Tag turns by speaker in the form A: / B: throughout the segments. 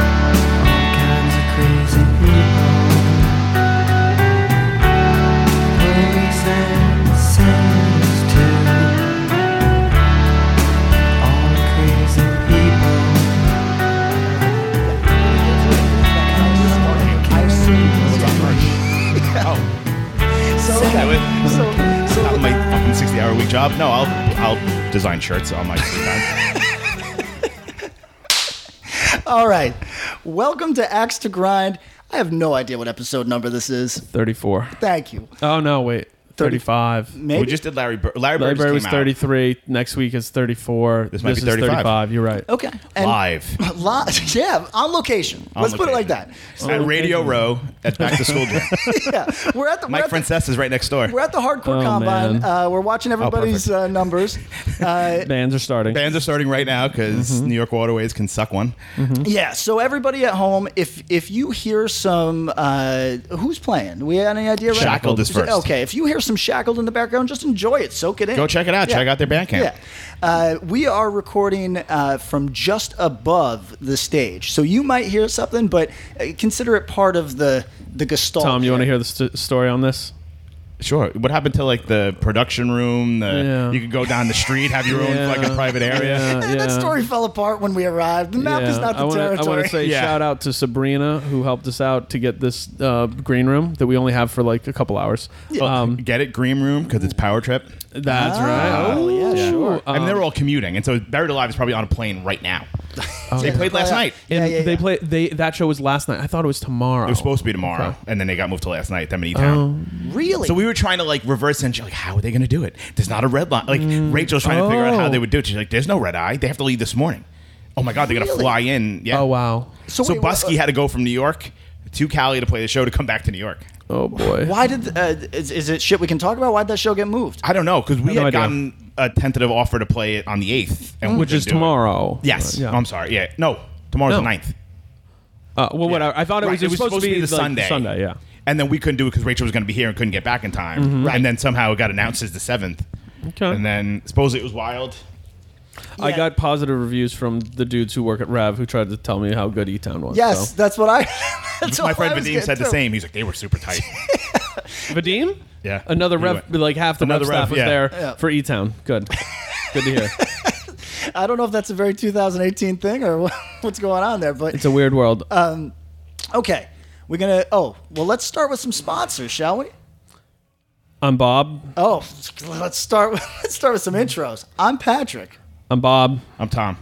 A: Kinds of crazy people, police and sinners too. All the crazy people.
B: So okay with so, so
C: my fucking sixty-hour week job. No, I'll I'll design shirts on my free time.
B: All right, welcome to Axe to Grind. I have no idea what episode number this is.
D: 34.
B: Thank you.
D: Oh no, wait. 35.
B: Maybe
C: we just did Larry. Bird. Larry,
D: Larry
C: Bird
D: Bird was
C: came
D: 33. Next week is 34.
C: This might be
D: is
C: 35.
D: You're right.
B: okay.
C: out
B: And Oh,
C: live.
B: Li- yeah, on location.
C: on
B: Let's put it like that.
C: location. at Radio Row at Back to School Gym.
B: yeah, we're at the we're
C: Mike
B: at the-
C: Frances is right next door.
B: We're at the hardcore
D: Oh,
B: combine.
D: man.
B: Uh, we're watching everybody's
C: Oh, perfect.
B: uh, numbers. Uh,
D: Bands are starting.
C: Bands are starting right now because
B: Mm-hmm.
C: New York Waterways can suck one.
B: yeah. So everybody at home, if if you hear some, uh, who's playing? We had any idea? Right?
C: Shackled is first.
B: Okay. If you hear some shackled in the background, just enjoy it. Soak it in.
C: Go check it out.
B: Yeah.
C: Check out their Bandcamp.
B: Yeah. Uh, we are recording uh, from just above the stage, so you might hear something, but uh, consider it part of the the gestalt.
D: Tom, you want to
B: here.
D: hear the st- story on this?
C: Sure. What happened to like the production room? The
D: Yeah.
C: you could go down the street, have your own
D: Yeah.
C: like a private area.
D: Yeah,
B: Eh, That
D: yeah.
B: story fell apart when we arrived. The map is
D: Yeah.
B: not the
D: I wanna,
B: territory.
D: I want to say
C: Yeah.
D: shout out to Sabrina who helped us out to get this uh, green room that we only have for like a couple hours. Um,
C: Get it, Green Room, because it's Power Trip.
D: that's right.
B: Oh, yeah, sure.
C: I mean, they're all commuting, and so Buried Alive is probably on a plane right now. they played last
D: Oh,
B: Yeah.
C: night.
B: Yeah, yeah,
D: they
B: yeah.
D: play. They that show was last night. I thought it was tomorrow.
C: It was supposed to be tomorrow, and then they got moved to last night. Them in E
D: Oh.
C: Town.
B: Really?
C: So we were trying to like reverse engineer, like how are they going to do it? There's not a red line. Like Rachel's trying to figure out how
D: Oh.
C: they would do it. She's like, "There's no red eye. They have to leave this morning." Oh my god, they're going
B: Really?
C: to fly in. Yeah.
D: Oh wow.
C: So,
B: wait, wha-
C: Buskey had to go from New York to Cali to play the show to come back to New York.
D: Oh boy.
B: Why did uh, is, is it shit we can talk about? Why'd that show get moved?
C: I don't know because we
D: no
C: had
D: idea.
C: gotten a tentative offer to play it on the eighth, and we
D: Which
C: didn't
D: is
C: do it.
D: tomorrow.
C: Yes,
D: Uh, yeah.
C: I'm sorry. Yeah, no, tomorrow's the
D: No.
C: 9th.
D: Uh, well, whatever. I thought it
C: Right,
D: was, it was supposed, to be,
C: the
D: like,
C: Sunday.
D: Sunday, yeah.
C: And then we couldn't do it because Rachel was going to be here and couldn't get back in time.
B: Mm-hmm.
C: Right. And then somehow it got announced as the seventh.
D: Okay.
C: And then supposedly it was wild.
D: I
B: Yeah.
D: got positive reviews from the dudes who work at Rev who tried to tell me how good E Town was.
B: Yes,
D: So.
B: that's what I. that's all
C: My
B: I
C: friend
B: was
C: Vadim
B: getting
C: said the
B: too.
C: same. He's like, they were super tight.
D: Vadim?
C: Yeah.
D: Another
C: He
D: Rev,
C: went.
D: like half the
C: Another
D: Rev staff
C: Rev,
D: was
C: yeah.
D: there
B: Yeah.
D: for E Town. Good. good to hear.
B: I don't know if that's a very 2018 thing or what- what's going on there, but
D: It's a weird world.
B: Uh, okay, we're gonna. Oh, well, let's start with some sponsors, shall we?
D: I'm Bob.
B: Oh, let's start. With, let's start with some intros. I'm Patrick,
D: I'm Bob.
C: I'm Tom.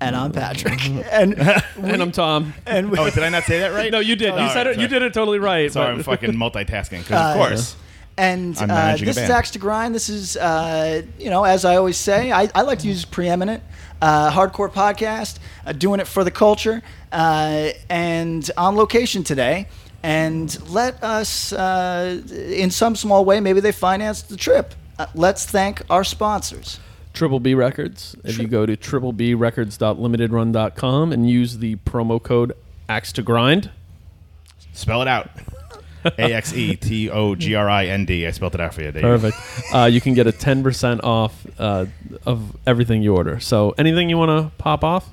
B: and I'm Patrick, and
D: and I'm Tom.
B: and we,
C: Oh, did I not say that right?
D: No, you did.
C: Oh,
D: you
C: all right,
D: said it. You
C: sorry.
D: did it totally right.
C: Sorry,
D: but-
C: I'm fucking multitasking. Because
B: Uh,
C: of course,
B: And
C: I'm
B: uh,
C: managing a
B: this is
C: band.
B: Axe to Grind. This is, uh, you know, as I always say, I, I like to use preeminent, uh, hardcore podcast, uh, doing it for the culture, uh, and on location today. And let us, uh, in some small way, maybe they financed the trip. Uh, let's thank our sponsors.
D: Triple B Records. If you go to triplebrrecords.limitedrun.com and use the promo code Axe to Grind.
C: spell it out. A X E T O G R I N D. I spelled it out for you. There you go.
D: Perfect. uh, you can get a 10% off uh, of everything you order. So anything you want to pop off?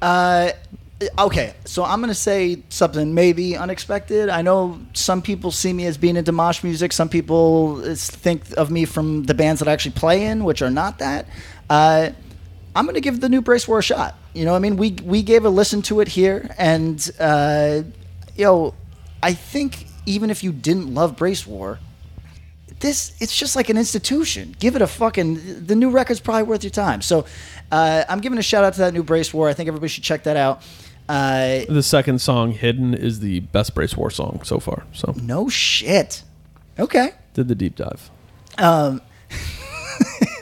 B: Uh, okay, so I'm gonna say something maybe unexpected. I know some people see me as being into mosh music. Some people is- think of me from the bands that I actually play in, which are not that. Uh, I'm gonna give the new Brace War a shot. You know, what I mean, we we gave a listen to it here, and uh, you know, I think even if you didn't love Brace War. This it's just like an institution. Give it a fucking the new record's probably worth your time. So uh, I'm giving a shout out to that new Brace War. I think everybody should check that out. Uh,
D: The second song, Hidden, is the best Brace War song so far. So
B: No shit. Okay.
D: did the deep dive.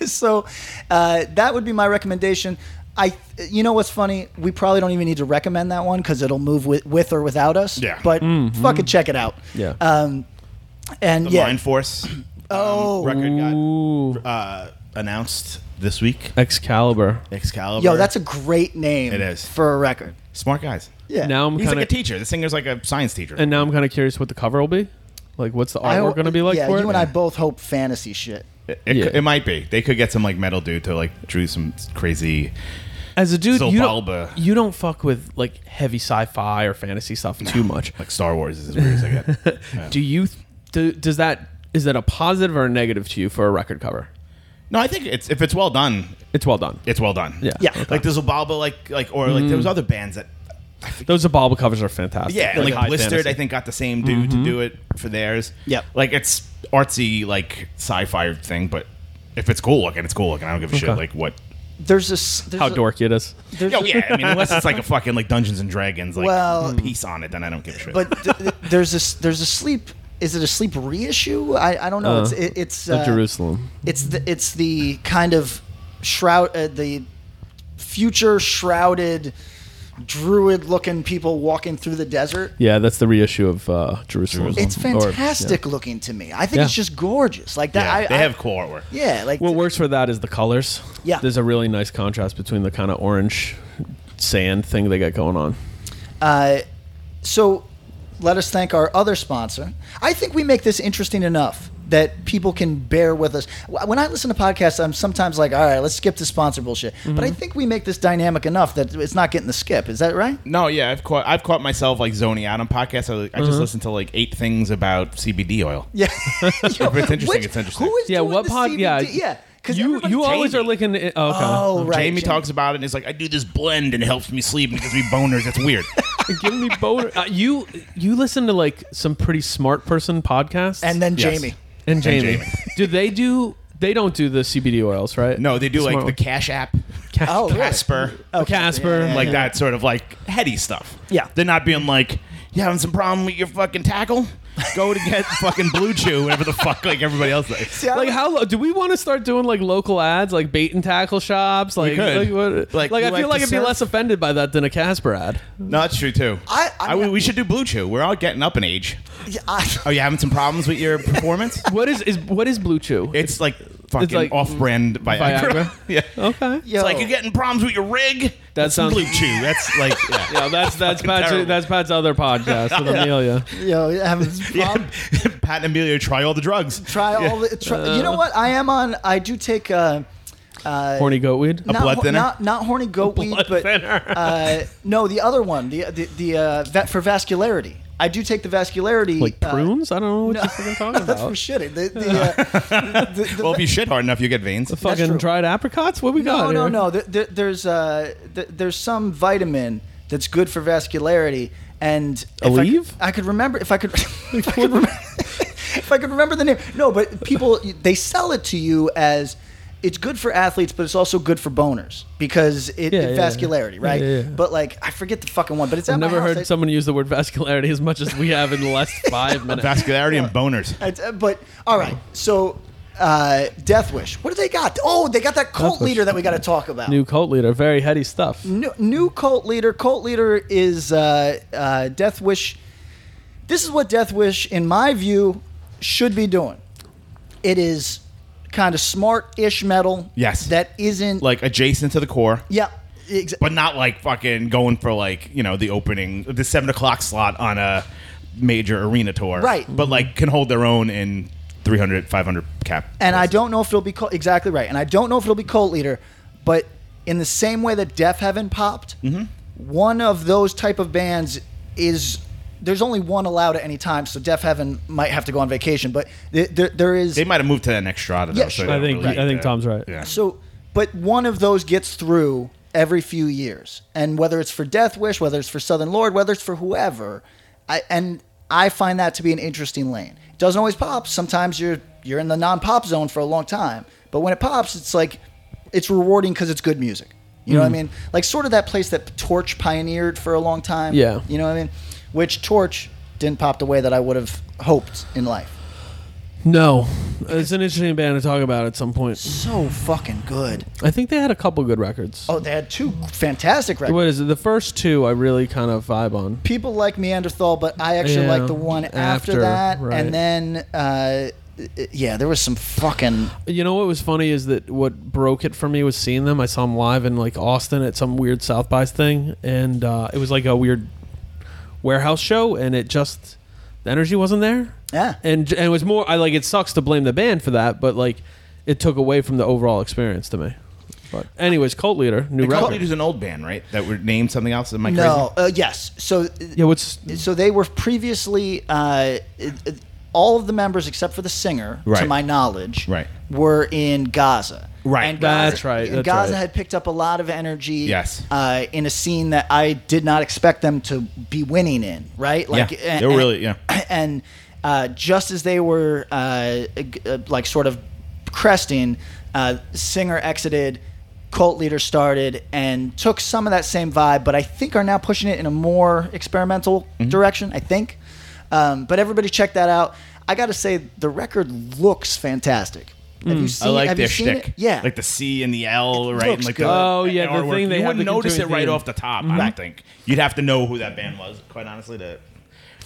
B: So uh, that would be my recommendation. I, you know what's funny? We probably don't even need to recommend that one because it'll move with, with or without us.
C: Yeah.
B: But fucking check it out.
D: Mm-hmm. Yeah.
B: Um, and
C: The
B: yeah,
C: Line Force um,
B: Oh.
C: record
D: Ooh,
C: got uh, announced this week.
D: Excalibur.
C: Excalibur.
B: yo, that's a great name.
C: It is.
B: for a record.
C: smart guys.
B: Yeah.
D: Now I'm
C: He's
D: kind
C: like a
D: of
C: teacher. The singer's like a science teacher.
D: and now I'm kind of curious what the cover will be. Like, what's the
B: I-
D: artwork going to be like
B: Yeah,
D: for
B: you
D: it?
B: and I both hope fantasy shit.
C: it, it,
D: Yeah.
C: it might be. They could get some like metal dude to like drew some crazy.
D: As a dude,
C: So
D: you
C: Balba.
D: don't, you don't fuck with like heavy sci-fi or fantasy stuff too much.
C: Like Star Wars is as weird as I get.
D: Do you? th- Do, does that is that a positive or a negative to you for a record cover?
C: No, I think it's if it's well done,
D: It's well done.
C: it's well done.
D: Yeah.
B: Yeah.
C: Like the Zabalba, like like or like there was other bands that
D: Those Zababa covers are fantastic.
C: yeah, and, like,
D: high
C: Blistered,
D: fantasy.
C: I think got the same dude to do it for theirs.
B: Yep.
C: Like it's artsy like sci-fi thing, but if it's cool looking, it's cool looking. I don't give a shit
D: Okay.
C: like what.
B: There's this. There's
D: how
B: a-
D: dorky it is.
B: there's
C: Oh
B: a-
C: yeah, I mean unless it's like a fucking like Dungeons and Dragons like
B: Well-
C: piece on it, then I don't give a shit.
B: But th- th- there's this. There's a sleep. Is it a sleep reissue? I, I don't know. it's it, it's
D: Uh-huh. The
B: uh,
D: Jerusalem.
B: It's the it's the kind of shroud uh, the future shrouded druid looking people walking through the desert.
D: Yeah, that's the reissue of uh, Jerusalem.
C: Jerusalem.
B: It's
D: Or-
B: fantastic
D: yeah.
B: looking to me. I think
D: Yeah.
B: it's just gorgeous. Like that.
C: yeah,
B: I,
C: they
B: I-
C: have cool artwork.
B: Yeah, like
D: What works for that is the colors.
B: Yeah.
D: there's a really nice contrast between the kind of orange sand thing they got going on.
B: Uh, so let us thank our other sponsor. I think we make this interesting enough that people can bear with us. Wh- When I listen to podcasts, I'm sometimes like, all right, let's skip the sponsor bullshit. But
D: Mm-hmm.
B: I think we make this dynamic enough that it's not getting the skip. Is that right?
C: No, yeah, I've caught I've caught myself like zoning out on podcasts. I, I
B: Mm-hmm.
C: just listened to like eight things about CBD oil.
B: Yeah.
C: If it's interesting, it's interesting.
B: Who is
D: Yeah,
B: doing
D: what
B: the
D: pod-
B: CBD?
D: yeah.
B: yeah. Because
D: You you always are licking. It. Oh, okay.
B: Oh right.
C: Uh, Jamie, talks about it and he's like, I do this blend and it helps me sleep and gives me boners. That's weird.
D: Give me boner. Uh, you you listen to like some pretty smart person podcasts
B: And then
C: Yes.
B: Jamie.
D: and Jamie.
C: Jamie.
D: do they do? They don't do the CBD oils, right?
C: No, they do
D: Smart
C: like the
D: one.
C: Cash App,
D: Ca-
B: Oh, really?
C: Casper,
D: the Casper.
C: like that sort of like heady stuff.
B: Yeah.
C: they're not being like, you having some problem with your fucking tackle? Go to get fucking Blue Chew, whatever the fuck, like everybody else. Likes.
B: See, I
D: Like
B: don't-
D: how lo- do we want to start doing like local ads, like bait and tackle shops? Like,
C: could.
D: like, what,
C: Like,
D: like,
C: you
D: I
C: like
D: feel like
C: to
D: I'd be
C: surf?
D: less offended by that than a Casper ad.
C: No, that's true too.
B: I- I mean-
C: we should do Blue Chew. We're all getting up in age.
B: Yeah, I-
C: Are you having some problems with your performance?
D: What is is what is Blue Chew?
C: It's like fucking
D: like
C: off-brand Viagra.
D: Viagra.
C: yeah.
D: okay.
B: Yo.
C: It's like you're getting problems with your rig. That's
D: sounds-
C: blue chew. That's like yeah.
D: Yeah, that's that's Pat's
C: terrible.
D: that's Pat's other podcast with Amelia.
B: Yo, having problem.
C: Pat and Amelia try all the drugs.
B: Try all the. Try, you
D: Uh.
B: know what? I am on. I do take. Uh,
D: Horny goat weed.
B: not,
C: blood
B: hor-
C: thinner?
B: Not, not horny goat weed, but uh, no, the other one, the the, the uh, vet for vascularity. I do take the vascularity.
D: like
B: uh,
D: prunes? I don't know what you're fucking talking
B: that's for
D: about.
B: shitting. The, the, uh, the, the,
C: Well, if you shit hard enough, you get veins.
D: Fucking
B: true.
D: dried apricots? What we
B: no,
D: got?
B: no,
D: here?
B: no. There, there, there's uh, there, there's some vitamin that's good for vascularity, and if I-
D: Aleve?
B: I, could remember if I could. If I could remember, if I could remember the name, no, but people they sell it to you as it's good for athletes, but it's also good for boners because it,
D: Yeah,
B: it
D: yeah,
B: vascularity,
D: yeah.
B: right?
D: Yeah, yeah, yeah.
B: But like I forget the fucking one, but it's at
D: I've
B: my
D: never
B: house.
D: heard
B: I-
D: someone use the word vascularity as much as we have in the last five minutes.
C: Vascularity and boners.
B: It's, uh, but all right, so uh, Death Wish, what do they got? Oh, they got that cult
D: Wish.
B: leader that we got to talk about.
D: New cult leader, very heady stuff.
B: new, new cult leader. Cult leader is uh, uh, Death Wish. This is what Death Wish, in my view, should be doing. It is kind of smart-ish metal.
C: Yes.
B: That isn't
C: Like adjacent to the core.
B: yeah. Ex-
C: But not like fucking going for like, you know, the opening the seven o'clock slot on a major arena tour.
B: Right.
C: But like can hold their own in 300, 500 cap.
B: and I don't know if it'll be cult, exactly right. And I don't know if it'll be cult leader, but in the same way that Death Heaven popped,
C: Mm-hmm.
B: one of those type of bands is there's only one allowed at any time. So Death Heaven might have to go on vacation, but th- there, there is
C: They might have moved to that next strata though.
B: Yeah,
C: so
B: sure.
C: they
D: I
C: don't
D: think
C: really
D: I think
C: need to-
D: Tom's right.
C: Yeah.
B: So, but one of those gets through every few years, and whether it's for Death Wish, whether it's for Southern Lord, whether it's for whoever, I, and I find that to be an interesting lane. It doesn't always pop. Sometimes you're you're in the non-pop zone for a long time, but when it pops, it's like it's rewarding because it's good music. You know what I mean? Like sort of that place that Torch pioneered for a long time.
D: Yeah.
B: You know what I mean? Which Torch didn't pop the way that I would have hoped in life.
D: No, It's an interesting band to talk about at some point.
B: So fucking good.
D: I think they had a couple good records.
B: Oh, they had two fantastic records.
D: What is it? The first two I really kind of vibe on.
B: People like Neanderthal, but I actually
D: Yeah,
B: like the one after,
D: after,
B: that.
D: right.
B: And then, uh, yeah, there was some fucking.
D: You know what was funny is that what broke it for me was seeing them. I saw them live in like Austin at some weird South by thing, and uh, it was like a weird warehouse show, and it just the energy wasn't there.
B: Yeah.
D: and and it was more. I like it sucks to blame the band for that, but like it took away from the overall experience to me. But anyways, Cult Leader, new
C: The Cult
D: record.
C: Leaders an old band, right? That were named something else. Am I crazy?
B: No, uh, yes. So,
D: yeah, what's
B: so they were previously uh, it- it- all of the members except for the singer, to
C: Right.
B: my knowledge,
C: Right.
B: were in Gaza.
C: Right.
B: And Gaza,
D: That's right,
B: and
D: that's
B: Gaza
D: right.
B: had picked up a lot of energy.
C: Yes.
B: Uh, in a scene that I did not expect them to be winning in. Right. Like
C: Yeah, they were really- yeah.
B: And uh, just as they were uh, g- uh, like sort of cresting, uh, singer exited, cult leader started, and took some of that same vibe, but I think are now pushing it in a more experimental
C: Mm-hmm.
B: direction. I think. Um, but everybody check that out. I got to say, the record looks fantastic. Have you seen?
C: Mm. I like
B: have
C: their
B: you seen it?
C: shtick.
B: Yeah,
C: like the C and the L, right? and
B: looks
C: like
B: good.
C: The,
D: Oh, yeah,
C: and
D: the
C: artwork.
D: thing they
C: you
D: have
C: wouldn't
D: the
C: notice it
D: continuing
C: right
D: theme.
C: off the top. I don't think you'd have to know who that band was. Quite honestly, to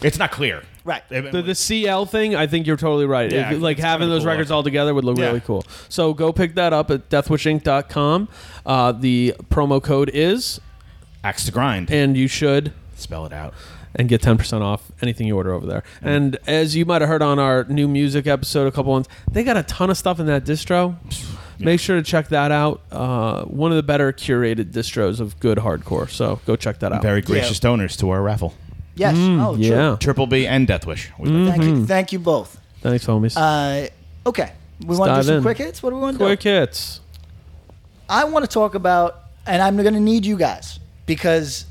C: it's not clear.
B: Right.
C: They've been-
D: The, the CL thing, I think you're totally right.
C: Yeah,
D: If-
C: I think
D: like
C: it's
D: having
C: kinda
D: those
C: cool.
D: records all together would look
C: Yeah.
D: really cool. So go pick that up at deathwishinc.com. Uh, the promo code is,
C: axe to grind.
D: and you should,
C: Spell it out.
D: and get 10% off anything you order over there. And as you might have heard on our new music episode, a couple ones, they got a ton of stuff in that distro. Make sure to check that out. Uh, one of the better curated distros of good hardcore. So go check that out.
C: Very gracious donors to our raffle.
B: yes. oh, true.
D: Mm, yeah. Mm-hmm.
C: Triple B and Deathwish. We
D: Mm.
B: Thank you, thank you both.
D: Thanks, homies.
B: Uh, okay, we want to do
D: dive
B: some
D: in.
B: quick hits. What do we want to do?
D: Quick hits.
B: I want to talk about, and I'm going to need you guys because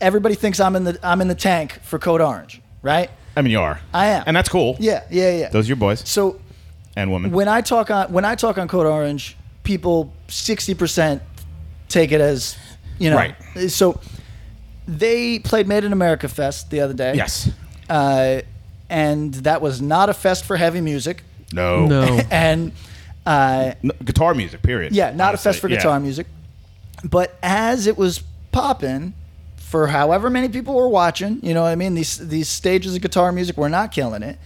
B: everybody thinks I'm in the I'm in the tank for Code Orange, right?
C: I mean, you are.
B: I am.
C: and that's cool.
B: Yeah, yeah, yeah.
C: those are your boys
B: so
C: and women.
B: when I talk on when I talk on Code Orange, people sixty percent take it as you know.
C: Right.
B: So they played Made in America Fest the other day.
C: yes.
B: Uh, and that was not a fest for heavy music,
C: No.
D: No.
B: and uh,
C: No, guitar music. Period.
B: Yeah, not
C: Honestly,
B: a fest for
C: yeah.
B: guitar music. But as it was popping, for however many people were watching, you know what I mean? These these stages of guitar music were not killing it.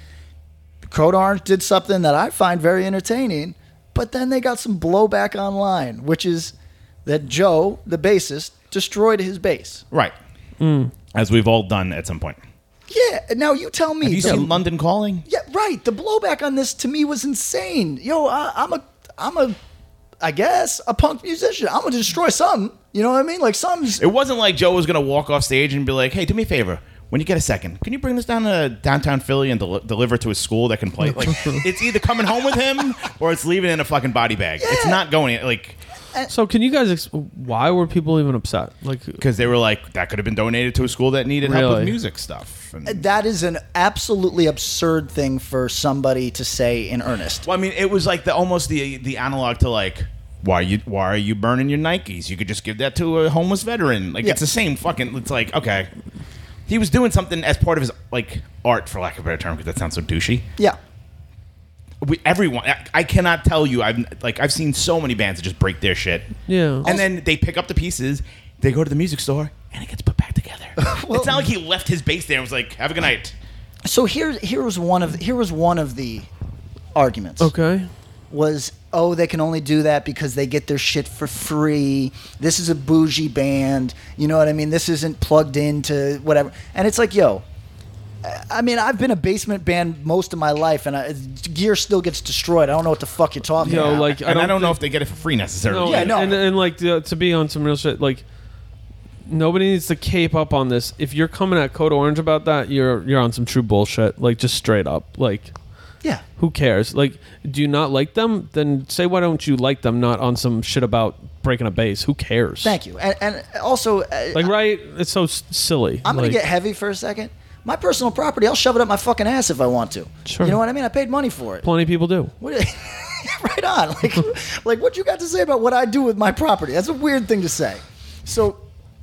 B: Code Orange did something that I find very entertaining, but then they got some blowback online, which is that Joe, the bassist, destroyed his bass.
C: Right.
D: Mm.
C: As we've all done at some point.
B: Yeah, now you tell me.
C: Have you
B: the-
C: seen London Calling?
B: Yeah, right. The blowback on this to me was insane. Yo, I, I'm a, I'm a, I guess a punk musician. I'm gonna destroy something. You know what I mean? Like something's
C: It wasn't like Joe was gonna walk off stage and be like, "Hey, do me a favor." When you get a second, can you bring this down to downtown Philly and del- deliver it to a school that can play? Like, it's either coming home with him or it's leaving it in a fucking body bag. It's
B: Yeah.
C: not going like
D: So can you guys ex- why were people even upset? Like
C: because they were like that could have been donated to a school that needed help
D: Really?
C: with music stuff. And-
B: That is an absolutely absurd thing for somebody to say in earnest.
C: Well, I mean, it was like the almost the the analog to like why you why are you burning your Nikes? You could just give that to a homeless veteran. Like
B: Yeah.
C: it's the same fucking. It's like okay, he was doing something as part of his like art, for lack of a better term, because that sounds so douchey.
B: Yeah.
C: We, everyone, I, I cannot tell you. I've like I've seen so many bands that just break their shit.
D: Yeah.
C: and then they pick up the pieces. They go to the music store and it gets put back together. it's not like he left his bass there and was like, "Have a good night."
B: So here, here was one of here was one of the arguments.
D: okay.
B: Was oh they can only do that because they get their shit for free. This is a bougie band. You know what I mean? This isn't plugged into whatever. And it's like yo. I- I mean, I've been a basement band most of my life, and I, gear still gets destroyed. I don't know what the fuck you're talking
D: Yo,
B: about.
D: like
C: and I don't, know if they get it for free necessarily.
D: No,
B: Yeah,
D: and,
B: no.
D: And, and, like to, to be on some real shit, like nobody needs to cape up on this. If you're coming at Code Orange about that, you're you're on some true bullshit. Like just straight up, like
B: yeah,
D: who cares? Like, do you not like them? Then say why don't you like them? Not on some shit about breaking a base. Who cares?
B: thank you. And, and also, uh,
D: Like right? It's so s- silly.
B: I'm
D: like,
B: gonna get heavy for a second. My personal property, I'll shove it up my fucking ass if I want to.
D: Sure.
B: You know what I mean? I paid money for it.
D: Plenty of people do.
B: What- right on. Like, like what you got to say about what I do with my property? That's a weird thing to say. So,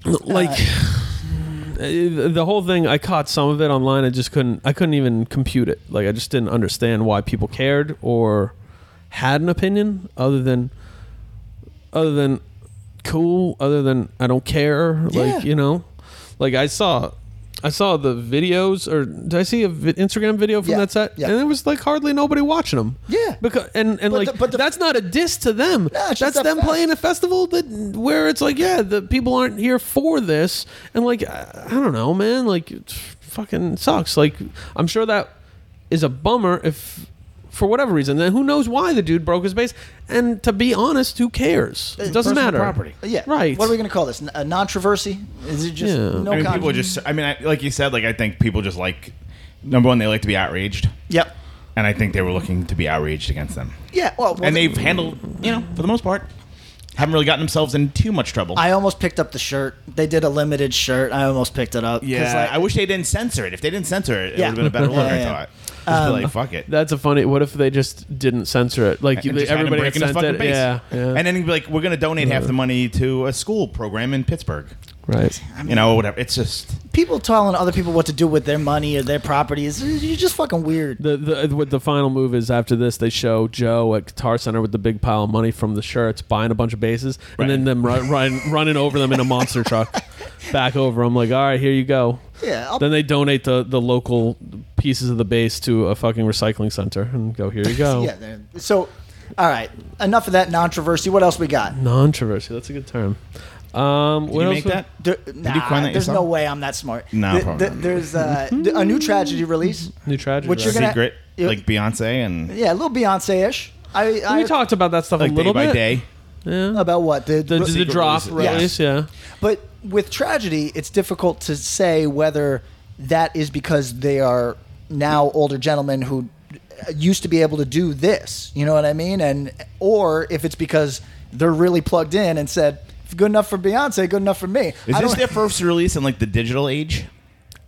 D: like Uh, the whole thing i caught some of it online i just couldn't i couldn't even compute it like i just didn't understand why people cared or had an opinion other than other than cool other than i don't care
B: Yeah.
D: like you know like i saw i saw the videos or did i see a vi- instagram video from
B: Yeah,
D: that set
B: yeah.
D: and there was like hardly nobody watching them
B: Yeah.
D: because and
B: But
D: and like
B: the- but the-
D: that's not a diss to them
B: No, it's just
D: that's
B: a
D: them
B: fact.
D: playing a festival that where it's like yeah the people aren't here for this and like i, I don't know man like it fucking sucks like i'm sure that is a bummer if for whatever reason then who knows why the dude broke his base and to be honest who cares it doesn't
C: Uh, personal
D: matter
C: property.
B: uh,
C: Uh,
B: Yeah.
D: right
B: What are we going to call this? N- A non-traversy? Is it just
D: Yeah.
B: no
C: I mean,
B: con-
C: people just. I mean, I, like you said, like I think people just like. Number one, they like to be outraged,
B: Yep.
C: and I think they were looking to be outraged against them.
B: Yeah. Well, well
C: and they've handled, you know, for the most part, haven't really gotten themselves in too much trouble.
B: I almost picked up the shirt. They did a limited shirt. I almost picked it up. 'Cause,
C: yeah,
B: like,
C: I wish they didn't censor it. If they didn't censor it, it
B: Yeah.
C: would have been a better look.
B: Yeah,
C: I
B: yeah.
C: thought. Just be like, fuck it.
D: that's a funny what if they just didn't censor it like
C: And
D: they-
C: just had him
D: everybody
C: breaking
D: that
C: his
D: sent
C: fucking
D: it
C: base.
D: yeah, yeah
C: And then he'd be like, we're going to donate half the money to a school program in Pittsburgh.
D: right
C: You know, whatever. It's just.
B: people telling other people what to do with their money or their properties. You're just fucking weird.
D: The, the what the final move is after this they show Joe at Guitar Center with the big pile of money from the shirts buying a bunch of bases
C: Right.
D: and then them run, run, running over them in a monster truck back over them like all right here you go
B: Yeah, I'll-
D: then they donate the the local pieces of the base to a fucking recycling center and go here you go
B: Yeah. they're- So, all right. Enough of that non-traversy. What else we got?
D: non-traversy that's a good term um what
C: Did you
D: else
C: make
D: would-
C: that?
B: There, nah,
C: coin that
B: there's no
C: yourself?
B: way I'm that smart.
C: No,
B: Th-
C: probably
B: th-
C: not.
B: there's uh, th- a new tragedy release.
D: new tragedy
B: What you're
D: right?
B: gonna-
C: Secret,
B: you-
C: like Beyonce and
B: Yeah, a little Beyonce-ish. I, I
D: we talked about that stuff
C: like
D: a little
C: day
D: bit
C: by day.
D: yeah
B: about what the,
D: the, the
C: Secret
D: drop
C: releases.
B: Yes.
D: release yeah
B: But with tragedy, it's difficult to say whether that is because they are now older gentlemen who uh, used to be able to do this. You know what I mean? And or if it's because they're really plugged in and said, "If "Good enough for Beyonce, good enough for me."
C: Is
B: I
C: this
B: don't-
C: their first release in like the digital age?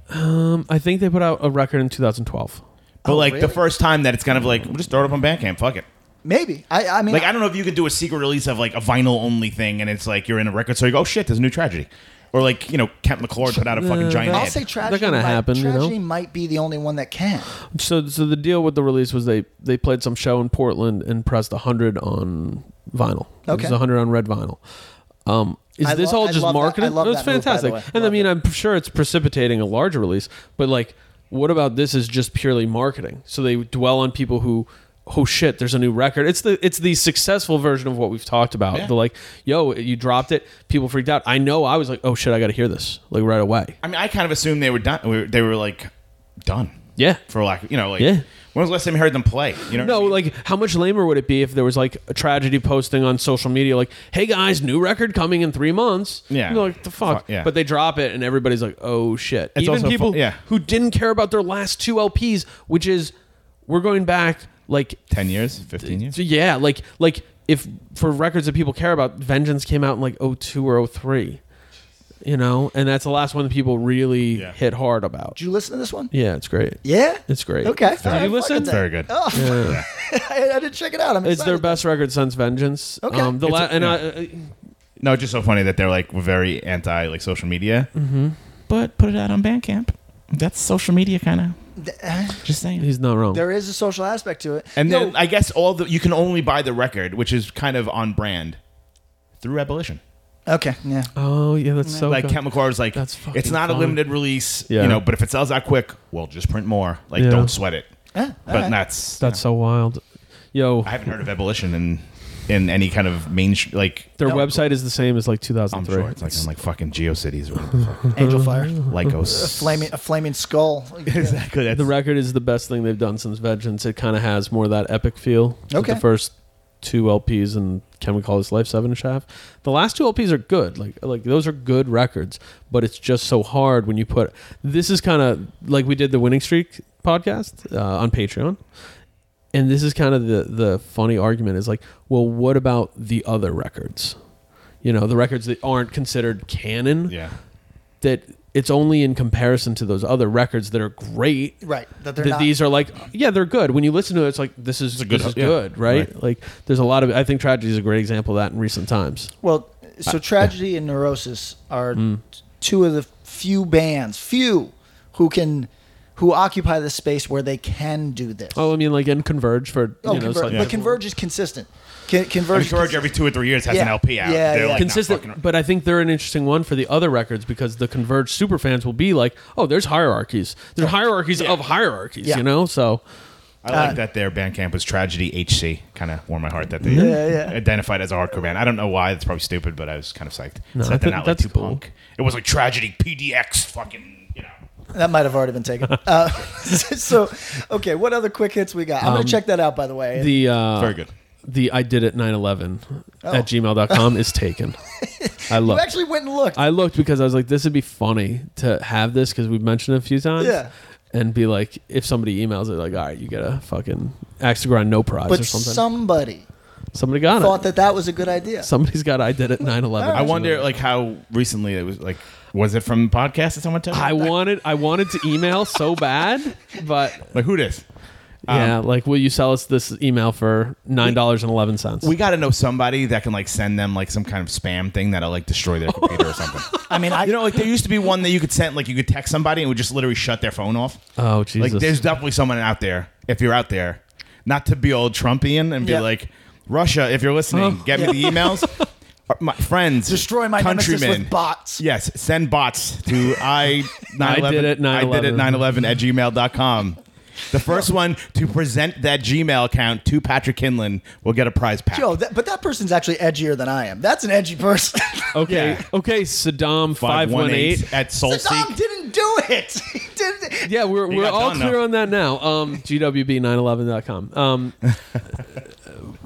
D: um I think they put out a record in 2012
C: But like the
B: really?
C: first time that it's kind of like, we'll just throw it up on Bandcamp. Fuck it.
B: maybe? I, I mean,
C: Like I don't know if you could do a secret release of like a vinyl only thing, and it's like you're in a record store. You go, oh shit, there's a new tragedy, or like you know Kent McClure put out a fucking giant.
B: I'll
C: ad.
B: say tragedy.
D: gonna
B: might,
D: happen, you know?
B: Tragedy might be the only one that can.
D: So, so the deal with the release was they they played some show in Portland and pressed hundred on vinyl.
B: Okay.
D: it was hundred on red vinyl. Um, is
B: I
D: this
B: lo-
D: all
B: I
D: just
B: love that- I
D: marketing?
B: love
D: it's
B: that move, by the
D: fantastic.
B: way.
D: and I
B: Love
D: mean,
B: it.
D: I'm sure it's precipitating a larger release, but like, what about this is just purely marketing? So they dwell on people who. Oh shit! There's a new record. It's the it's the successful version of what we've talked about.
C: Yeah.
D: The like, yo, you dropped it. People freaked out. I know. I was like, oh shit, I got to hear this like right away.
C: I mean, I kind of assumed they were done. we were- They were like done.
D: Yeah.
C: For lack, of, you know, like
D: Yeah.
C: when was the last time you heard them play? You know, what I
D: No,
C: mean?
D: like how much lamer would it be if there was like a tragedy posting on social media, like "Hey guys, new record coming in three months."
C: Yeah.
D: You're like the fuck.
C: Fuck, yeah.
D: But they drop it, and everybody's like, "Oh shit!"
C: It's
D: Even
C: also
D: people
C: fu- yeah.
D: who didn't care about their last two LPs, which is we're going back like
C: ten years, fifteen years.
D: so yeah, like like if for records that people care about, Vengeance came out in like 02 or 03. You know, and that's the last one that people really
C: Yeah.
D: hit hard about.
B: Did you listen to this one?
D: Yeah, it's great.
B: Yeah,
D: It's great.
B: Okay,
D: Did you listen?
C: Very good.
B: Oh, I, I didn't check it out. I'm
D: It's their
B: excited.
D: best record since Vengeance.
B: Okay.
D: Um, the
C: It's
D: la-
C: a-
D: and
C: yeah.
D: I, uh,
C: No, it's just so funny that they're like very anti like social media.
D: Mm-hmm.
C: But put it out on Bandcamp. That's social media, kind of. Just saying.
D: he's not wrong.
B: There is a social aspect to it.
C: And
B: No,
C: then I guess all the you can only buy the record, which is kind of on brand, through Abolition.
B: okay, yeah.
D: oh yeah,
B: Mm-hmm.
D: that's so
C: Like
D: good.
C: Kent McCord is like,
D: That's fucking
C: it's not a
D: fun.
C: limited release,
D: Yeah.
C: you know. But if it sells out quick, well, just print more. Like,
D: Yeah.
C: don't sweat it.
B: Yeah, Eh, all
C: But
B: right.
C: that's
D: that's so wild. Yo,
C: I haven't heard of Abolition in in any kind of main sh- like.
D: their website is the same as like
C: I'm
D: 2003.
C: sure it's like in like fucking GeoCities or whatever the fuck.
B: Angel Fire,
C: Lycos.
B: flaming a flaming skull.
C: oh, exactly. That's,
D: the record is the best thing they've done since Vengeance. It kind of has more of that epic feel. that
B: Okay.
D: the first two LPs and can we call this Life Seven and a Half? The last two LPs are good. Like like those are good records, but it's just so hard when you put. This is kind of like we did the Winning Streak podcast uh, on Patreon. and this is kind of the the funny argument is like well what about the other records you know the records that aren't considered canon
C: yeah.
D: that it's only in comparison to those other records that are great
B: Right, that
D: that,
B: they're not-
D: these are like yeah they're good when you listen to it it's like this is
C: a good-
D: good, this is
C: yeah,
D: good right?
C: right.
D: like there's a lot of i think tragedy is a great example of that in recent times Hmm.
B: Well, so tragedy and neurosis are t- two of the few bands, few who can who occupy the space where they can do this.
D: Oh, I mean, like in Converge for
B: Oh,
D: you know,
B: Conver-
D: slightly
B: but
D: different-
B: Converge is consistent. Con- Converge,
C: Every
B: is
C: George
B: consistent.
C: every two or three years has an
B: Yeah.
C: LP out.
B: Yeah,
C: They're
B: yeah.
C: like not
D: consistent.
C: fucking-
D: but I think they're an interesting one for the other records because the Converge superfans will be like, oh, there's hierarchies. There's hierarchies of hierarchies,
B: Yeah.
D: you know? So
C: I like that their band camp was Tragedy HC. Kind of warmed my heart that they
B: Yeah, yeah.
C: identified as a hardcore band. I don't know why. It's probably stupid, but I was kind of psyched. No,
D: I think that's
C: too
D: cool.
C: punk. It was like Tragedy PDX fucking, you know.
B: That might have already been taken. Uh, so, okay, what other quick hits we got? I'm gonna check that out. By the way,
D: Um, the uh,
C: Very good.
D: the I did it 911 at gmail.com is taken. I
B: you
D: looked.
B: Oh. actually went and looked.
D: I looked because I was like, this would be funny to have this because we've mentioned it a few times.
B: Yeah.
D: And be like, if somebody emails it, like, all right, you get a fucking axe to grind no prize or
B: but
D: something.
B: somebody
D: Somebody got
B: thought
D: it.
B: that that was a good idea.
D: Somebody's got I did it 911.
C: I wonder, like, how recently it was. Like, was it from podcast that someone took?
D: I wanted I wanted to email so bad, but
C: like, who this? Um,
D: yeah, like will you sell us this email for nine dollars and eleven cents?
C: We got to know somebody that can like send them like some kind of spam thing that'll like destroy their computer or something.
B: I mean, I
C: You know, like there used to be one that you could send, like you could text somebody and it would just literally shut their phone off.
D: Oh, Jesus.
C: Like there's definitely someone out there. If you're out there, not to be old Trumpian and be
B: Yeah.
C: like, Russia, if you're listening,
D: Oh.
C: get me the emails. Uh, My friends,
B: destroy my nemesis
C: countrymen.
B: with bots.
C: Yes, send bots to I
D: did it,
C: I did it
D: 911.
C: 911 at gmail.com. The first one to present that Gmail account to Patrick Kinlan will get a prize pack.
B: Yo, that, but that person's actually edgier than I am. That's an edgy person.
D: okay,
C: yeah.
D: okay, Saddam five one
C: 518
D: eight.
C: at
B: Saddam
C: Soulseek.
B: didn't do it. He didn't.
D: Yeah, we're, we're
C: got
D: all
C: done,
D: clear
C: though.
D: on that now. Um, GWB911.com. Um, uh,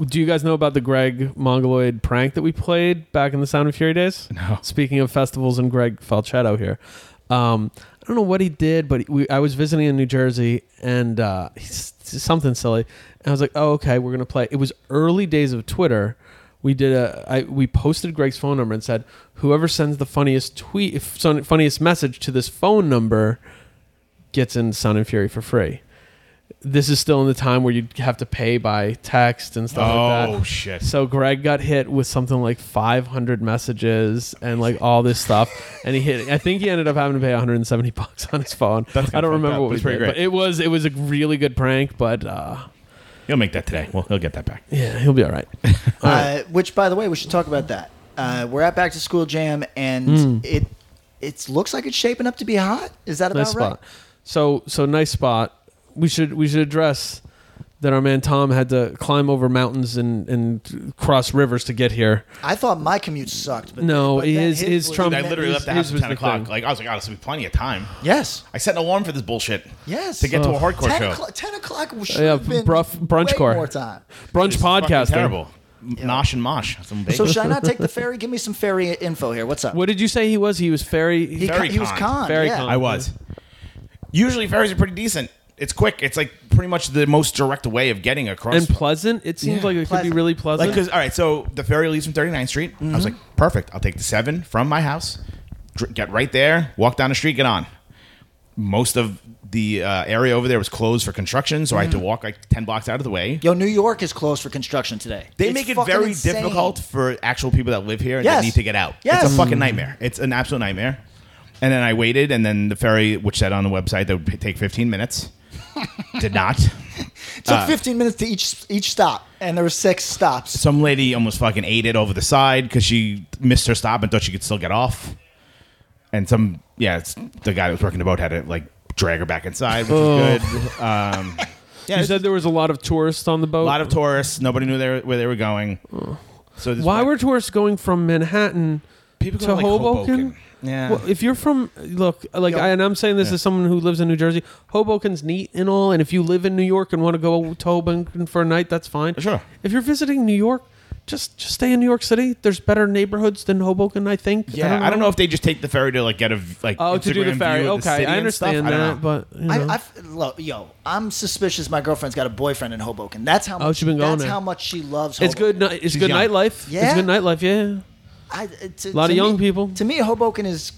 D: do you guys know about the Greg Mongoloid prank that we played back in the Sound of Fury days? No. Speaking of festivals and Greg Falchetto here. Um, I don't know what he did, but we, I was visiting in New Jersey and uh, he's, something silly. And I was like, oh, okay, we're going to play. It was early days of Twitter. We did a. I, we posted Greg's phone number and said, whoever sends the funniest tweet, funniest message to this phone number, gets in Sound and Fury for free. This is still in the time where you'd have to pay by text and stuff like that.
C: Oh, shit.
D: So Greg got hit with something like 500 messages and like all this stuff, and he hit. I think he ended up having to pay 170 bucks on his phone.
C: That's
D: I don't
C: fucked
D: remember
C: up.
D: what
C: That's
D: we
C: pretty
D: did,
C: great.
D: but it was it was a really good prank. But uh,
C: He'll make that today. Well, he'll get that back.
D: yeah, he'll be all right.
B: Uh, which, by the way, we should talk about that. Uh, we're at Back to School Jam, and
D: Hmm.
B: it it looks like it's shaping up to be hot. Is that about
D: nice
B: right?
D: spot. So so nice spot. We should we should address that our man Tom had to climb over mountains and and cross rivers to get here.
B: I thought my commute sucked, but
D: No,
B: but then
D: his- his
B: was-
D: Trump-
C: Dude, I literally
D: His-
C: left the house
D: his
C: at
D: was
C: 10
D: the
C: o'clock.
D: thing.
C: Like, I was like, oh, this will be plenty of time.
B: Yes,
C: I set an alarm for this bullshit.
B: yes.
C: To get to a hardcore
B: ten
C: show.
B: O'clock, ten o'clock should
D: Yeah,
B: have been
D: bruff- brunch
B: way
D: core.
B: more time.
D: Brunch
C: It's fucking
D: podcasting.
C: Terrible. Nosh and mosh. Some bacon.
B: So should I not take the ferry? Give me some ferry info here. What's up?
D: What did you say he was? He was fairy.
B: he,
C: Ferry
B: he was
C: con.
B: con.
D: Ferry
B: yeah.
D: con.
C: I was. Usually ferries are pretty decent. It's quick. It's like pretty much the most direct way of getting across.
D: and pleasant. It seems like it could
B: pleasant.
D: be really
C: like,
D: pleasant.
C: because all right, so the ferry leaves from 39th Street. I was
B: Mm-hmm.
C: like, perfect. I'll take the seven from my house, dr- get right there, walk down the street, get on. Most of the uh, area over there was closed for construction, so I had
B: Mm-hmm.
C: to walk like 10 blocks out of the way.
B: Yo, New York is closed for construction today.
C: They
B: It's
C: make it
B: fucking
C: very
B: insane.
C: difficult for actual people that live here and
B: Yes.
C: that need to get out. It's
B: Yes.
C: a fucking nightmare. It's an absolute nightmare. And then I waited, and then the ferry, which said on the website that would p- take 15 minutes, did not. Uh,
B: It took 15 minutes to each each stop, and there were six stops.
C: Some lady almost fucking ate it over the side because she missed her stop and thought she could still get off. And some, yeah, it's, the guy that was working the boat had to like drag her back inside, which was good. Um, yeah,
D: you
C: there's a
D: said there was a lot of tourists on the boat.
C: lot of tourists. Nobody knew they were, where they were going. So this
D: Why
C: went-
D: were tourists going from Manhattan
C: People go
D: to
C: to, like,
D: Hoboken?
C: Hoboken. Yeah.
D: Well, if you're from look, like,
B: Yeah.
D: I, and I'm saying this as someone who lives in New Jersey, Hoboken's neat and all. And if you live in New York and want to go to Hoboken for a night, that's fine.
C: Sure.
D: If you're visiting New York, just just stay in New York City. There's better neighborhoods than Hoboken, I think.
C: Yeah, I don't, know if they just take the ferry to like get a v- like
D: Oh, to do
C: Instagram
D: the ferry.
C: view of the
D: Okay,
C: city
D: I
C: and stuff.
D: understand
C: I don't
D: that,
C: know.
D: but you know.
B: I, I've, look, yo, I'm suspicious. My girlfriend's got a boyfriend in Hoboken. That's how.
D: Oh,
B: much,
D: she's been going
B: That's
D: there.
B: how much she loves. Hoboken.
D: it's good. ni- It's
C: She's
D: good
C: young.
D: nightlife.
B: Yeah.
D: It's good nightlife. Yeah.
B: I, to,
D: Lot of young people.
B: To me, Hoboken is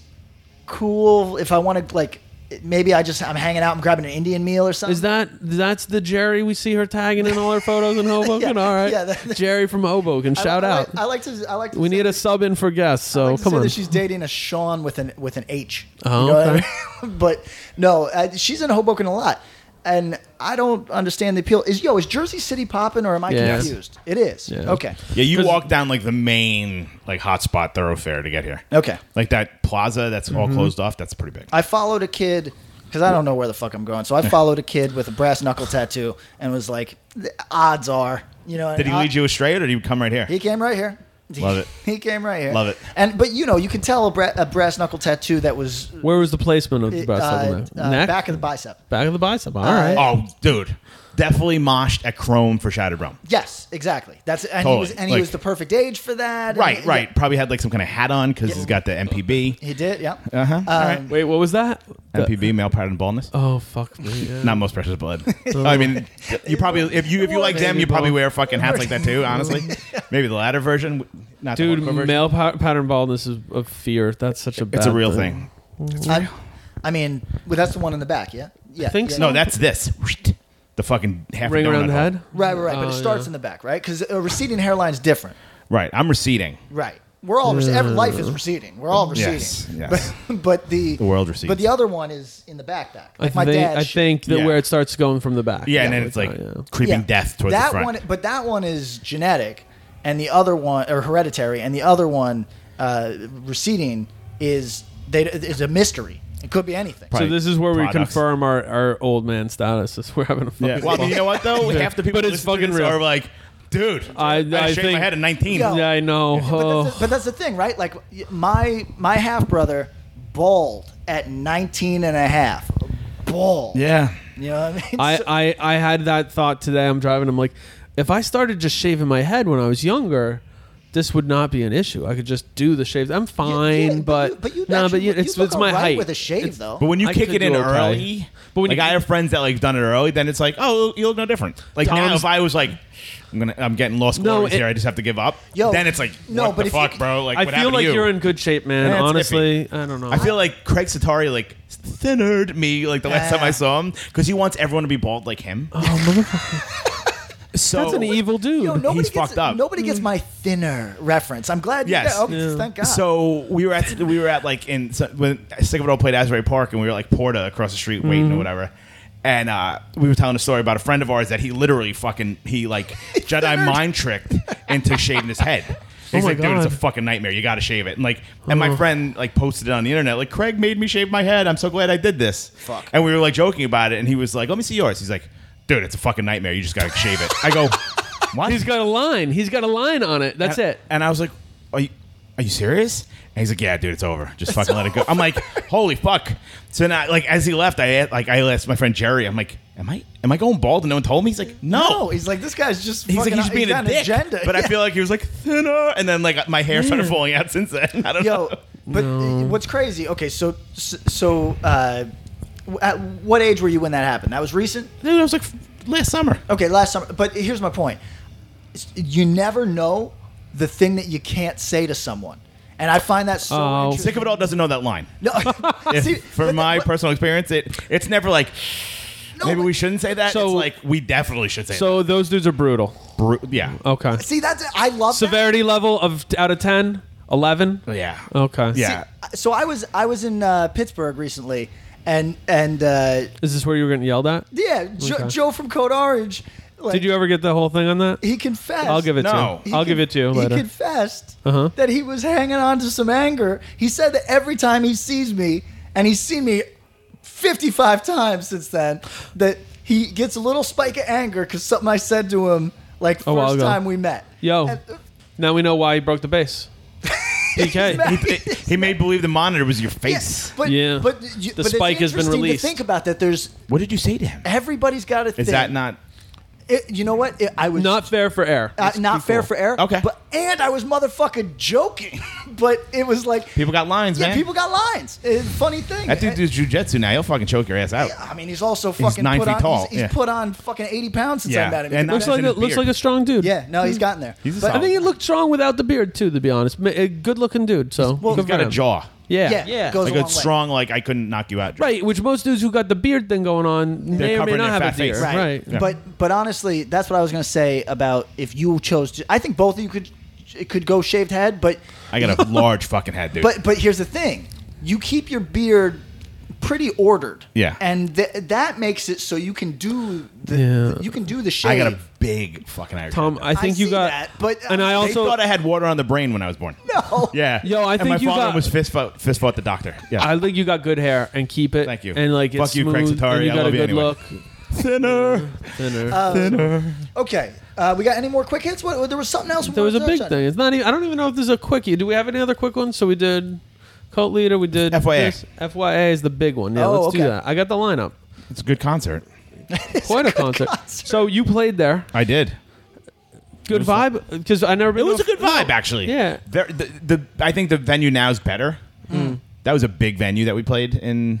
B: cool. If I want to like maybe I just I'm hanging out, I'm grabbing an Indian meal or something.
D: Is that that's the Jerry we see her tagging in all her photos in Hoboken?
B: Yeah,
D: all right,
B: yeah, that-
D: Jerry from Hoboken.
B: I-
D: Shout
B: I
D: out.
B: like- I like to. I like. To
D: we
B: say
D: need a
B: that-
D: sub in for guests,
B: I
D: so
B: like to
D: come
B: say
D: on.
B: That she's dating a Sean with an with an H.
D: Oh,
B: what I
D: okay.
B: mean? but no, uh, she's in Hoboken a lot, and I don't understand the appeal. Is yo is Jersey City popping or am I
D: Yes.
B: confused? It is.
D: Yeah.
B: Okay.
C: Yeah, you
D: 'Cause-
C: walk down like the main like hotspot thoroughfare to get here.
B: Okay.
C: Like that plaza that's
D: Mm-hmm.
C: all closed off, that's pretty
D: Uh,
C: big.
B: I followed a kid because I don't know where the fuck I'm going. So I followed a kid with a brass knuckle tattoo and was like, the odds are, you know.
C: Did he
D: uh,
B: I-
C: lead you astray or did he come right here?
B: He came right here.
C: Love it.
B: He came right here.
C: Love it.
B: And but you know you can tell a, bra- a brass knuckle tattoo that was
D: Where was the placement of
B: uh,
D: the breast?
B: uh,
D: Neck,
B: back of the Uh, bicep.
D: back of the bicep. All right.
C: oh, dude. Definitely moshed at Chrome for Shattered Realm.
B: Yes, exactly. That's and he
C: Totally.
B: was and he
C: Like-
B: was the perfect age for that. and-
C: Right,
B: yeah.
C: right. Probably had like some kind of hat on because he's got the MPB.
B: He did. Yeah. Um,
C: Uh-huh. All right.
D: Wait, what was that? The-
C: MPB, male pattern baldness.
D: oh fuck me. yeah.
C: Not most precious blood. I mean, you probably if you if you like them, you probably wear fucking hats like that too. Honestly, maybe the latter version, not the
D: Dude,
C: hardcore version.
D: male pa- pattern baldness is a fear. That's such a. Bad
C: It's a real thing.
B: I, I mean, well, that's the one in the back. Yeah. Yeah.
D: think
B: yeah.
D: so.
C: No, that's this. The fucking half a
D: Ring around
C: donut
D: the
C: hole.
D: head.
B: Right, right, right. But
D: Oh,
B: it starts
D: yeah.
B: in the back, right? Because a receding hairline is different.
C: Right. I'm receding.
B: Right. We're all rece- every life
D: Uh.
B: is receding. We're all receding.
C: Yes, yes.
B: But, but the the
C: world recedes.
B: But the other one is in the back. Back. Like
D: I
B: my
D: think,
B: dad.
D: I
B: sh-
D: think that
C: Yeah.
D: where it starts going from the back.
C: Yeah, and then it's like
D: yeah.
C: creeping
B: yeah.
C: death towards
B: that
C: the front.
B: one. But that one is genetic, and the other one or hereditary, and the other one uh, receding is they is a mystery. It could be anything.
D: So
C: Right.
D: this is where
C: Products.
D: we confirm our, our old man status. Is we're having a fucking.
C: yeah. Well, I mean, you know what though? Half the people
D: But
C: who
D: it's
C: listen to
D: fucking
C: this
D: real.
C: are like, dude, I,
D: I- I
C: shaved
D: think-
C: my head at 19.
B: Yeah.
D: Yeah, I know.
B: But that's,
D: Oh.
B: the, but that's the thing, right? Like y- my my half brother bald at 19 and a half. Bald.
C: Yeah.
B: You know what I mean? So-
D: I, I, I had that thought today. I'm driving. I'm like, if I started just shaving my head when I was younger, this would not be an issue. I could just do the shaves. I'm
B: Yeah,
D: fine,
B: yeah,
D: but
B: you- but you,
D: nah,
B: actually
D: but you,
B: look- you
D: it's
B: look
D: it's my
B: all right
D: height
B: with a shave
D: It's-
B: though.
C: But when you
D: I
C: kick
D: could
C: it in
D: do okay.
C: early,
D: But
C: but
D: when
C: when like
D: you-
C: I have friends that like done it early, then it's like, oh, you look no different. Like now,
D: Tom's-
C: if I was like, I'm gonna, I'm getting lost
D: No,
C: glories
D: it-
C: here. I just have to give up.
B: Yo,
C: then it's like,
B: no,
C: what
B: but
C: the
B: if you
C: fuck,
B: c-
C: bro? Like,
D: I
C: what
D: feel
C: happened
D: like
C: to you?
D: are in good shape, man.
C: Yeah, it's
D: Honestly, I don't know.
C: I feel like Craig Satari like thinnered me like the last
B: Yeah.
C: time I saw him because he wants everyone to be bald like him. so
D: Oh, that's an evil dude.
B: Yo, nobody
C: he's
B: gets,
C: fucked up.
B: Nobody
D: Mm.
B: gets my thinner reference. I'm glad.
C: Yes.
B: You did. Okay, Thank God.
C: So we were at we were at like in so when Sick of It All played Asbury Park and we were like Porta across the street waiting or
D: Mm-hmm.
C: whatever. And uh, we were telling a story about a friend of ours that he literally fucking he like Jedi mind tricked into shaving his head. He's
D: Oh my
C: like, dude, it's a
D: God.
C: fucking nightmare. You got to shave it. And like, and my friend like posted it on the internet. Like, Craig made me shave my head. I'm so glad I did this.
B: Fuck.
C: And we were like joking about it. And he was like, let me see yours. He's like, dude, it's a fucking nightmare. You just got to shave it. I go, what?
D: he's got a line. He's got a line on it. That's
C: and,
D: it.
C: And I was like, "Are you, are you serious?" And he's like, "Yeah, dude, it's over. Just fucking let it go." I'm like, "Holy fuck!" So now, like, as he left, I a- like I asked my friend Jerry. I'm like, "Am I am I going bald?" And no one told me. He's like, "No."
B: no, he's like this guy's just.
C: He's
B: fucking,
C: like he's being a
B: got an
C: dick,
B: agenda.
C: but I
B: Yeah. Mm.
C: feel like he was like thinner, and then like my hair started falling out since then. I don't
B: Yo,
C: know.
B: but uh, what's crazy? Okay, so so uh, w- at what age were you when that happened? That was recent.
C: Dude, I was like f- last summer.
B: Okay, last summer. But here's my point: It's- you never know the thing that you can't say to someone, and I find that so.
D: Oh.
B: interesting.
C: Sick of it all doesn't know that line.
B: No,
C: If-
B: See,
C: for
B: but-
C: my
B: but-
C: personal experience, it it's never like
B: no,
C: maybe
B: but-
C: we shouldn't say that.
D: So-
C: it's like we definitely should say
D: So those dudes are brutal.
C: that. Bru- yeah.
B: Oh.
D: Okay.
B: See, that's I love that.
D: Severity level of out of 10, 11?
C: Yeah.
D: Okay.
C: Yeah.
B: So I was I was in uh, Pittsburgh recently, and and uh,
D: Is this where you were getting yelled at?
B: yeah, jo-
D: Okay.
B: Joe from Code Orange. Like,
D: Did you ever get the whole thing on that?
B: He confessed.
D: I'll give it
C: No.
D: to
B: He
D: you. I'll
B: con-
D: give it to you later. Uh-huh.
B: He confessed that he was hanging on to some anger. He said that every time he sees me, and he's seen me 55 times since then, that he gets a little spike of anger because something I said to him like
D: A while
B: first
D: ago.
B: time we met.
D: Yo.
B: And, uh,
D: now we know why he broke the base. PK.
C: He, he made believe the monitor was your face.
B: Yeah, but
D: Yeah.
B: but you,
D: The
B: but
D: spike
B: it's
D: has been
B: interesting
D: released.
B: To think about that, there's
C: What did you say to him?
B: everybody's got a thing.
C: Is that not?
B: It- you know what? It- I was
D: Not fair for air.
B: uh,
D: Let's
B: not
D: be
B: fair
D: cool.
B: for air.
C: Okay.
B: but and I was motherfucking joking, but it was like
C: People got lines,
B: yeah,
C: man.
B: people got lines. It's a funny thing.
C: that dude
B: Uh,
C: does jujitsu now. He'll fucking choke your ass out.
B: I mean, he's also fucking
C: Oh. nine
B: put
C: feet
B: on,
C: tall,
B: He's, he's
C: yeah.
B: put on fucking eighty pounds since
C: Yeah,
B: I met
C: and
B: him. You can
D: Looks
C: That's
D: like
C: in
B: imagine.
D: a,
C: his
D: looks
C: beard.
D: like a strong dude.
B: yeah, no, he's gotten there.
C: He's a
B: But-
D: I think he looked strong without the beard too. To be honest, Ma- a good looking dude. So
C: He's
D: good for
C: got a
D: him.
C: jaw.
D: Yeah.
B: Yeah,
E: Yeah.
B: It goes
C: like
B: a long
C: a
B: way.
C: strong, like I couldn't knock you out. drink.
D: Right, which most dudes who got the beard thing going on
C: They're
D: may or may
C: covering
D: not
C: their
D: have a
C: fat face.
D: beard.
C: Right.
D: Right.
C: Yeah.
B: But but honestly, that's what I was gonna say about if you chose. To, I think both of you could it could go shaved head, but
C: I got a large fucking head, dude.
B: but but here's the thing: you keep your beard pretty ordered.
C: Yeah.
B: and th- that makes it so you can do the
D: Yeah.
B: you can do the shave.
C: I got a big fucking Irish.
D: Tom,
C: head.
D: I think
B: I
D: you
B: see
D: got.
B: that, but uh,
D: and I
B: they
C: they
D: also
C: thought I had water on the brain when I was born.
B: no.
C: Yeah.
D: Yo, I
C: And
D: think
C: my
D: you
C: father
D: got-
C: was fist fought, fist fought the doctor. Yeah.
D: I think you got good hair and keep it.
C: Thank you.
D: And like it's
C: Fuck you, Craig
D: smooth,
C: Satari.
D: and you
C: I
D: got a
C: love you
D: good
C: anyway.
D: look.
C: Thinner.
D: Thinner.
B: Okay, uh, we got any more quick hits? What, there was something else. we
D: there was a
B: wanted to
D: big
B: touch on.
D: thing. It's not even. I don't even know if there's a quickie. Do we have any other quick ones? So we did cult leader. We did
C: FYA.
D: this. FYA is the big one. Yeah,
B: Oh,
D: let's do
B: okay.
D: that. I got the lineup.
C: It's a good concert.
D: Quite a, concert. So you played there.
C: I did.
D: Good vibe because I never.
C: It
D: Been
C: was
D: to
C: a good vibe, actually.
D: Yeah.
C: Ver- The, the, I think the venue now is better. That was a big venue that we played in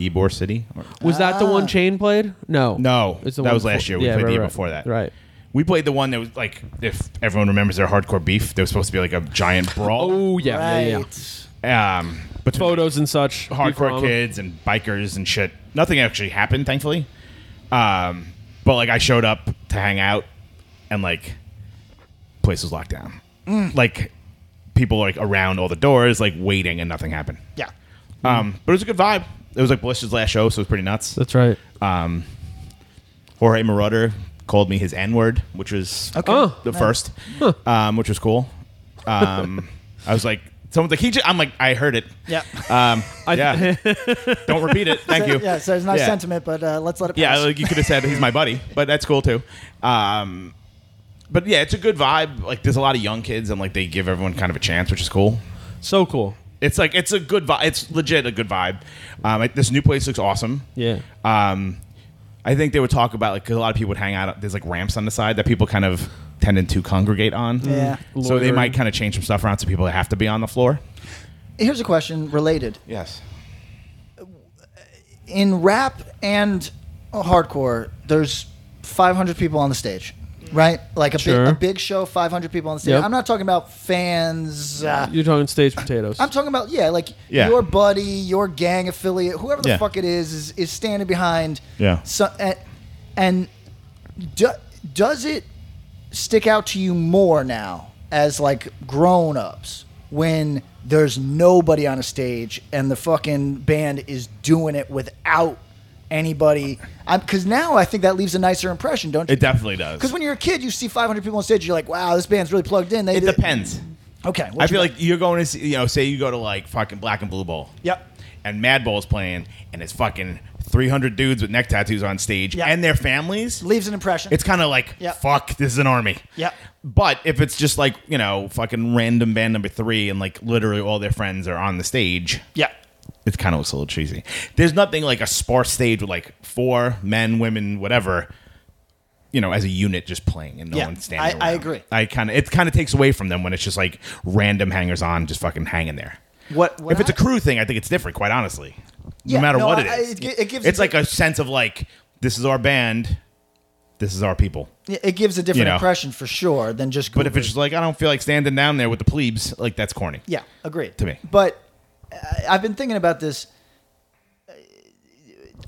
C: Ybor City. Or-
D: Was that the one Chain played? No.
C: No,
D: It's the
C: that
D: one
C: was
D: befo-
C: last year. We
D: yeah,
C: played
D: right,
C: the year
D: right.
C: before that.
D: Right.
C: We played the one that was like, if everyone remembers their hardcore beef, there was supposed to be like a giant brawl.
D: Oh yeah,
B: Right.
D: yeah, yeah.
C: Um, but
D: Photos and such.
C: hardcore
D: Futurama.
C: kids and bikers and shit. Nothing actually happened, thankfully. Um, but like I showed up to hang out, and like place was locked down. Like people like around all the doors, like waiting, and nothing happened.
B: Yeah.
C: Um, but it was a good vibe. It was like Ballista's last show, so it was pretty nuts.
D: That's right.
C: Um, Jorge Marauder called me his N word, which was
D: Oh.
C: the first, um, which was cool. Um, I was like, someone's like, he. J-. I'm like, I heard it.
B: Yeah.
C: Um, yeah. Don't repeat it. Thank you.
B: Yeah, so it's nice
C: Yeah.
B: sentiment, but uh, let's let it pass.
C: Yeah, like you could have said he's my buddy, but that's cool too. Um, but yeah, it's a good vibe. Like there's a lot of young kids, and like they give everyone kind of a chance, which is cool.
D: So cool.
C: It's like it's a good vibe. It's legit a good vibe. Um, like, this new place looks awesome.
D: Yeah.
C: Um, I think they would talk about like 'cause a lot of people would hang out. There's like ramps on the side that people kind of tended to congregate on.
B: Yeah.
C: So they
D: Loitering.
C: might kind of change some stuff around so people have to be on the floor.
B: Here's a question related.
C: Yes.
B: in rap and hardcore, there's 500 people on the stage, right? Like a,
D: Sure.
B: big, a big show, 500 people on the stage.
D: Yep.
B: I'm not talking about fans. Uh,
D: You're talking stage potatoes.
B: I'm talking about yeah, like
C: Yeah.
B: your buddy, your gang affiliate, whoever the
C: Yeah.
B: fuck it is, is is standing behind.
C: Yeah.
B: So and, and do, does it stick out to you more now as like grown ups when there's nobody on a stage and the fucking band is doing it without anybody? I'm because now I think that leaves a nicer impression, don't you?
C: It definitely does.
B: Because when you're a kid, you see 500 people on stage, you're like, wow, this band's really plugged in. They
C: it
B: did
C: depends.
B: Okay,
C: I
B: what you
C: feel
B: got?
C: like you're going to see, you know, say you go to like fucking Black and Blue Bowl.
B: Yep.
C: And Mad Bowl's playing, and it's fucking 300 dudes with neck tattoos on stage
B: Yep.
C: and their families.
B: leaves an impression.
C: It's kind of like,
B: Yep.
C: fuck, this is an army.
B: Yep.
C: But if it's just like, you know, fucking random band number three and like literally all their friends are on the stage,
B: yeah.
C: it kind of looks a little cheesy. There's nothing like a sparse stage with like four men, women, whatever, you know, as a unit just playing and no
B: Yeah,
C: one standing
B: I- I
C: around.
B: agree.
C: I kind of, it kind of takes away from them when it's just like random hangers on just fucking hanging there.
B: What, what
C: if it's
B: a
C: a crew thing, I think it's different, quite honestly.
B: Yeah,
C: no matter
B: no,
C: what
B: I-
C: it
B: I-
C: is.
B: it gi- it gives
C: it's
B: a
C: like a sense of like, this is our band, this is our people.
B: Yeah, it gives a different
C: You know.
B: impression for sure than just.
C: But if
B: Google.
C: it's just like, I don't feel like standing down there with the plebes, like that's corny.
B: yeah, agreed
C: To me.
B: But uh, I've been thinking about this.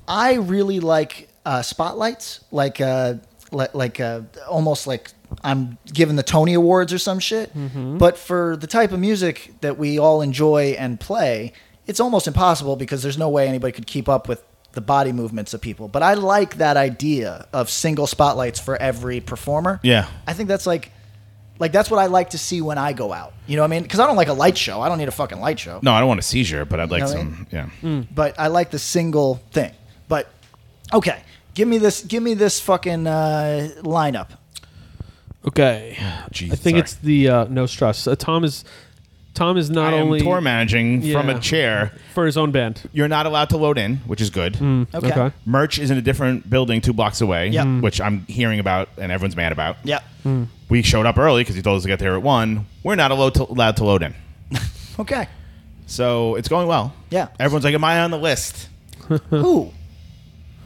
B: I really like uh, spotlights, like uh, like like uh, almost like I'm given the Tony Awards or some shit.
C: Mm-hmm.
B: But for the type of music that we all enjoy and play, it's almost impossible because there's no way anybody could keep up with the body movements of people. But I like that idea of single spotlights for every performer.
C: Yeah.
B: I think that's like. Like that's what I like to see when I go out. You know what I mean? Because I don't like a light show. I don't need a fucking light show
C: No, I don't want a seizure, but I'd like
B: No, eh?
C: some. Yeah.
D: Hmm.
B: but I like the single thing. But okay, give me this. Give me this fucking uh, lineup.
D: okay.
C: Jeez,
D: I think
C: sorry.
D: it's the uh, no stress. Uh, Tom is Tom is not
C: I am
D: only
C: tour managing from
D: Yeah.
C: a chair.
D: for his own band.
C: You're not allowed to load in, which is good.
D: Hmm.
B: Okay.
C: Merch is in a different building two blocks away,
B: Yep. Mm.
C: which I'm hearing about and everyone's mad about.
B: Yeah.
C: We showed up early because he told us to get there at one. We're not allowed to, allowed to load in.
B: Okay.
C: So it's going well.
B: Yeah.
C: Everyone's like, Am I on the list?
B: Who?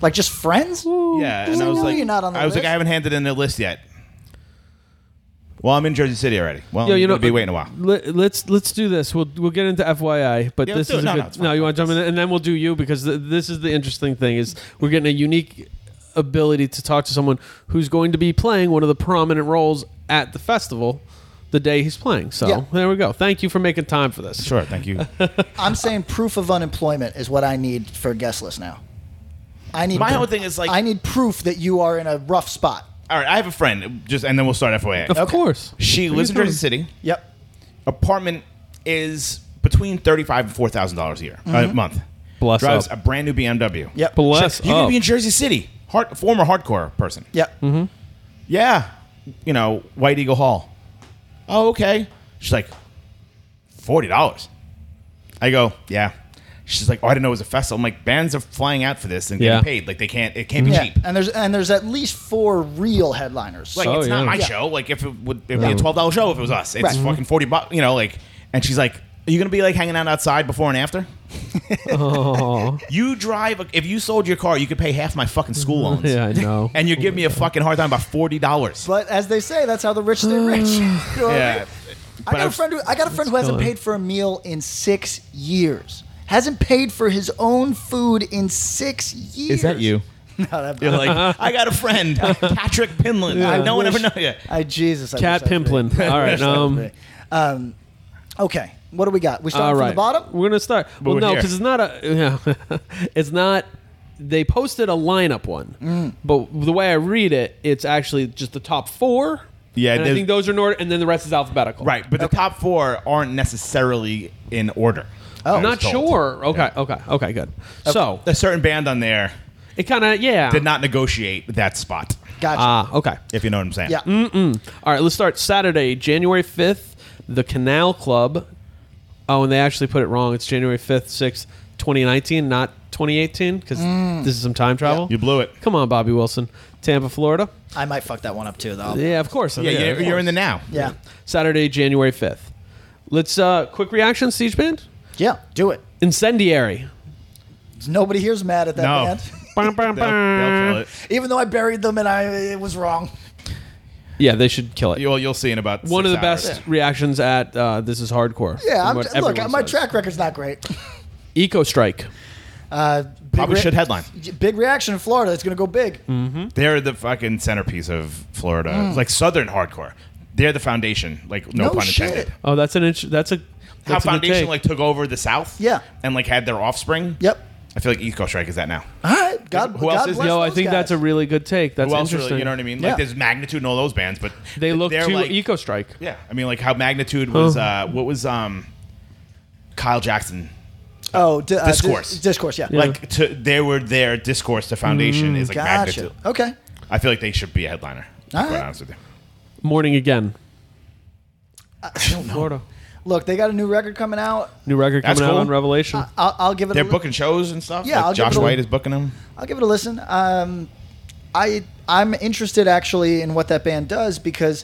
B: Like just friends?
C: Yeah.
B: Does
C: And I
B: he
C: was
B: know
C: like,
B: you're not on the
C: I was like,
B: list?
C: I haven't handed in the list yet. Well, I'm in Jersey City already. Well,
D: Yo, you know, uh,
C: gonna be waiting a while.
D: Let, let's let's do this. We'll we'll get into FYI, but
C: Yeah, let's
D: this
C: do it. No,
D: is a
C: no,
D: good.
C: it's
D: No,
C: fine.
D: you want to jump in, and then we'll do you because th- this is the interesting thing is we're getting a unique ability to talk to someone who's going to be playing one of the prominent roles at the festival the day he's playing. So
B: Yeah.
D: there we go. Thank you for making time for this.
C: Sure, thank you.
B: I'm saying proof of unemployment is what I need for guest list now. I need
C: My whole thing is, like-
B: I need proof that you are in a rough spot.
C: All right, I have a friend. Just and then we'll start FYI.
D: Of course.
C: She lives in Jersey City.
B: Yep.
C: Apartment is between thirty-five and four thousand dollars a year a month.
D: Bless
C: Drives
D: up.
C: a brand new BMW.
B: Mm-hmm. Yep.
D: Bless
C: You could
D: up.
C: be in Jersey City. Hard, former hardcore person.
B: Yep.
C: Yeah. You know, White Eagle Hall. Oh, okay. She's like, forty dollars. I go, yeah. She's like, oh, I didn't know it was a festival. I'm like, bands are flying out for this and getting
D: Yeah.
C: paid. Like they can't. It can't be
B: Yeah.
C: cheap.
B: And there's and there's at least four real headliners.
C: Like
D: Oh,
C: it's
D: yeah.
C: not my
B: Yeah.
C: show. Like if it would it'd be a twelve dollar show if it was us. It's
B: Right. Mhm.
C: fucking forty bucks. You know, like and she's like, "Are you gonna be like hanging out outside before and after?" you drive. a- If you sold your car, you could pay half my fucking school loans.
D: Yeah, I know.
C: And you give me a fucking hard time about forty dollars.
B: but as they say, that's how the rich stay rich. You know what I mean?
C: Yeah.
B: I
C: But
B: got
C: I
B: a
C: was-
B: friend. Who, I got a friend who hasn't
D: going.
B: paid for a meal in six years. Hasn't paid for his own food in six years.
C: Is that you?
B: No, that,
C: You're like, I got a friend, Patrick Pinland. no one ever
B: wish-
C: know you.
B: I Jesus. I
D: Cat
B: wish I could.
D: Pimplin. All right. Um,
B: Um, okay. What do we got? We
D: All
B: start
D: right.
B: from the bottom.
D: We're gonna start. well,
C: we're
D: no,
C: here.
D: because it's not a. Yeah, it's not. They posted a lineup one,
B: Mm.
D: but the way I read it, it's actually just the top four.
C: Yeah,
D: and I
C: there's-
D: think those are in order, and then the rest is alphabetical.
C: Right, but the top four aren't necessarily in order. I
D: I'm
C: was
D: Oh. not
C: told.
D: sure. Okay, okay, okay, good. So
C: A certain band on there
D: it kind of yeah.
C: did not negotiate that spot.
B: Gotcha.
D: Ah, okay.
C: If you know what I'm saying.
B: yeah.
D: mm. All right, let's start Saturday, January 5th, the Canal Club. Oh, and they actually put it wrong. It's January 5th, 6th, 2019, not 2018, because
B: Mm.
D: this is some time travel.
C: You blew it.
D: Come on, Bobby Wilson. Tampa, Florida.
B: I might fuck that one up too, though.
D: Oh, Yeah, of course.
C: Yeah,
D: of
C: you're, you're in the now.
D: course.
B: Yeah.
D: Saturday, January 5th. Let's, uh, quick reaction, Siege Band.
B: Yeah. Do it.
D: Incendiary.
B: Nobody here's mad at that
C: No.
B: band.
D: Bam, bam,
C: They'll, they'll
D: bam.
C: kill it.
B: Even though I buried them and I it was wrong.
D: Yeah, they should kill it.
C: You'll, you'll see in about
D: One of the
C: six hours.
D: best reactions at uh, This Is Hardcore.
B: Yeah. I'm,
D: from what
B: just- look,
D: everyone
B: my
D: says.
B: track record's not great.
D: Eco Strike.
B: Uh, big
C: Probably should headline. Mm.
B: Big reaction in Florida. It's gonna go big.
C: They're the fucking centerpiece of Florida, like Southern hardcore. They're the foundation. Like no,
B: No
C: pun
B: shit.
C: intended.
D: Oh, that's an inch. That's a.
C: How
D: that's a good
C: foundation
D: take.
C: like took over the South.
B: Yeah.
C: and like had their offspring.
B: Yep.
C: I feel like East Coast Strike is that now.
B: All right. God.
C: Who else
B: God
C: is-
B: bless
D: Yo, I
B: those
D: think
B: guys.
D: that's a really good take. That's
C: Who else?
D: interesting.
C: Really, you know what I mean?
B: Yeah.
C: Like there's magnitude in all those bands, but
D: They look
C: they're
D: to
C: like-
D: Eco Strike.
C: Yeah, I mean like how magnitude was. Uh, what was um, Kyle Jackson?
B: oh di- uh, dis-
C: Discourse.
B: discourse. Yeah.
C: Like to, they were their discourse to foundation is like
B: Gotcha.
C: magnitude.
B: Okay.
C: I feel like they should be a headliner. to
B: All
C: be quite
B: right.
C: honest with you.
D: Morning again. Florida.
B: Look, they got a new record coming out.
D: New record
C: That's
D: coming out
C: cool.
D: on Revelation.
B: I'll, I'll give it.
C: They're
B: a li-
C: booking shows and stuff.
B: Yeah,
C: Like,
B: I'll give
C: Josh
B: it a-
C: White is booking them.
B: I'll give it a listen. Um, I I'm interested actually in what that band does because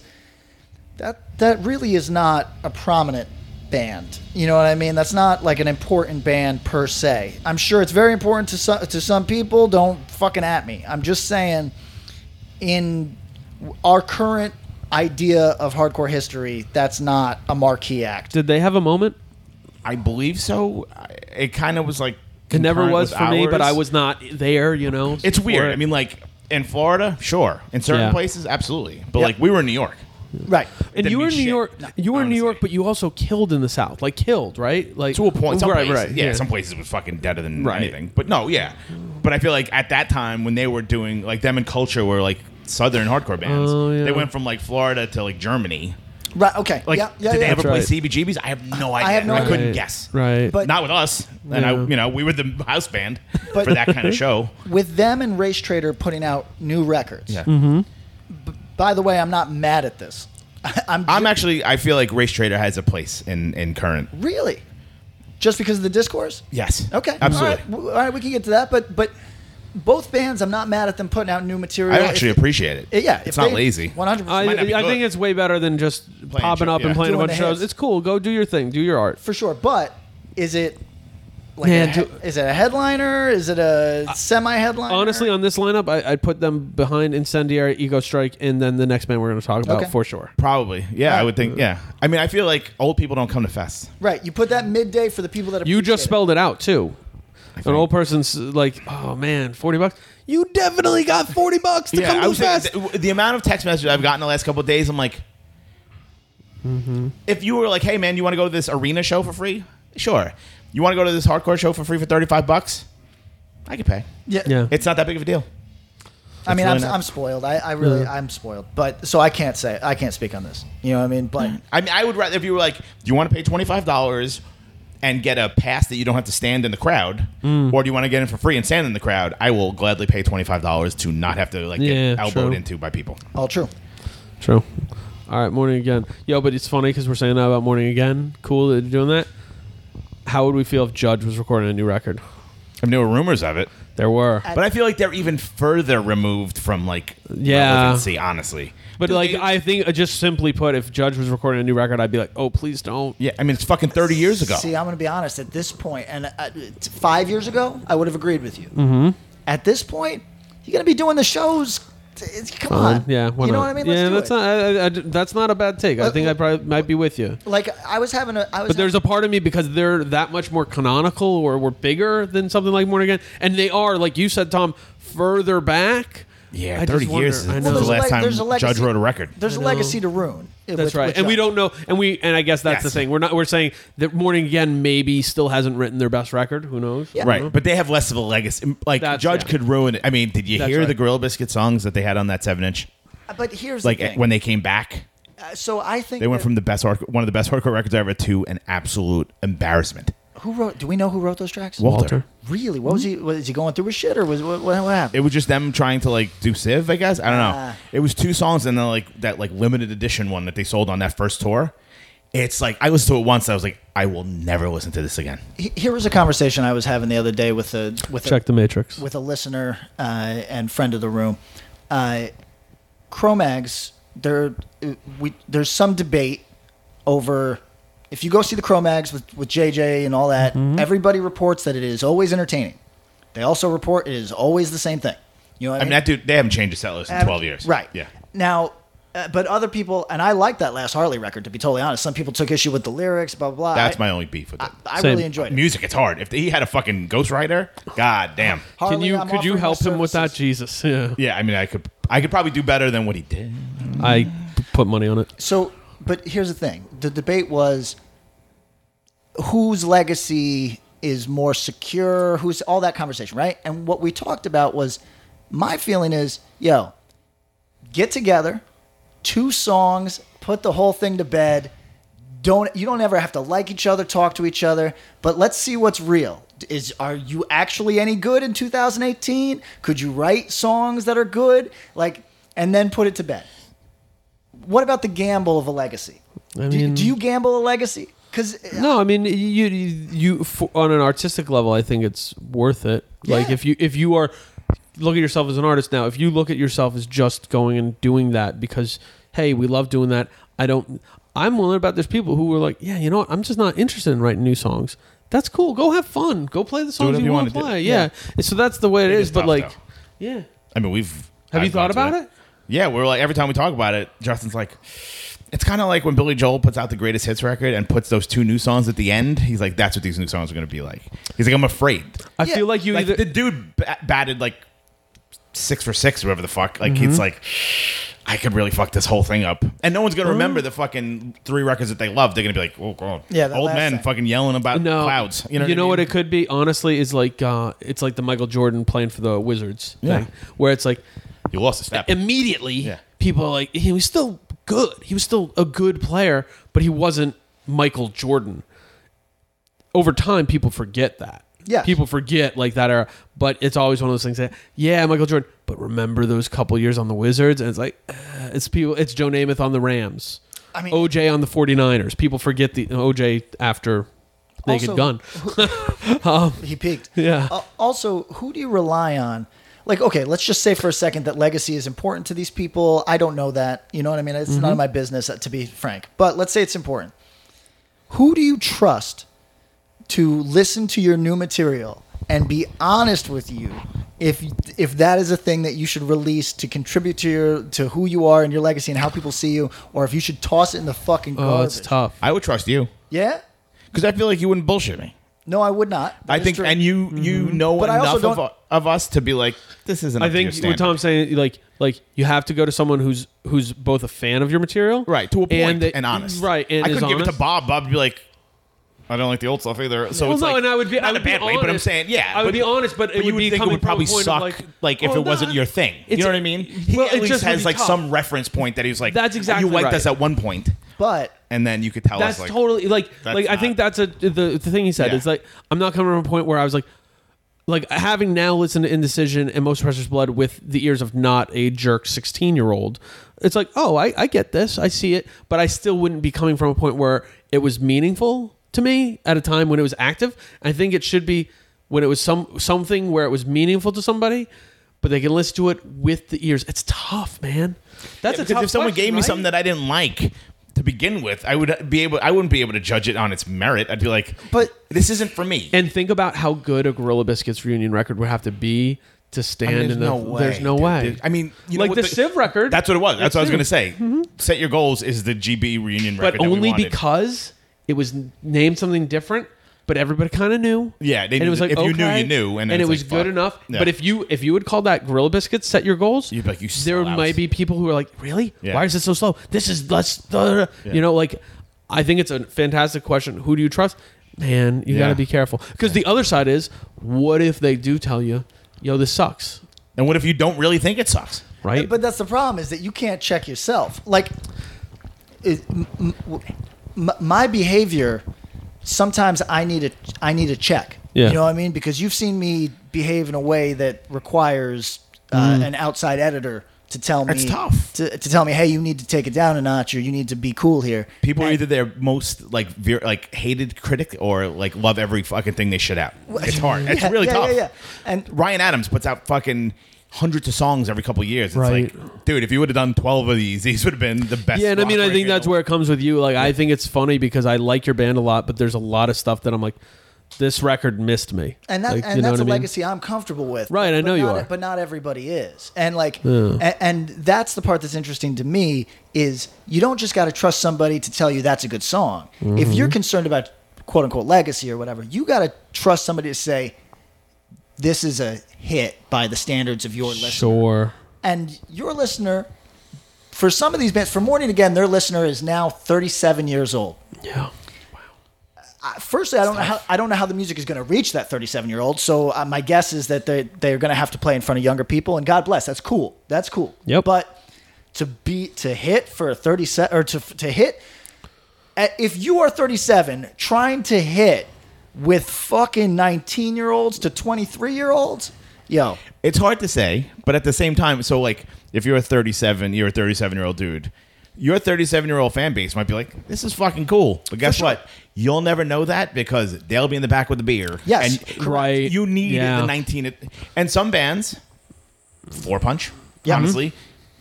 B: that that really is not a prominent band. You know what I mean? That's not like an important band per se. I'm sure it's very important to some to some people. Don't fucking at me. I'm just saying in our current idea of hardcore history, that's not a marquee act.
D: Did they have a moment?
C: I believe so. I- It kind of was like
D: It never
C: concurrent
D: was
C: with
D: for me, but
C: ours.
D: I was not there. You know,
C: It's
D: for
C: weird.
D: it.
C: I mean, like in Florida, sure. In certain
D: Yeah.
C: places, absolutely. But
B: Yep.
C: like we were in New York.
B: Right.
D: and
C: didn't
D: you were in
C: mean
D: New
C: shit.
D: York.
C: No,
D: you were in New York,
C: honestly.
D: but you also killed in the South. Like killed, right? Like
C: to a point. Some
D: right,
C: places,
D: right.
C: yeah, Some places it was fucking deader than
D: Right.
C: anything. But no, yeah. But I feel like at that time when they were doing like them and Culture were like southern hardcore bands.
D: Oh, yeah.
C: They went from like Florida to like Germany.
B: Right. Okay.
C: Like,
B: yeah. Yeah.
C: did they
B: yeah.
C: ever play
D: right.
C: CBGBs? I have no idea.
B: have no idea.
C: couldn't
D: Right,
C: guess.
D: Right.
B: But-
C: Not with us. And I,
D: Yeah.
C: you know, we were the house band
B: But-
C: for that kind of show.
B: With them and Race Trader putting out new records.
C: Yeah.
D: Mm-hmm.
B: By the way, I'm not mad at this. I'm,
C: I'm actually. I feel like Race Trader has a place in in current.
B: really just because of the discourse.
C: Yes.
B: Okay.
C: Absolutely.
B: All right. W- all right, we can get to that, but but both bands, I'm not mad at them putting out new material.
C: I actually
B: If-
C: appreciate it.
B: if- yeah,
C: It's not lazy.
B: 100.
D: I, uh,
C: might
B: percent
C: not be
D: I
C: good.
D: think it's way better than just popping
C: show-
D: up and
C: yeah.
D: playing
B: Doing
D: a bunch of
B: the
D: shows.
B: hits.
D: It's cool. Go do your thing. Do your art.
B: for sure. But is it Like
D: Man,
B: a he-
D: do- Uh,
B: is it a headliner? Is it a semi-headliner?
D: Honestly, uh, on this lineup, I, I'd put them behind Incendiary, Ego Strike, and then the next band we're going to talk about
B: Okay.
D: for sure.
C: Probably. Yeah, I would
B: Uh,
C: think. Yeah. I mean, I feel like old people don't come to fests.
B: right. You put that midday for the people that
D: You just
B: appreciate it.
D: spelled it out too. An
C: think-
D: old person's like, "Oh man, forty bucks! You definitely got forty bucks to come
C: I
D: to a
C: was saying
D: fest."
C: th- the amount of text messages I've gotten the last couple of days, I'm like, if you were like, hey man, you want to go to this arena show for free? Sure. You want to go to this hardcore show for free for 35 bucks? I could pay.
B: Yeah.
D: yeah,
C: It's not that big of a deal.
B: I mean, I'm,
C: really not-
B: I'm spoiled. I, I really, I'm spoiled. But so I can't say, I can't speak on this. You know what I mean? But
D: Mm.
C: I mean, I would rather if you were like, do you want to pay twenty five dollars and get a pass that you don't have to stand in the crowd,
D: Mm.
C: or do you want to get in for free and stand in the crowd? I will gladly pay twenty five dollars to not have to like
D: Yeah,
C: get elbowed
D: true.
C: into by people.
B: all true.
D: true. All right, morning again. Yo, but it's funny because we're saying that about morning again. Cool that you're doing that. How would we feel if Judge was recording a new record?
C: I mean, there were rumors of it,
D: There were,
C: but I feel like they're even further removed from like
D: Yeah.
C: relevancy, honestly.
D: but like
C: They-
D: I think, uh, just simply put, if Judge was recording a new record, I'd be like, "Oh, please don't."
C: yeah, I mean, it's fucking thirty years ago.
B: See, I'm going to be honest. At this point, and uh, it's five years ago, I would have agreed with you. Mm-hmm. At this point, you're going to be doing the shows. It's, come on.
D: Yeah, why
B: you know
D: not?
B: what I mean?
D: yeah,
B: do
D: that's
B: it. Uh,
D: not I, I- I- that's not a bad take. I
B: Let-
D: think I probably might be with you.
B: Like I was having a. I was
D: But there's a part of me because they're that much more canonical or were bigger than something like Morning Again, and they are, like you said, Tom, further back.
C: Yeah,
D: I just
C: thirty
D: wonder-
C: years.
D: I
C: is
D: know.
C: the
D: Well,
C: last
B: leg-
C: time
B: there's a legacy-
C: Judge wrote a record.
B: There's a legacy to ruin.
D: That's right, and we don't know, and we and I guess that's the
C: Yes.
D: thing. We're not we're saying that Morning Again maybe still hasn't written their best record. Who knows?
B: Yeah.
C: Right, but they have less of a legacy. Like
D: That's-
C: Judge
D: yeah.
C: could ruin it. I mean, did you
D: That's
C: hear
D: right.
C: the Gorilla Biscuit songs that they had on that seven inch?
B: But here's
C: Like
B: the thing.
C: when they came back,
B: Uh, so I think
C: They went
B: that-
C: from the best hardcore, one of the best hardcore records ever to an absolute embarrassment.
B: who wrote? Do we know who wrote those tracks?
C: Walter.
B: Really? What was he? Was he going through his shit, or was what? What, what happened?
C: It was just them trying to like do Civ, I guess. I don't know.
B: Ah.
C: it was two songs and then like that like limited edition one that they sold on that first tour. It's like I listened to it once. I was like, I will never listen to this again.
B: He- Here was a conversation I was having the other day with a with a,
D: Check the Matrix.
B: with a listener uh, and friend of the room. Uh, Chromags, there uh, we there's some debate over if you go see the Chromags with with JJ and all that.
D: Mm-hmm.
B: Everybody reports that it is always entertaining. They also report it is always the same thing. You know what
C: I mean, that dude, they haven't changed a set list in
B: Ab-
C: twelve years.
B: Right.
C: Yeah.
B: Now, uh, but other people, and I like that last Harley record, to be totally honest. Some people took issue with the lyrics, blah, blah, blah.
C: That's
B: I-
C: my only beef with it.
B: I
D: Same.
B: really enjoyed it.
C: Music, it's hard. If he had a fucking ghostwriter, god damn.
D: Can
B: Harley,
D: you
B: I'm
D: could you
B: offering my
D: help him with that,
B: services.
D: Jesus? Yeah,
C: Yeah, I mean, I could, I could probably do better than what he did.
D: I p- put money on it.
B: So, but here's the thing the debate was whose legacy is more secure, who's all that conversation, right? And what we talked about was my feeling is, yo, get together, two songs, put the whole thing to bed. Don't you don't ever have to like each other, talk to each other, but let's see what's real. Is are you actually any good in 2018? Could you write songs that are good? Like and then put it to bed. What about the gamble of a legacy?
D: I
B: do, you,
D: mean-
B: do you gamble a legacy? uh, Cuz
D: No, I mean you you, you for, on an artistic level, I think it's worth it. Like
B: Yeah.
D: if you if you are look at yourself as an artist now, if you look at yourself as just going and doing that because hey, we love doing that. I don't. I'm willing about there's people who were like, yeah, you know what? I'm just not interested in writing new songs. That's cool. Go have fun. Go play the songs
C: whatever
D: you,
C: you
D: want to
C: wanna do.
D: play. Yeah. And So that's the way it
C: It
D: is.
C: is
D: But
C: tough,
D: like,
C: though.
D: yeah.
C: I mean, we've.
D: Have you
C: I've
D: thought
C: gone to
D: about it?
C: Yeah, we're like every time we talk about it, Justin's like, it's kind of like when Billy Joel puts out the greatest hits record and puts those two new songs at the end. He's like, that's what these new songs are going to be like. He's like, I'm afraid.
D: I
B: Yeah,
D: feel like you
C: like
D: either
C: the dude ba- batted like six for six, whatever the fuck. Like
D: Mm-hmm.
C: it's like. I could really fuck this whole thing up, and no one's gonna remember the fucking three records that they love. They're gonna be like, "Oh god,
B: Yeah, that
C: old
B: last
C: men
B: thing.
C: fucking yelling about
D: no
C: clouds." You know, what, I mean?
D: it could be. Honestly, is like uh, it's like the Michael Jordan playing for the Wizards
C: Yeah.
D: thing, where it's like
C: You lost a step.
D: immediately
C: Yeah.
D: people are like he was still good. He was still a good player, but he wasn't Michael Jordan. Over time, people forget that.
B: Yes.
D: People forget like that era, but it's always one of those things that yeah, Michael Jordan. But remember those couple years on the Wizards, and it's like uh, it's people. It's Joe Namath on the Rams.
B: I mean-
D: OJ on the 49ers. People forget the OJ after Naked
B: Also-
D: Gun.
B: he peaked.
D: Yeah.
B: Uh, also, who do you rely on? Like, okay, let's just say for a second that legacy is important to these people. I don't know that. You know what I mean? It's none
D: Mm-hmm.
B: of my business, uh, to be frank. But let's say it's important. Who do you trust to listen to your new material and be honest with you if if that is a thing that you should release to contribute to your to who you are and your legacy and how people see you, or if you should toss it in the fucking garbage.
D: Oh, it's tough.
C: I would trust you
B: Yeah.
C: because I feel like you wouldn't bullshit me.
B: No, I would not. That
C: I
B: is
C: think,
B: true.
C: and you
D: Mm-hmm.
C: you know
B: But I also
C: enough of,
B: don't-
C: of us to be like, this isn't.
D: I
C: up to your
D: think
C: standard.
D: what Tom's saying, like, like you have to go to someone who's who's both a fan of your material,
C: right to a point
D: and,
C: and,
D: that-
C: honest.
D: right? And
C: I
D: is
C: couldn't give it to
D: honest.
C: Bob. Bob would be like, I don't like the old stuff either. So
D: Well,
C: it's
D: no,
C: like,
D: and I would be
C: not
D: I
C: in
D: would
C: a bad
D: be
C: way, but I'm
D: honest.
C: saying yeah,
D: I would be honest, but it
C: you
D: would be
C: think it
D: coming
C: would
D: from a
C: probably
D: point of,
C: suck,
D: like, oh,
C: if
D: well,
C: it wasn't
D: nah.
C: your thing. You
D: It's-
C: know what I mean?
D: well,
C: he at
D: it
C: least
D: just would
C: has
D: be
C: like
D: tough.
C: some reference point that he's like,
D: That's exactly
C: You liked
D: right.
C: us at one point,
B: but
C: and then you could tell
D: That's
C: us like,
D: totally like
C: That's
D: like I
C: not-
D: think that's a the, the thing he said
C: Yeah.
D: is like I'm not coming from a point where I was like like having now listened to Indecision and Most Precious Blood with the ears of not a jerk 16 year old. It's like oh I I get this I see it but I still wouldn't be coming from a point where it was meaningful to me at a time when it was active. I think it should be when it was some something where it was meaningful to somebody. But they can listen to it with the ears. It's tough, man. That's
C: Yeah,
D: a tough
C: because if someone
D: question,
C: gave me
D: right?
C: something that I didn't like to begin with, I would be able. I wouldn't be able to judge it on its merit. I'd be like,
B: But-
C: this isn't for me.
D: And think about how good a Gorilla Biscuits reunion record would have to be to stand
C: I mean,
D: in the. there's no
C: dude.
D: way.
C: I mean, you know
D: like
C: what
D: the, Civ record.
C: That's what it was. That's what I was
D: Civ.
C: going to say.
D: Mm-hmm.
C: Set your goals is the GB reunion record.
D: But
C: that we
D: only
C: wanted.
D: because it was n- named something different, but everybody kind of knew.
C: Yeah, they
D: and it
C: knew
D: was
C: that
D: like
C: if you knew,
D: okay,
C: you knew, and then
D: it
C: it's
D: was
C: like,
D: good
C: fuck.
D: enough.
C: Yeah.
D: But if you if you would call that Gorilla Biscuits set your goals,
C: You'd be like, you
D: there
C: sellouts.
D: might be people who are like, really?
C: Yeah.
D: Why is it so slow? This is less. duh, duh, duh." You know, like I think it's a fantastic question. Who do you trust? Man, you
C: Yeah.
D: got to be careful because the other side is, what if they do tell you, yo, this sucks,
C: and what if you don't really think it sucks?
D: right?
B: But that's the problem is that you can't check yourself. Like, it, m- m- w- m- my behavior sometimes I need a I need a check.
D: Yeah.
B: You know what I mean? Because you've seen me behave in a way that requires uh, an outside editor to tell me
C: It's Mm-hmm. tough.
B: to, to tell me, hey, you need to take it down a notch, or you need to be cool here.
C: People are either their most like ver- like hated critic or like love every fucking thing they shit out. It's hard. It's
B: Yeah,
C: really
B: yeah,
C: tough.
B: Yeah, yeah. And
C: Ryan Adams puts out fucking hundreds of songs every couple of years. It's
D: Right.
C: like, dude, if you would have done twelve of these, these would have been the best.
D: Yeah, and I mean,
C: rock
D: I think
C: record.
D: that's where it comes with you. Like, I think it's funny because I like your band a lot, but there's a lot of stuff that I'm like, this record missed me.
B: and that
D: Like,
B: and
D: you know
B: that's
D: what
B: a
D: I mean?
B: legacy I'm comfortable with.
D: Right, I
B: but
D: know you
B: not- e,
D: are.
B: but not everybody is. And like, a- and that's the part that's interesting to me is you don't just got to trust somebody to tell you that's a good song.
D: Mm-hmm.
B: If you're concerned about quote unquote legacy or whatever, you got to trust somebody to say this is a hit by the standards of your listener.
D: Sure.
B: And your listener, for some of these bands, for Morning Again, their listener is now 37 years old
D: Yeah.
B: firstly, I don't know how I don't know how the music is going to reach that 37 year old. So uh, my guess is that they they're going to have to play in front of younger people. And God bless, that's cool. That's cool.
D: Yep.
B: But to be to hit for a 30 se- or to to hit uh, if you are 37 trying to hit with fucking 19 year olds to 23 year olds, yo,
C: it's hard to say, but at the same time, so like if you're a 37, you're a 37 year old dude, your 37 year old fan base might be like, this is fucking cool. But guess
B: sure.
C: what? You'll never know that because they'll be in the back with the beer.
B: Yes,
C: And
B: correct.
D: Right.
C: you need
D: Yeah.
C: the 19. And some bands, Floor Punch,
B: Yeah.
C: honestly,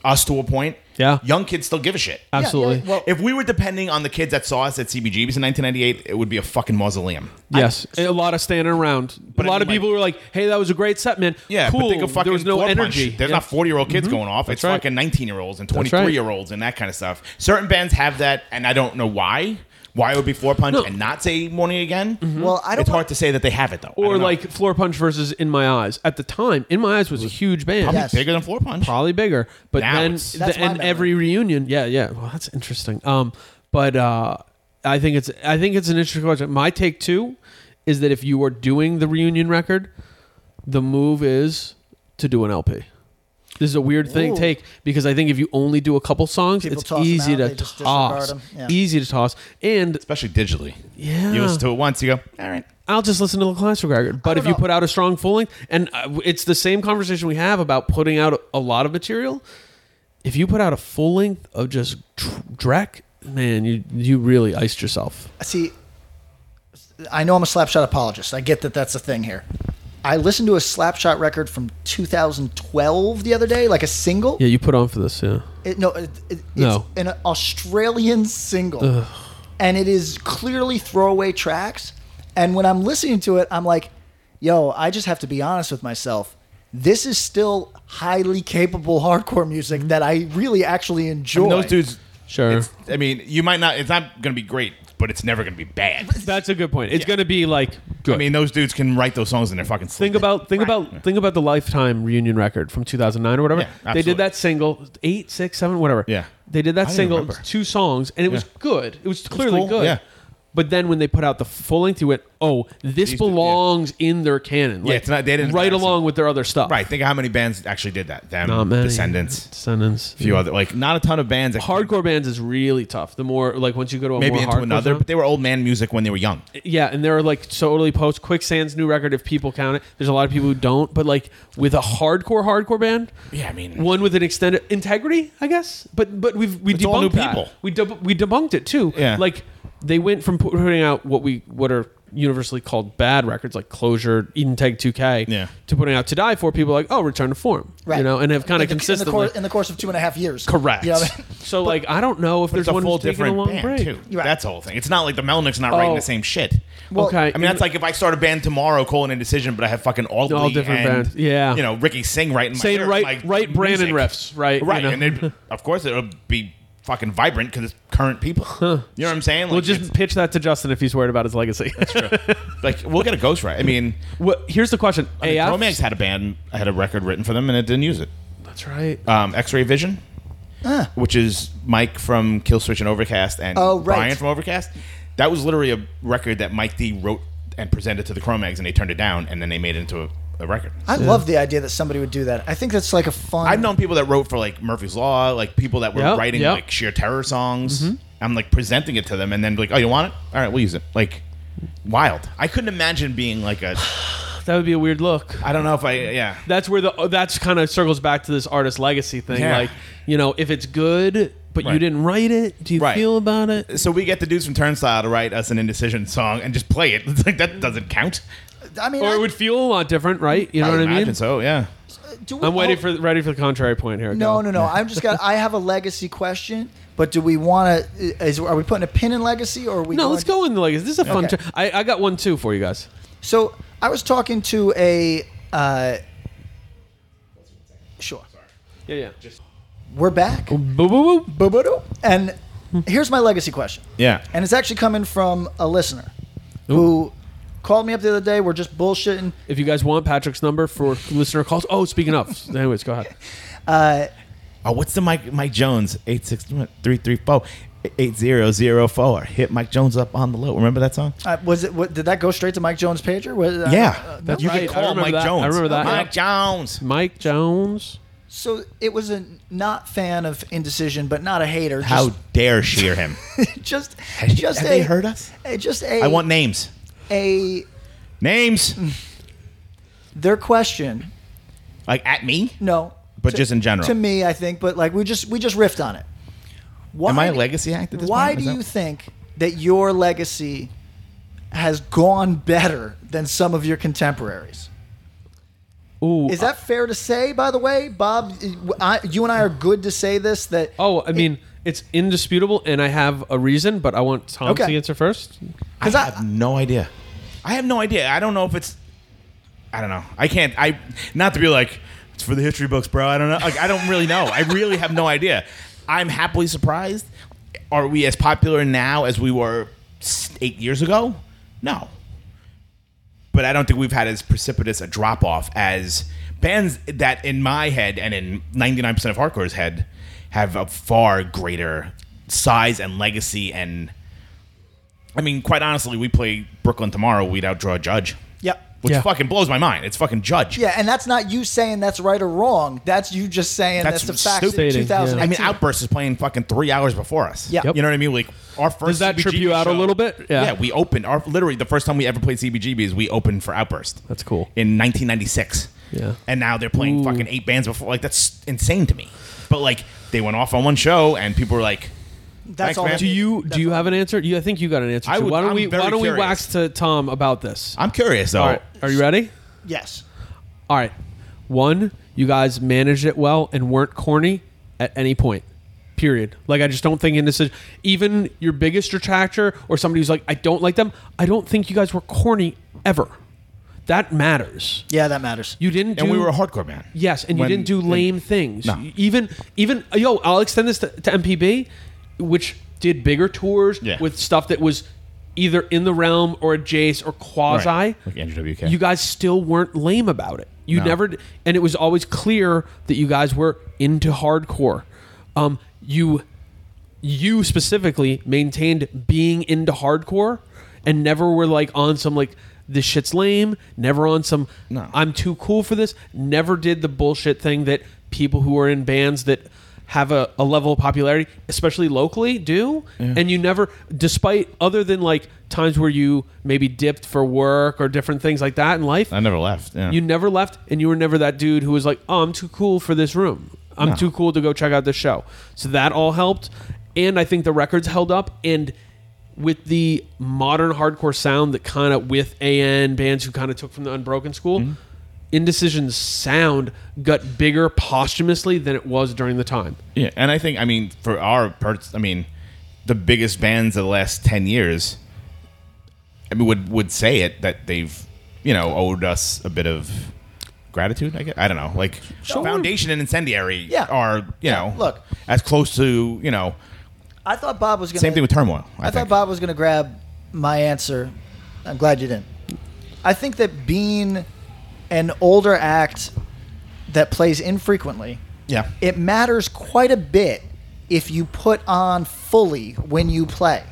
C: us to a point.
D: Yeah.
C: Young kids still give a shit.
D: Absolutely.
B: well-
C: if we were depending on the kids that saw us at CBGB's in 1998, it would be a fucking mausoleum.
D: yes. And a lot of standing around.
C: But
D: a
C: I
D: lot
C: mean,
D: of people
C: like-
D: were like, hey, that was a great set, man.
C: Yeah,
D: cool.
C: but think of fucking
D: there was no
C: Floor Punch.
D: energy.
C: There's
D: Yeah.
C: not 40 year old kids going off. it's
D: right.
C: fucking 19 year olds and
D: That's
C: 23
D: right.
C: year olds and that kind of stuff. Certain bands have that, and I don't know why. Why it would be Floor Punch
D: No.
C: and not say Morning Again?
B: Mm-hmm. Well, I don't
C: It's
B: want-
C: hard to say that they have it though. I
D: Or
C: don't know.
D: like Floor Punch versus In My Eyes. At the time, In My Eyes was a huge band.
C: probably
B: Yes.
C: bigger than Floor Punch.
D: probably bigger. But
C: Now
D: then,
C: it's-
D: the,
B: That's my
D: and
B: memory.
D: every reunion, yeah, yeah. Well, that's interesting. Um, but uh, I think it's I think it's an interesting question. My take too is that if you are doing the reunion record, the move is to do an LP. This is a weird thing
B: Ooh.
D: take because I think if you only do a couple songs,
B: People
D: it's
B: toss 'em
D: easy
B: out,
D: to
B: they just disregard
D: toss.
B: 'em. Yeah.
D: Easy to toss, and
C: Especially digitally.
D: Yeah.
C: You listen to it once, you go, all right.
D: I'll just listen to the classic record. But
B: don't
D: if you
B: know.
D: put out a strong full length, and uh, w- it's the same conversation we have about putting out a lot of material, if you put out a full length of just tr- dreck, man, you you really iced yourself.
B: see i know i'm a slapshot apologist i get that that's a thing here i listened to a slapshot record from 2012 the other day like a single
D: Yeah, you put on for this. Yeah,
B: it, no it, it,
D: No.
B: it's an australian single and it is clearly throwaway tracks And when I'm listening to it, I'm like, yo, I just have to be honest with myself. This is still highly capable hardcore music that I really actually enjoy.
C: And those dudes.
D: Sure.
C: it's- I mean, you might not. It's not going to be great, but it's never going to be bad.
D: That's a good point. It's going to be like good.
C: I mean, those dudes can write those songs in their fucking sleep.
D: Think about think about think about the Lifetime reunion record from 2009 or whatever.
C: Yeah,
D: they
C: absolutely.
D: did that single eight, six, seven, whatever.
C: Yeah.
D: they did that
C: I
D: single
C: remember.
D: two songs, and it was
C: Yeah.
D: good. It was clearly
C: cool,
D: good.
C: yeah.
D: But then when they put out the full length, you went, "Oh, this
C: These-
D: belongs in their canon." Like,
C: it's not- they didn't
D: right
C: embarrass
D: along
C: them.
D: with their other stuff.
C: right. Think of how many bands actually did that. Them,
D: Not many.
C: Descendants,
D: Descendants. Mm.
C: a few other like not a ton of bands. That
D: Hardcore bands is really tough. The more like once you go to a
C: maybe
D: more
C: into
D: hardcore
C: another,
D: zone-
C: but they were old man music when they were young.
D: Yeah, and they're like totally post Quicksand's new record. If people count it, there's a lot of people who don't. But like with a hardcore hardcore band,
C: Yeah, I mean-
D: one with an extended integrity, I guess. But but we've we
C: It's
D: debunked
C: all new
D: that.
C: people.
D: We deb- we debunked it too.
C: Yeah.
D: like they went from pu- putting out what we what are universally called bad records like Closure, Eden Tag 2K,
C: Yeah.
D: to putting out To Die For. People are like oh Return to Form,
B: Right.
D: You know, and have kind
B: In
D: of
B: the- in the cour-
D: consistently
B: in, the course of two and a half years.
D: correct.
B: You know what I mean?
D: So like I don't know if there's
C: It's a
D: one
C: full
D: who's taking
C: different
D: a long
C: band
D: break.
C: too.
B: You're right.
C: That's the whole thing. It's not like the Melnick's not writing
D: Oh.
C: the same shit.
B: Well,
D: okay,
C: I mean, that's like if I start a band tomorrow, Colon Indecision, but I have fucking all
D: All different bands. Yeah.
C: you know, Ricky Singh writing my
D: Saying
C: lyric-
D: right-
C: my
D: right Brandon
C: music.
D: riffs, right, you
C: Right,
D: know.
C: and it'd- of course it'll be fucking vibrant because it's current people. You know what I'm saying? Like,
D: We'll just
C: it's-
D: pitch that to Justin if he's worried about his legacy.
C: like we'll get a ghostwriter. I mean,
D: What? Here's the question.
C: I mean
D: AF?
C: Chromax had a band, had a record written for them, and it didn't use it.
D: That's right.
C: Um, X-Ray Vision, which is Mike from Killswitch and Overcast, and
B: Oh, right.
C: Brian from Overcast. That was literally a rerecord that Mike D wrote and presented to the Chromags, and they turned it down, and then they made it into a, a record.
B: I love the idea that somebody would do that. I think that's like a fun.
C: I've known people that wrote for like Murphy's Law, like people that were
D: Yep,
C: writing
D: yep. Mm-hmm.
C: like sheer terror songs. I'm like presenting it to them and then be like, oh, you want it? All right, we'll use it. Like, wild. I couldn't imagine being like a.
D: That would be a weird look.
C: I don't know if I. Yeah.
D: That's where the oh, that's kind of circles back to this artist legacy thing.
C: Yeah.
D: Like, you know, if it's good but you
C: Right.
D: didn't write it, do you
C: Right.
D: feel about it?
C: So we get the dudes from Turnstile to write us an indecision song and just play it. It's like that doesn't count.
B: I mean,
D: Or
B: I-
D: it would feel a lot different, right? You know
C: I
D: what
C: would
D: I mean?
C: imagine so. Yeah.
B: do we
D: I'm waiting
B: all-
D: for ready for the contrary point here.
B: No,
D: Go.
B: no, no. I'm just got. I have a legacy question, but do we want to? Is are we putting a pin in legacy or are we?
D: No,
B: going-
D: let's go in the legacy. This is a fun.
B: Okay.
D: T- I I got one too for you guys.
B: So I was talking to a. Uh, sure.
D: Yeah, yeah.
B: We're back.
D: Boo, boo, boo.
B: Boo-boo-doo. And here's my legacy question.
C: Yeah.
B: And it's actually coming from a listener who called me up the other day. We're just bullshitting.
D: If you guys want Patrick's number for listener calls, oh, speaking of, anyways, go ahead.
B: Uh,
C: Oh, what's the Mike Mike Jones eight six three three four eight zero zero four? Hit Mike Jones up on the low. Remember that song?
B: Uh, was it? What, did that go straight to Mike Jones' pager? Was, uh,
C: yeah,
D: that's
C: you can
D: right. I
C: call
D: remember
C: Mike
D: that. I
C: Jones.
D: remember that.
C: Mike Jones.
D: Mike Jones.
B: So it was a not fan of indecision, but not a hater. Just,
C: How dare shear him?
B: Just,
C: Have you-
B: just
C: have
B: a,
C: they heard us?
B: a- Just a.
C: I want names.
B: a
C: Names.
B: their question.
C: like at me?
B: No,
C: But
B: to-
C: just in general.
B: To me, I think, but like we just we just riffed on it. Why,
C: Am I a legacy act at this
B: why
C: point? Is
B: do
C: that-
B: you think that your legacy has gone better than some of your contemporaries?
D: Ooh,
B: Is that fair to say? By the way, Bob, I, you and I are good to say this. That
D: Oh, I mean, it's indisputable, and I have a reason, but I want Tom
B: Okay.
D: to answer first.
C: I
B: 'Cause I-
C: have no idea. I have no idea. I don't know if it's. I don't know. I can't. I not to be like it's for the history books, bro. I don't know. Like I don't really know. I really have no idea. I'm happily surprised. Are we as popular now as we were s- eight years ago? No. But I don't think we've had as precipitous a drop off as bands that, in my head and in 99% of hardcore's head, have a far greater size and legacy and I mean, quite honestly, we play Brooklyn tomorrow. We'd outdraw Judge,
B: yeah,
C: which
D: Yeah.
C: fucking blows my mind. It's fucking Judge.
B: yeah, and that's not you saying that's right or wrong. That's you just saying that's,
C: That's
B: the fact.
D: stupid.
B: Two thousand.
C: I mean, Outburst is playing fucking three hours before us.
B: Yeah. Yep.
C: you know what I mean. Like our first.
D: Does that trip
C: CBGB
D: you out a
C: show-
D: little bit? Yeah.
C: yeah. We opened our literally the first time we ever played CBGBs. We opened for Outburst.
D: That's cool.
C: In 1996.
D: Yeah.
C: And now they're playing
D: Ooh.
C: fucking eight bands before. Like that's insane to me. But like they went off on one show and people were like,
B: that's
C: Thanks,
B: all.
C: man.
D: Do you do you have an answer? You, I think you got an answer.
C: I
D: too.
C: would-
D: why don't
C: I'm
D: we
C: very
D: Why don't we
C: curious.
D: wax to Tom about this?
C: "I'm curious though."
D: All right, are you ready?
B: Yes.
D: All right, one, you guys managed it well and weren't corny at any point. Period. Like I just don't think indecision. Even your biggest detractor or somebody who's like, I don't like them. I don't think you guys were corny ever. That matters.
B: Yeah, that matters.
D: You didn't.
C: and
D: do,
C: we were a hardcore band.
D: Yes, and
C: When-
D: you didn't do lame things.
C: No.
D: You- Even even yo, I'll extend this to, to MPB, which did bigger tours
C: Yeah.
D: with stuff that was either in the realm or adjacent or quasi.
C: Right, like Andrew WK.
D: You guys still weren't lame about it. You
C: No.
D: never, d- and it was always clear that you guys were into hardcore. Um, you you specifically maintained being into hardcore and never were like on some like this shit's lame never on some
C: No.
D: i'm too cool for this never did the bullshit thing that people who are in bands that have a, a level of popularity especially locally do and you never despite other than like times where you maybe dipped for work or different things like that in life
C: I never left. Yeah.
D: you never left, and you were never that dude who was like, "Oh, I'm too cool for this room. I'm too cool to go check out this show." So that all helped, and I think the records held up. And with the modern hardcore sound that kind of with AN bands who kind of took from the Unbroken school,
B: Mm-hmm.
D: Indecision's sound got bigger posthumously than it was during the time.
C: Yeah, and I think I mean for our parts, I mean the biggest bands of the last ten years, I mean would would say it that they've you know owed us a bit of gratitude. I guess I don't know, like Foundation and Incendiary
B: Yeah.
C: are you
B: Yeah,
C: know
B: look.
C: as close to you know
B: I thought Bob was gonna.
C: same thing with Turmoil. I,
B: I
C: think.
B: thought Bob was going to grab my answer. I'm glad you didn't. I think that being an older act that plays infrequently,
C: Yeah.
B: it matters quite a bit if you put on fully when you play.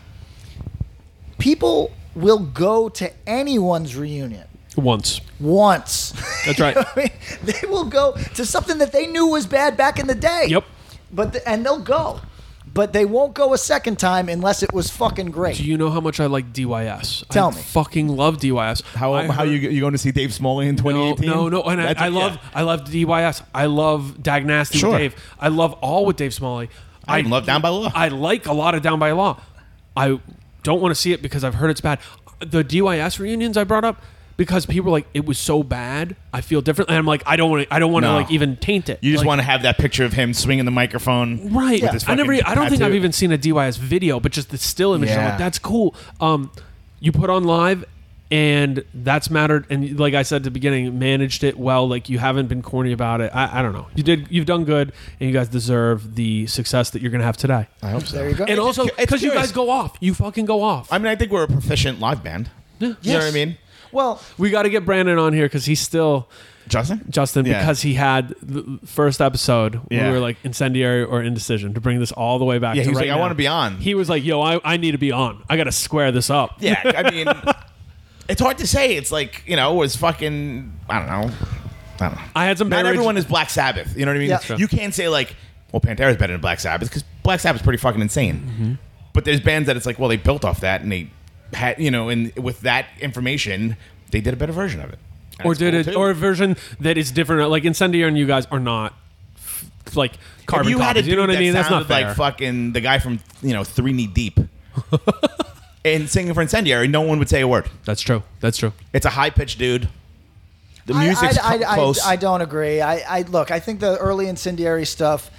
B: People will go to anyone's reunion
D: Once,
B: once.
D: That's right.
B: I mean, they will go to something that they knew was bad back in the day.
D: Yep.
B: But th- and they'll go, but they won't go a second time unless it was fucking great.
D: do you know how much I like DYS?
B: Tell
D: I
B: me.
D: fucking love DYS.
C: how
D: I
C: how
D: heard-
C: you you going to see Dave Smalley in 2018?
D: No, no, no. And I,
C: That's-
D: I love,
C: yeah.
D: I love DYS. I love Dag Nasty
C: Sure.
D: with Dave. I love all with Dave Smalley.
C: I even love Down by Law.
D: I like a lot of Down by Law. I don't want to see it because I've heard it's bad. The DYS reunions I brought up because people were like, it was so bad. I feel different, and I'm like, I don't want to. I don't want to
C: No.
D: like even taint it.
C: You just
D: Like,
C: want to have that picture of him swinging the microphone,
D: Right.
C: with his
D: I never. e,
C: fucking
D: I don't think I've
C: tattoo.
D: even seen a DYS video, but just the still image. I'm
C: Yeah.
D: like, that's cool. Um, you put on live, and that's mattered. And like I said at the beginning, managed it well. Like you haven't been corny about it. I, I don't know. You did. You've done good, and you guys deserve the success that you're gonna have today.
C: I hope so.
B: there you go.
D: and also
C: it's
D: because you
C: curious.
D: guys go off, you fucking go off.
C: I mean, I think we're a proficient live band. You know what I
B: Yes.
C: mean?
B: well,
D: we got to get Brandon on here because he's still
C: Justin?
D: Justin
C: Yeah.
D: because he had the first episode where
C: Yeah.
D: we were like incendiary or indecision to bring this all the way back.
C: Yeah,
D: to
C: he was
D: right
C: like, "I
D: now.
C: wanna be on."
D: He was like, "Yo, I, I need to be on. I got to square this up."
C: Yeah, I mean, it's hard to say. It's like you know, it was fucking. I don't know. I don't know.
D: I had some
C: Not
D: very-
C: everyone is Black Sabbath. You know what I mean?
B: Yeah. That's true.
C: You can't say like, well, Pantera's better than Black Sabbath because Black Sabbath's pretty fucking insane.
D: Mm-hmm.
C: But there's bands that it's like, well, they built off that and they had, you know, and with that information, they did a better version of it. And
D: or
C: it's
D: did
C: cool, too.
D: it, or a version that is different. Like Incendiary and you guys are not f- like
C: if
D: carbon
C: you had a
D: copies.
C: dude
D: You know what I mean?
C: That
D: That's not
C: sounded
D: fair.
C: like fucking the guy from you know Three Knee Deep, and singing for Incendiary, no one would say a word.
D: That's true. That's true.
C: It's a high pitched dude. The
B: I-
C: music's
B: I,
C: cl-
B: I, I-
C: close.
B: I, don't agree. I, I look. I think the early incendiary stuff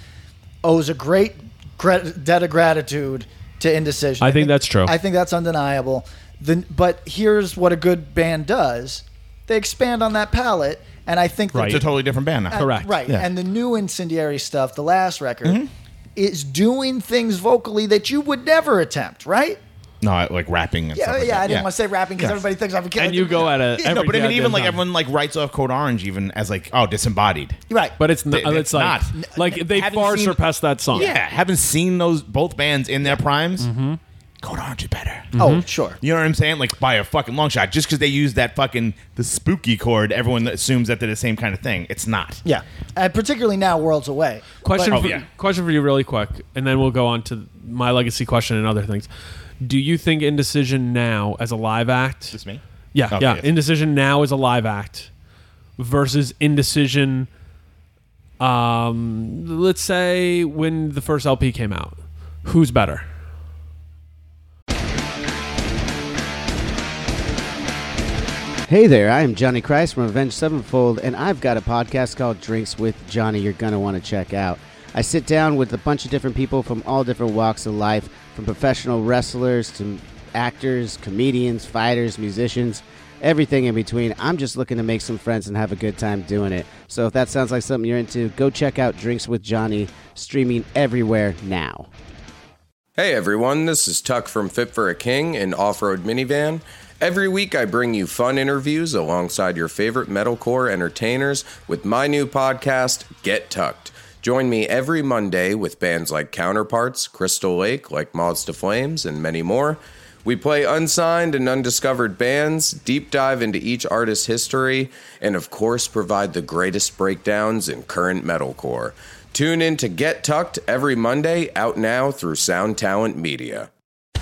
B: owes a great grat- debt of gratitude to indecision.
D: I think that's true.
B: I think that's undeniable. The, but here's what a good band does: they expand on that palette, and I think that
D: Right.
C: it's a totally different band
B: Uh,
C: now.
D: Correct.
B: Right.
C: Yeah.
B: And the new incendiary stuff, the last record, is doing things vocally that you would never attempt, right?
C: No, I like rapping. And
B: Yeah,
C: stuff like
B: yeah.
C: that.
B: I didn't want to say rapping because
C: Yeah.
B: everybody thinks I'm a kid.
D: And you go at it.
B: Yeah,
D: every
C: no, but I mean,
D: goddamn
C: even like
D: time.
C: everyone like writes off Code Orange even as like oh disembodied.
B: Right.
D: But it's not.
C: Th-
D: it's
C: it's
D: like
C: not.
D: like they
C: Haven't
D: far
C: seen-
D: surpassed that song.
C: Oh, Yeah, haven't seen those both bands in their primes.
D: Mm-hmm.
C: Code Orange is better.
B: oh, sure.
C: You know what I'm saying? Like by a fucking long shot. Just because they use that fucking the spooky chord, everyone assumes that they're the same kind of thing. It's not.
B: Yeah. And particularly now, worlds away.
D: Question
C: But-
D: for
C: Oh, yeah.
D: question for you really quick, and then we'll go on to my legacy question and other things. Do you think indecision now as a live act?
C: Just me?
D: Yeah,
C: Okay,
D: yeah.
C: yes.
D: Indecision now is a live act versus indecision. Um, let's say when the first LP came out, who's better?
E: Hey there, I am Johnny Christ from Avenged Sevenfold, and I've got a podcast called Drinks with Johnny you're going to want to check out. I sit down with a bunch of different people from all different walks of life, from professional wrestlers to actors, comedians, fighters, musicians, everything in between. I'm just looking to make some friends and have a good time doing it. So if that sounds like something you're into, go check out Drinks with Johnny, streaming everywhere now.
F: Hey everyone, this is Tuck from Fit for a King and Off Road Minivan. Every week I bring you fun interviews alongside your favorite metalcore entertainers with my new podcast, Get Tucked. Join me every Monday with bands like Counterparts, Crystal Lake, like Moths to Flames, and many more. We play unsigned and undiscovered bands, deep dive into each artist's history, and of course provide the greatest breakdowns in current metalcore. Tune in to Get Tucked every Monday, out now through Sound Talent Media.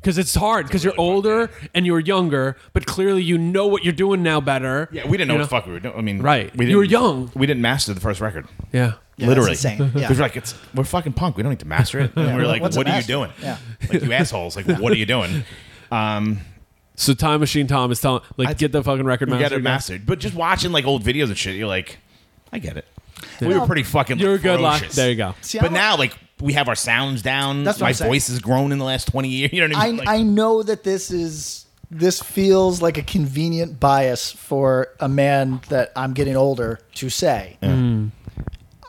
D: because it's hard because you're older and you were younger, but clearly you know what you're doing now better.
C: Yeah, we didn't know,
D: You
C: what the fuck we were doing. I mean,
D: Right.
C: We
D: You were young.
C: We didn't master the first record.
D: Yeah.
B: Yeah, that's
C: Literally,
B: insane. Yeah.
C: we were like, it's we're fucking punk. We don't need to master it. And we we're like,
B: What's a
C: what are you
B: master?
C: doing?
B: Yeah.
C: Like you assholes. Like what are you doing? Um,
D: So Time Machine Tom is telling like get the fucking record
C: you
D: master.
C: got it mastered. But just watching like old videos and shit, you're like, I get it. We were pretty fucking.
D: You're a good luck.
C: ferocious.
D: There you go.
B: See, I
C: but
B: don't-
C: now, like, we have our sounds down.
B: That's what
C: My
B: I'm saying.
C: voice has grown in the last twenty years. You know what I
B: I,
C: mean? Like,
B: I know that this is this feels like a convenient bias for a man that I'm getting older to say.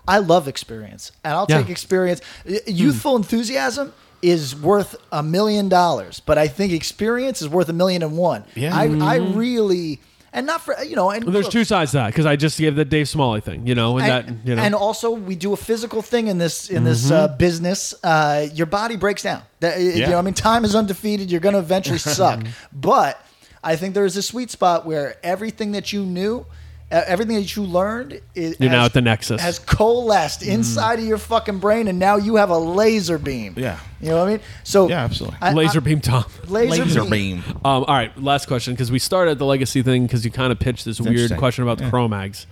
B: I love experience, and I'll
D: Hmm. Yeah. Hmm.
B: take experience. Y- Youthful enthusiasm is worth a million dollars, but I think experience is worth a million and one.
C: Yeah.
B: I, I really and not for you know. And
D: Mm-hmm. Well, there's
B: look,
D: two sides to that because I just gave the Dave Smalley thing, you know, and,
B: and,
D: that you know.
B: and uh, also we do a physical thing in this in this uh, business. Uh, your body breaks down. That, uh, You know,
C: Yeah.
B: I mean, time is undefeated. You're going to eventually suck, but I think there is a sweet spot where everything that you knew. uh, Everything that you learned is
D: You're now at the nexus.
B: has coalesced inside of your fucking brain, and now you have a laser beam.
C: Yeah.
B: you know what I mean. So
C: Yeah, absolutely.
B: I- I-
D: Laser beam Tom.
B: laser,
C: laser
B: beam.
C: beam.
D: Um, all right, last question because we started at the legacy thing because you kind of pitched this weird
C: interesting.
D: question about the Chromags.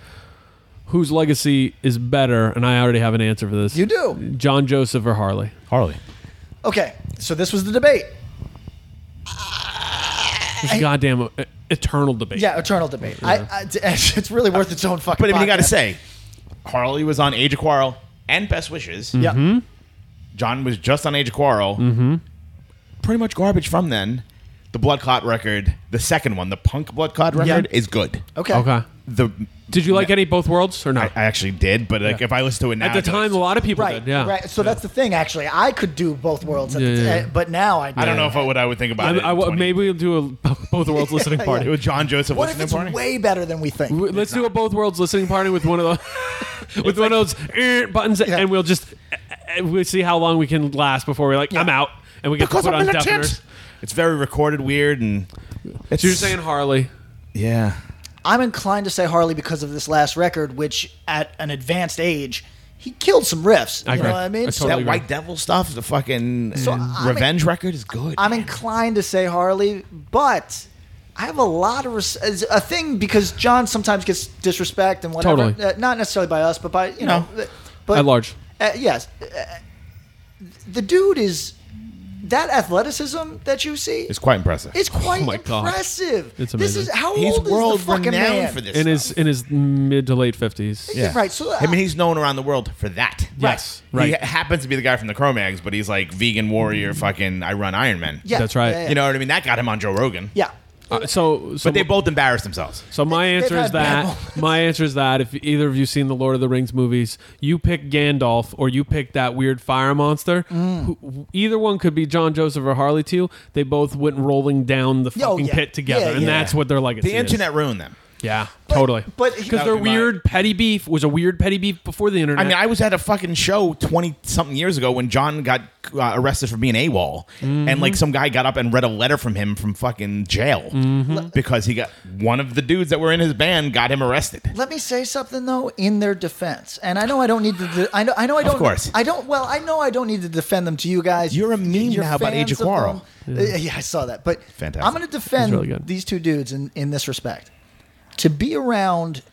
D: Whose legacy is better? And I already have an answer for this.
B: You do.
D: John Joseph or Harley?
C: Harley.
B: Okay, so this was the debate.
D: This goddamn uh, eternal debate.
B: Yeah, eternal debate. I, I, it's really worth its own fucking.
C: But I mean, you got to
B: podcast.
C: say, Harley was on Age of Quarrel and Best
D: Mm-hmm.
C: Wishes.
B: yeah.
C: John was just on Age of Quarrel. Mm-hmm. Pretty much garbage from then. The Blood Clot record, the second one, the Punk Blood Clot record, is good.
B: Okay.
D: Okay.
C: The
D: Did you like any both worlds or
C: I,
D: not?
C: I actually did, but like if I listen to it now,
D: At the
C: I'd be
D: time, a
C: like,
D: lot of people
B: Right.
D: did. Yeah.
B: Right. So that's the thing. Actually, I could do both worlds, at
D: Yeah,
B: the
D: yeah,
B: t-
D: yeah.
B: but now I. Do.
C: I don't know if I, what I would think about
D: I,
C: it.
D: I,
C: in 20
D: maybe we'll do a both worlds listening party.
C: It was John Joseph
B: What if
C: listening
B: it's
C: party.
B: way better than we think?
D: W- Let's do a both worlds listening party with one of the with one of those eh, buttons, and we'll just eh, eh, we'll see how long we can last before we're like, I'm out, and we get to put on deafeners.
C: It's very recorded, weird, and it's
D: So you're saying Harley?
C: yeah.
B: I'm inclined to say Harley because of this last record, which at an advanced age, he killed some riffs.
D: I
B: you
D: agree.
B: know what I
D: I
B: mean?
D: totally
C: That
D: agree.
C: White Devil stuff, the fucking
B: So,
C: uh,
B: I mean-
C: Revenge record is good.
B: I'm
C: man.
B: inclined to say Harley, but I have a lot of res- as a thing because John sometimes gets disrespect and whatever.
D: Totally.
B: Uh, not necessarily by us, but by you know,
C: No.
B: but
D: At large.
B: Uh, yes, uh, the dude is that athleticism that you see
C: It's quite impressive.
B: It's quite
D: my God.
B: impressive.
D: It's
B: This
D: amazing.
B: is how
C: He's
B: old
C: world
B: is the fucking
C: renowned
B: man?
C: for this.
D: In
C: stuff.
D: his in his mid to late fifties.
B: Yeah. Right, so,
C: I mean,
B: uh,
C: he's known around the world for that.
D: Yes,
C: He
D: right.
C: ha- happens to be the guy from the Cro-Mags, but he's like vegan warrior. Fucking, I run Iron Man.
B: Yeah,
D: That's right.
B: Yeah, yeah.
C: You know what I mean? That got him on Joe Rogan.
B: yeah.
D: Uh, so, so
C: But they both embarrassed themselves.
D: So my
B: They've
D: answer is
B: had bad
D: that my answer is that if either of you seen the Lord of the Rings movies, you pick Gandalf or you pick that weird fire monster.
B: Mm.
D: Who, either one could be John Joseph or Harley. Too. They both went rolling down the
B: Oh,
D: fucking
B: yeah.
D: pit together,
B: Yeah,
D: and
B: yeah.
D: that's what they're like.
C: The internet ruined them.
D: Yeah, totally.
B: but-
D: because
C: That
D: their
C: would be my-
D: weird petty beef was a weird petty beef before the
C: I
D: internet.
C: mean, I was at a fucking show twenty something years ago when John got uh, arrested for being AWOL, and like some guy got up and read a letter from him from fucking jail because he got one of the dudes that were in his band got him arrested.
B: Let me say something though in their defense, and I know I don't need to. De- I know I know I don't.
C: course.
B: I don't. Well, I know I don't need to defend them to you guys.
C: You're a meme
B: You're
C: now about
B: fans of
C: Ejikwaro.
B: them. Uh, Yeah. I saw that, but
C: Fantastic.
B: I'm going to defend
D: really good.
B: these two dudes in in this respect. To be around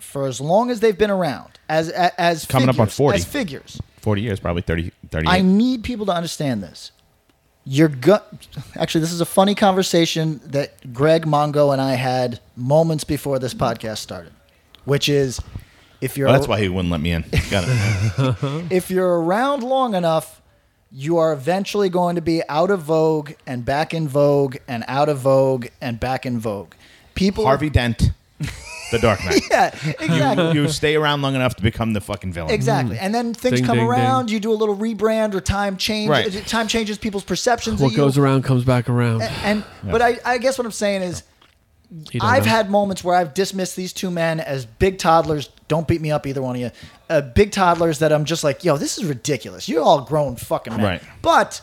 B: for as long as they've been around, as as, as
C: Coming up on
B: figures-
C: 40.
B: as figures,
C: Forty years, probably 30, 38.
B: I need people to understand this. You're go- actually this is a funny conversation that Greg Mongo and I had moments before this podcast started, which is if you're
C: oh, that's why he wouldn't let me in. Got it.
B: if you're around long enough, you are eventually going to be out of vogue and back in vogue and out of vogue and back in vogue. People
C: Harvey Dent, The Dark Knight.
B: Yeah, exactly.
C: You stay around long enough to become the fucking villain.
B: Exactly, and then things
D: Ding,
B: come
D: ding,
B: around. You do a little rebrand or time change.
C: Right.
B: Time changes people's perceptions.
D: what
B: of
D: goes
B: you.
D: around comes back around.
B: And but I, I guess what I'm saying is,
D: You don't
B: I've
D: know.
B: had moments where I've dismissed these two men as big toddlers. Don't beat me up, either one of you. Uh, big toddlers that I'm just like, yo, this is ridiculous. You're all grown fucking men.
C: Right.
B: But,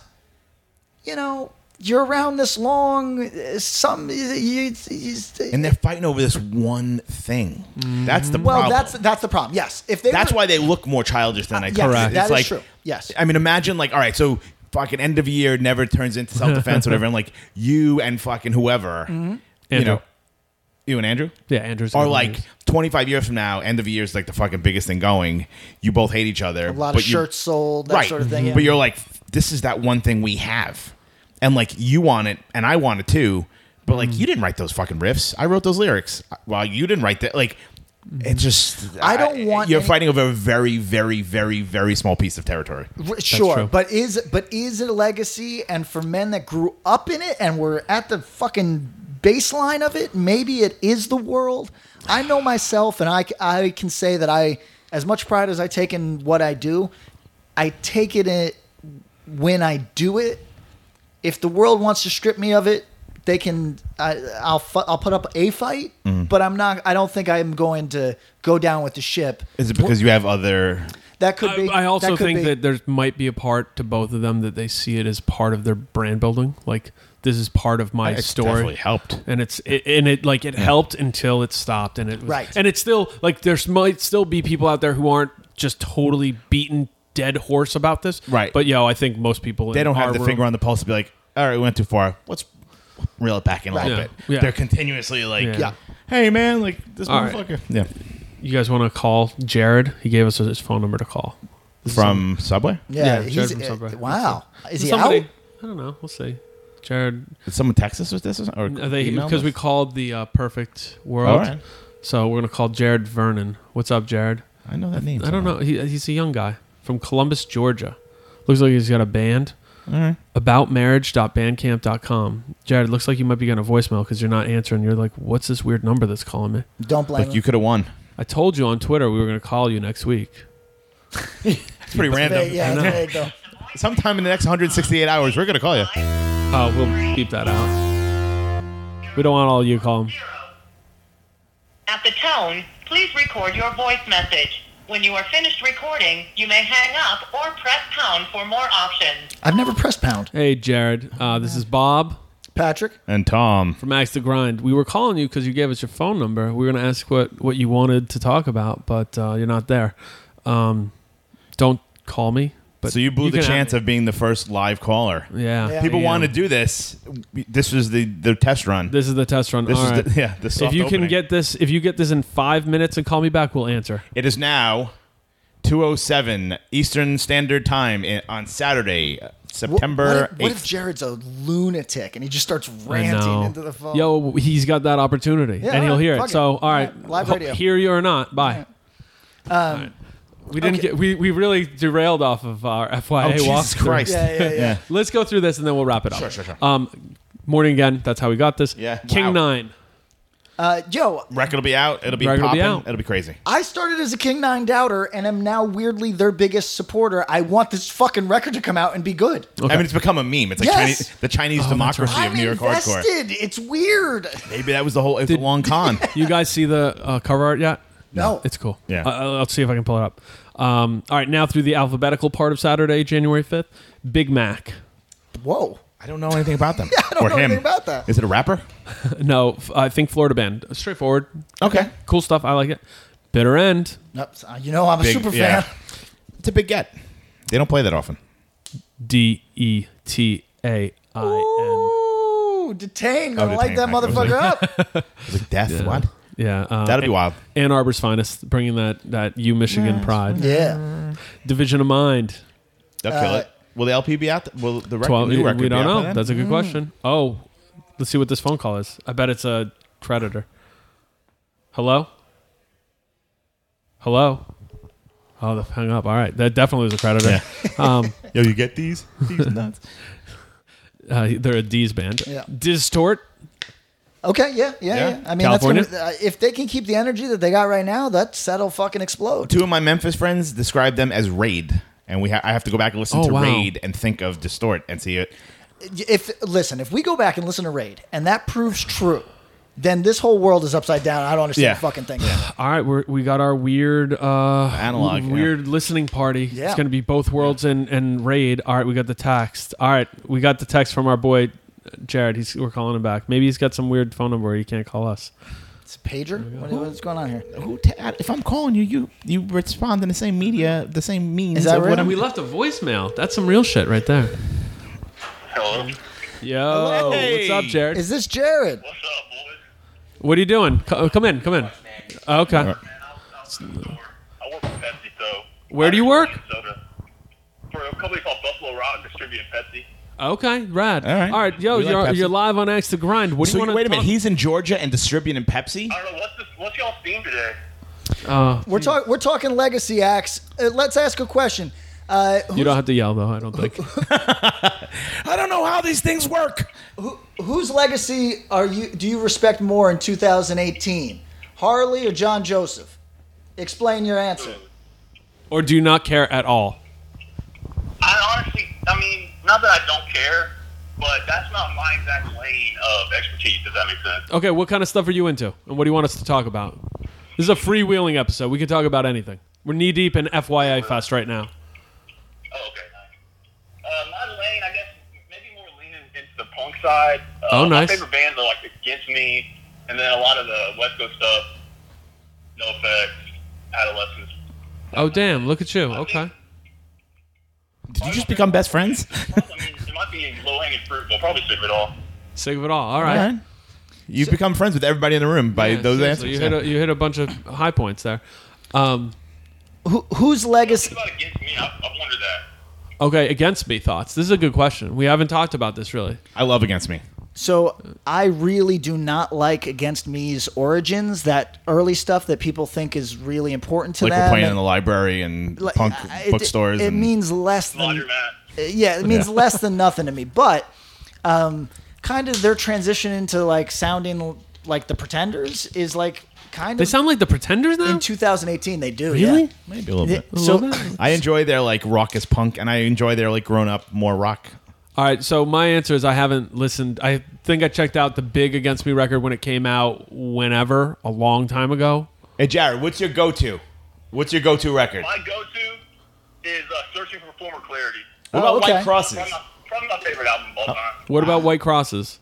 B: you know, you're around this long. uh, Some you, you, you-
C: And they're fighting over this one thing. That's the
B: Mm. well,
C: problem.
B: that's that's the problem. Yes, if they
C: That's
B: were-
C: why they look more childish than
B: Uh,
C: I
B: yes,
C: think.
B: Correct.
C: It's
B: that is
C: like,
B: true. Yes.
C: I mean, imagine like, all right, so fucking end of year never turns into self defense, whatever. And like you and fucking whoever,
B: Mm-hmm.
C: you
D: Andrew.
C: know, you and Andrew,
D: Yeah, Andrew's
C: are
D: the one
C: like
D: who's-
C: 25 years from now, end of year is like the fucking biggest thing going. You both hate each other.
B: a lot
C: but
B: of
C: you-
B: shirts sold, that
C: right. Mm-hmm.
B: sort of thing. yeah.
C: But you're like, this is that one thing we have, and like you want it, and I want it too. But
B: Mm.
C: like, you didn't write those fucking riffs. I wrote those lyrics. Well, you didn't write that. Like, it just.
B: I don't want
C: You're
B: any-
C: fighting over a very, very, very, very small piece of territory.
B: R- sure,
D: true.
B: but is but is it a legacy? And for men that grew up in it and were at the fucking baseline of it, maybe it is the world. I know myself, and I c- I can say that I, as much pride as I take in what I do, I take it in when I do it. If the world wants to strip me of it, they can. I, I'll fu- I'll put up a fight, but I'm not. I don't think I'm going to go down with the ship.
C: Is it because you have other?
B: That could
D: I,
B: be.
D: I
B: could
D: also think
B: be.
D: that there might be a part to both of them that they see it as part of their brand building. Like this is part of my
C: It's
D: story.
C: definitely helped.
D: and it's it, and it like it helped until it stopped, and it was,
B: Right.
D: And it's still like there's might still be people out there who aren't just totally beaten dead horse about this,
C: Right.
D: But yo, I think most people
C: They don't have the finger
D: on.
C: on the pulse to be like, all right, we went too far. Let's reel it back in a little
D: Yeah.
C: bit.
D: Yeah.
C: They're continuously like,
D: Yeah. Yeah.
C: hey man, like this
D: All right.
C: motherfucker. Yeah,
D: You guys want to call Jared? He gave us his phone number to call.
C: from Subway.
D: Yeah,
B: Yeah,
D: Jared
B: he's,
D: from
B: uh,
D: Subway.
B: wow. Is he out?
D: I don't know. We'll see. Jared,
C: Did someone text us with this? Or
D: are they
C: emailed
D: because
C: us?
D: we called the uh, perfect world.
C: All right.
D: So we're gonna call Jared Vernon. What's up, Jared?
C: I know that name.
D: I don't know. He, he's a young guy from Columbus, Georgia. Looks like he's got a band. Aboutmarriage.bandcamp.com. Jared, looks like you might be getting a voicemail because you're not answering. You're like, what's this weird number that's calling me?
B: Don't blame
C: Like
B: him.
C: you could have won.
D: I told you on Twitter we were going to call you next week.
C: It's pretty
B: They-
C: random.
B: yeah, there you go.
C: Sometime in the next 168 hours, we're gonna call you.
D: Oh, we'll beep that out. We don't want all you calling.
G: At the tone, please record your voice message. When you are finished recording, you may hang up or press pound for more options.
B: I've never pressed pound.
D: Hey, Jared. Uh, this is Bob
B: Patrick,
C: And Tom,
D: from Axe the Grind. We were calling you because you gave us your phone number. We were going to ask what, what you wanted to talk about, but uh, you're not there. Um, don't call me. But
C: so you blew the
D: can-
C: chance of being the first live caller.
D: Yeah.
B: Yeah.
C: People
D: Yeah.
C: want to do this. This was the the test run.
D: This is the test run.
C: This
D: All
C: is
D: right.
C: the- yeah, the soft
D: if you can
C: opening.
D: get this, if you get this in five minutes and call me back, we'll answer.
C: It is now 2:07 Eastern Standard Time in, on Saturday,
B: wh-
C: September
B: What if,
C: 8th.
B: what if Jared's a lunatic and he just starts
D: I
B: ranting
D: know.
B: into the phone?
D: Yo, he's got that opportunity,
B: Yeah,
D: and
B: all
D: he'll
B: right,
D: hear it.
B: fuck it.
D: So, all
B: All
D: right,
B: right, live
D: ho-
B: radio. Um,
D: Hear you or not? Bye.
B: right.
D: All right. We didn't get. We, we really derailed off of our
C: oh
D: FYA walk.
C: Jesus Christ!
B: yeah, yeah, yeah.
D: Let's go through this and then we'll wrap it up.
C: Sure, sure, sure.
D: Um, morning again. That's how we got this.
C: Yeah.
D: King
C: Wow.
D: nine.
B: Uh, yo,
C: Record will be out. It'll be
D: Record will be
C: popping.
D: out.
C: It'll be crazy.
B: I started as a King Nine doubter and am now weirdly their biggest supporter. I want this fucking record to come out and be good.
C: I mean, it's become a meme. It's like
B: Yes.
C: Chinese, the
D: Oh,
C: Chinese democracy
B: I'm
C: of New York hardcore.
B: invested. It's weird.
C: Maybe that was the whole. It was a long con.
D: You guys see the uh, cover art yet?
B: No.
D: It's cool.
C: Yeah.
D: I- I'll, I'll see if I can pull it up. Um, all right, now through the alphabetical part of Saturday, January 5th, Big Mac.
B: Whoa.
C: I don't know anything about them.
B: I don't
C: or
B: know
C: him.
B: anything about that.
C: Is it a rapper?
D: No, f- I think Florida Band. Straightforward.
C: Okay.
D: Cool stuff. I like it. Bitter End.
B: Nope. You know I'm a
C: Big-
B: super fan.
C: yeah. It's a big get. They don't play that often.
D: D E T A I
B: Ooh, detain. Gonna
C: Oh,
B: light
C: Detain.
B: that
C: I was like-
B: motherfucker up.
C: It's like death. What?
D: N. Yeah. Uh,
C: That'd be wild.
D: Ann Arbor's finest, bringing that that U Michigan pride.
B: Yeah.
D: Division of Mind.
C: They'll kill it. Uh, Will the LP be out? th- will the record,
D: Twelve.
C: new record
D: we
C: be
D: don't
C: out by
D: know.
B: Mm-hmm.
C: then?
D: That's a good question. Oh, let's see what this phone call is. I bet it's a creditor. Hello. Hello. Oh, they hung up. All right, that definitely was a creditor.
C: Yo, you get these? These nuts.
D: Uh, they're a D's band.
B: Yeah.
D: Distort.
B: Okay. Yeah.
C: Yeah.
B: Yeah. yeah. I mean,
D: California?
B: that's gonna, uh, if they can keep the energy that they got right now, that's that'll fucking explode.
C: Two of my Memphis friends described them as Raid, and we ha- I have to go back and listen
D: Oh,
C: to
D: wow.
C: Raid and think of Distort and see it.
B: if listen, if we go back and listen to Raid and that proves true, then this whole world is upside down. I don't understand
C: Yeah.
B: the fucking thing.
D: All right, we're, we got our weird uh,
C: Analog, yeah.
D: weird listening party.
B: Yeah.
D: It's going to be both worlds and, and raid. All right, we got the text. All right, we got the text from our boy uh, Jared. He's we're calling him back. Maybe he's got some weird phone number. He can't call us.
B: It's a pager. What, what's going on here?
C: Who ta- if I'm calling you, you you respond in the same media, the same means.
B: Is that
C: of what
B: real?
C: I'm-
D: We left a voicemail. That's some real shit right there.
G: Hello.
D: Yo, what's up, Jared?
B: Is this Jared?
G: What's up, boys?
D: what are you doing? Co- come in, come in. Okay.
G: Man, I, I was in the store. I work for Pepsi, so.
D: Where do you
G: I
D: work?
G: drink Soda. For a company called Buffalo Rock Distributing Pepsi.
D: Okay, rad.
C: All right.
D: All right, yo,
C: We like
D: you're,
C: Pepsi.
D: you're live on Axe to Grind. What do
C: So
D: you want
C: you-
D: to
C: wait a minute. He's in Georgia and distributing Pepsi.
G: I don't know what's this. What's y'all's theme today?
B: We're talking. We're talking legacy acts. Uh, let's ask a question. Uh,
D: You don't have to yell though, I don't think.
C: I don't know how these things work.
B: whose legacy are you? Do you respect more in 2018, Harley or John Joseph? Explain your answer.
D: or do you not care at all?
G: I honestly, I mean, not that I don't care, but that's not my exact lane of expertise. Does that make sense?
D: Okay, what kind of stuff are you into? And what do you want us to talk about? This is a freewheeling episode. We can talk about anything. We're knee deep in FYI Fest right now.
G: Oh, okay. nice. Uh, my lane, I guess, maybe more leaning into the punk side. Uh,
D: Oh,
G: My
D: nice.
G: favorite bands are like Against Me, and then a lot of the West Coast stuff. No effects, adolescence.
D: Oh, damn. Look at you. Okay.
C: Did you just become best friends?
G: I mean, it might be low hanging fruit, but probably sick of it all.
D: Sick of it all. All
C: All
D: right.
C: right. You've become friends with everybody in the room by
D: Yeah,
C: those
D: seriously,
C: answers.
D: You
C: yeah.
D: hit, a, you hit a bunch of high points there. Um,
B: Who, whose legacy?
G: What about Against Me? I, I wonder that.
D: okay, against me thoughts. This is a good question. We haven't talked about this really.
C: I love Against Me.
B: So I really do not like Against Me's origins. That early stuff that people think is really important to
C: Like
B: them.
C: we're playing in
B: and-
C: the library and
B: like,
C: punk
B: I- it-
C: bookstores.
B: It,
C: and
B: means less than.
D: Mm.
G: Laundromat.
B: Uh, yeah, it means
C: Yeah.
B: less than nothing to me. But um, kind of their transition into like sounding l- like the Pretenders is like kind
D: They
B: of
D: sound like the Pretenders now?
B: in 2018 they do.
D: Really?
C: maybe a little
B: Yeah.
C: bit.
B: So
C: I enjoy their like raucous punk, and I enjoy their like grown up more rock.
D: All right, so my answer is I haven't listened. I think I checked out the Big Against Me record when it came out, whenever, a long time ago.
C: Hey Jared, what's your go to? What's your go to record?
G: My go-to is uh, Searching for Former Clarity.
C: What about
B: Oh, okay.
C: White Crosses?
G: Probably my, probably my favorite album of all time.
D: What about White Crosses?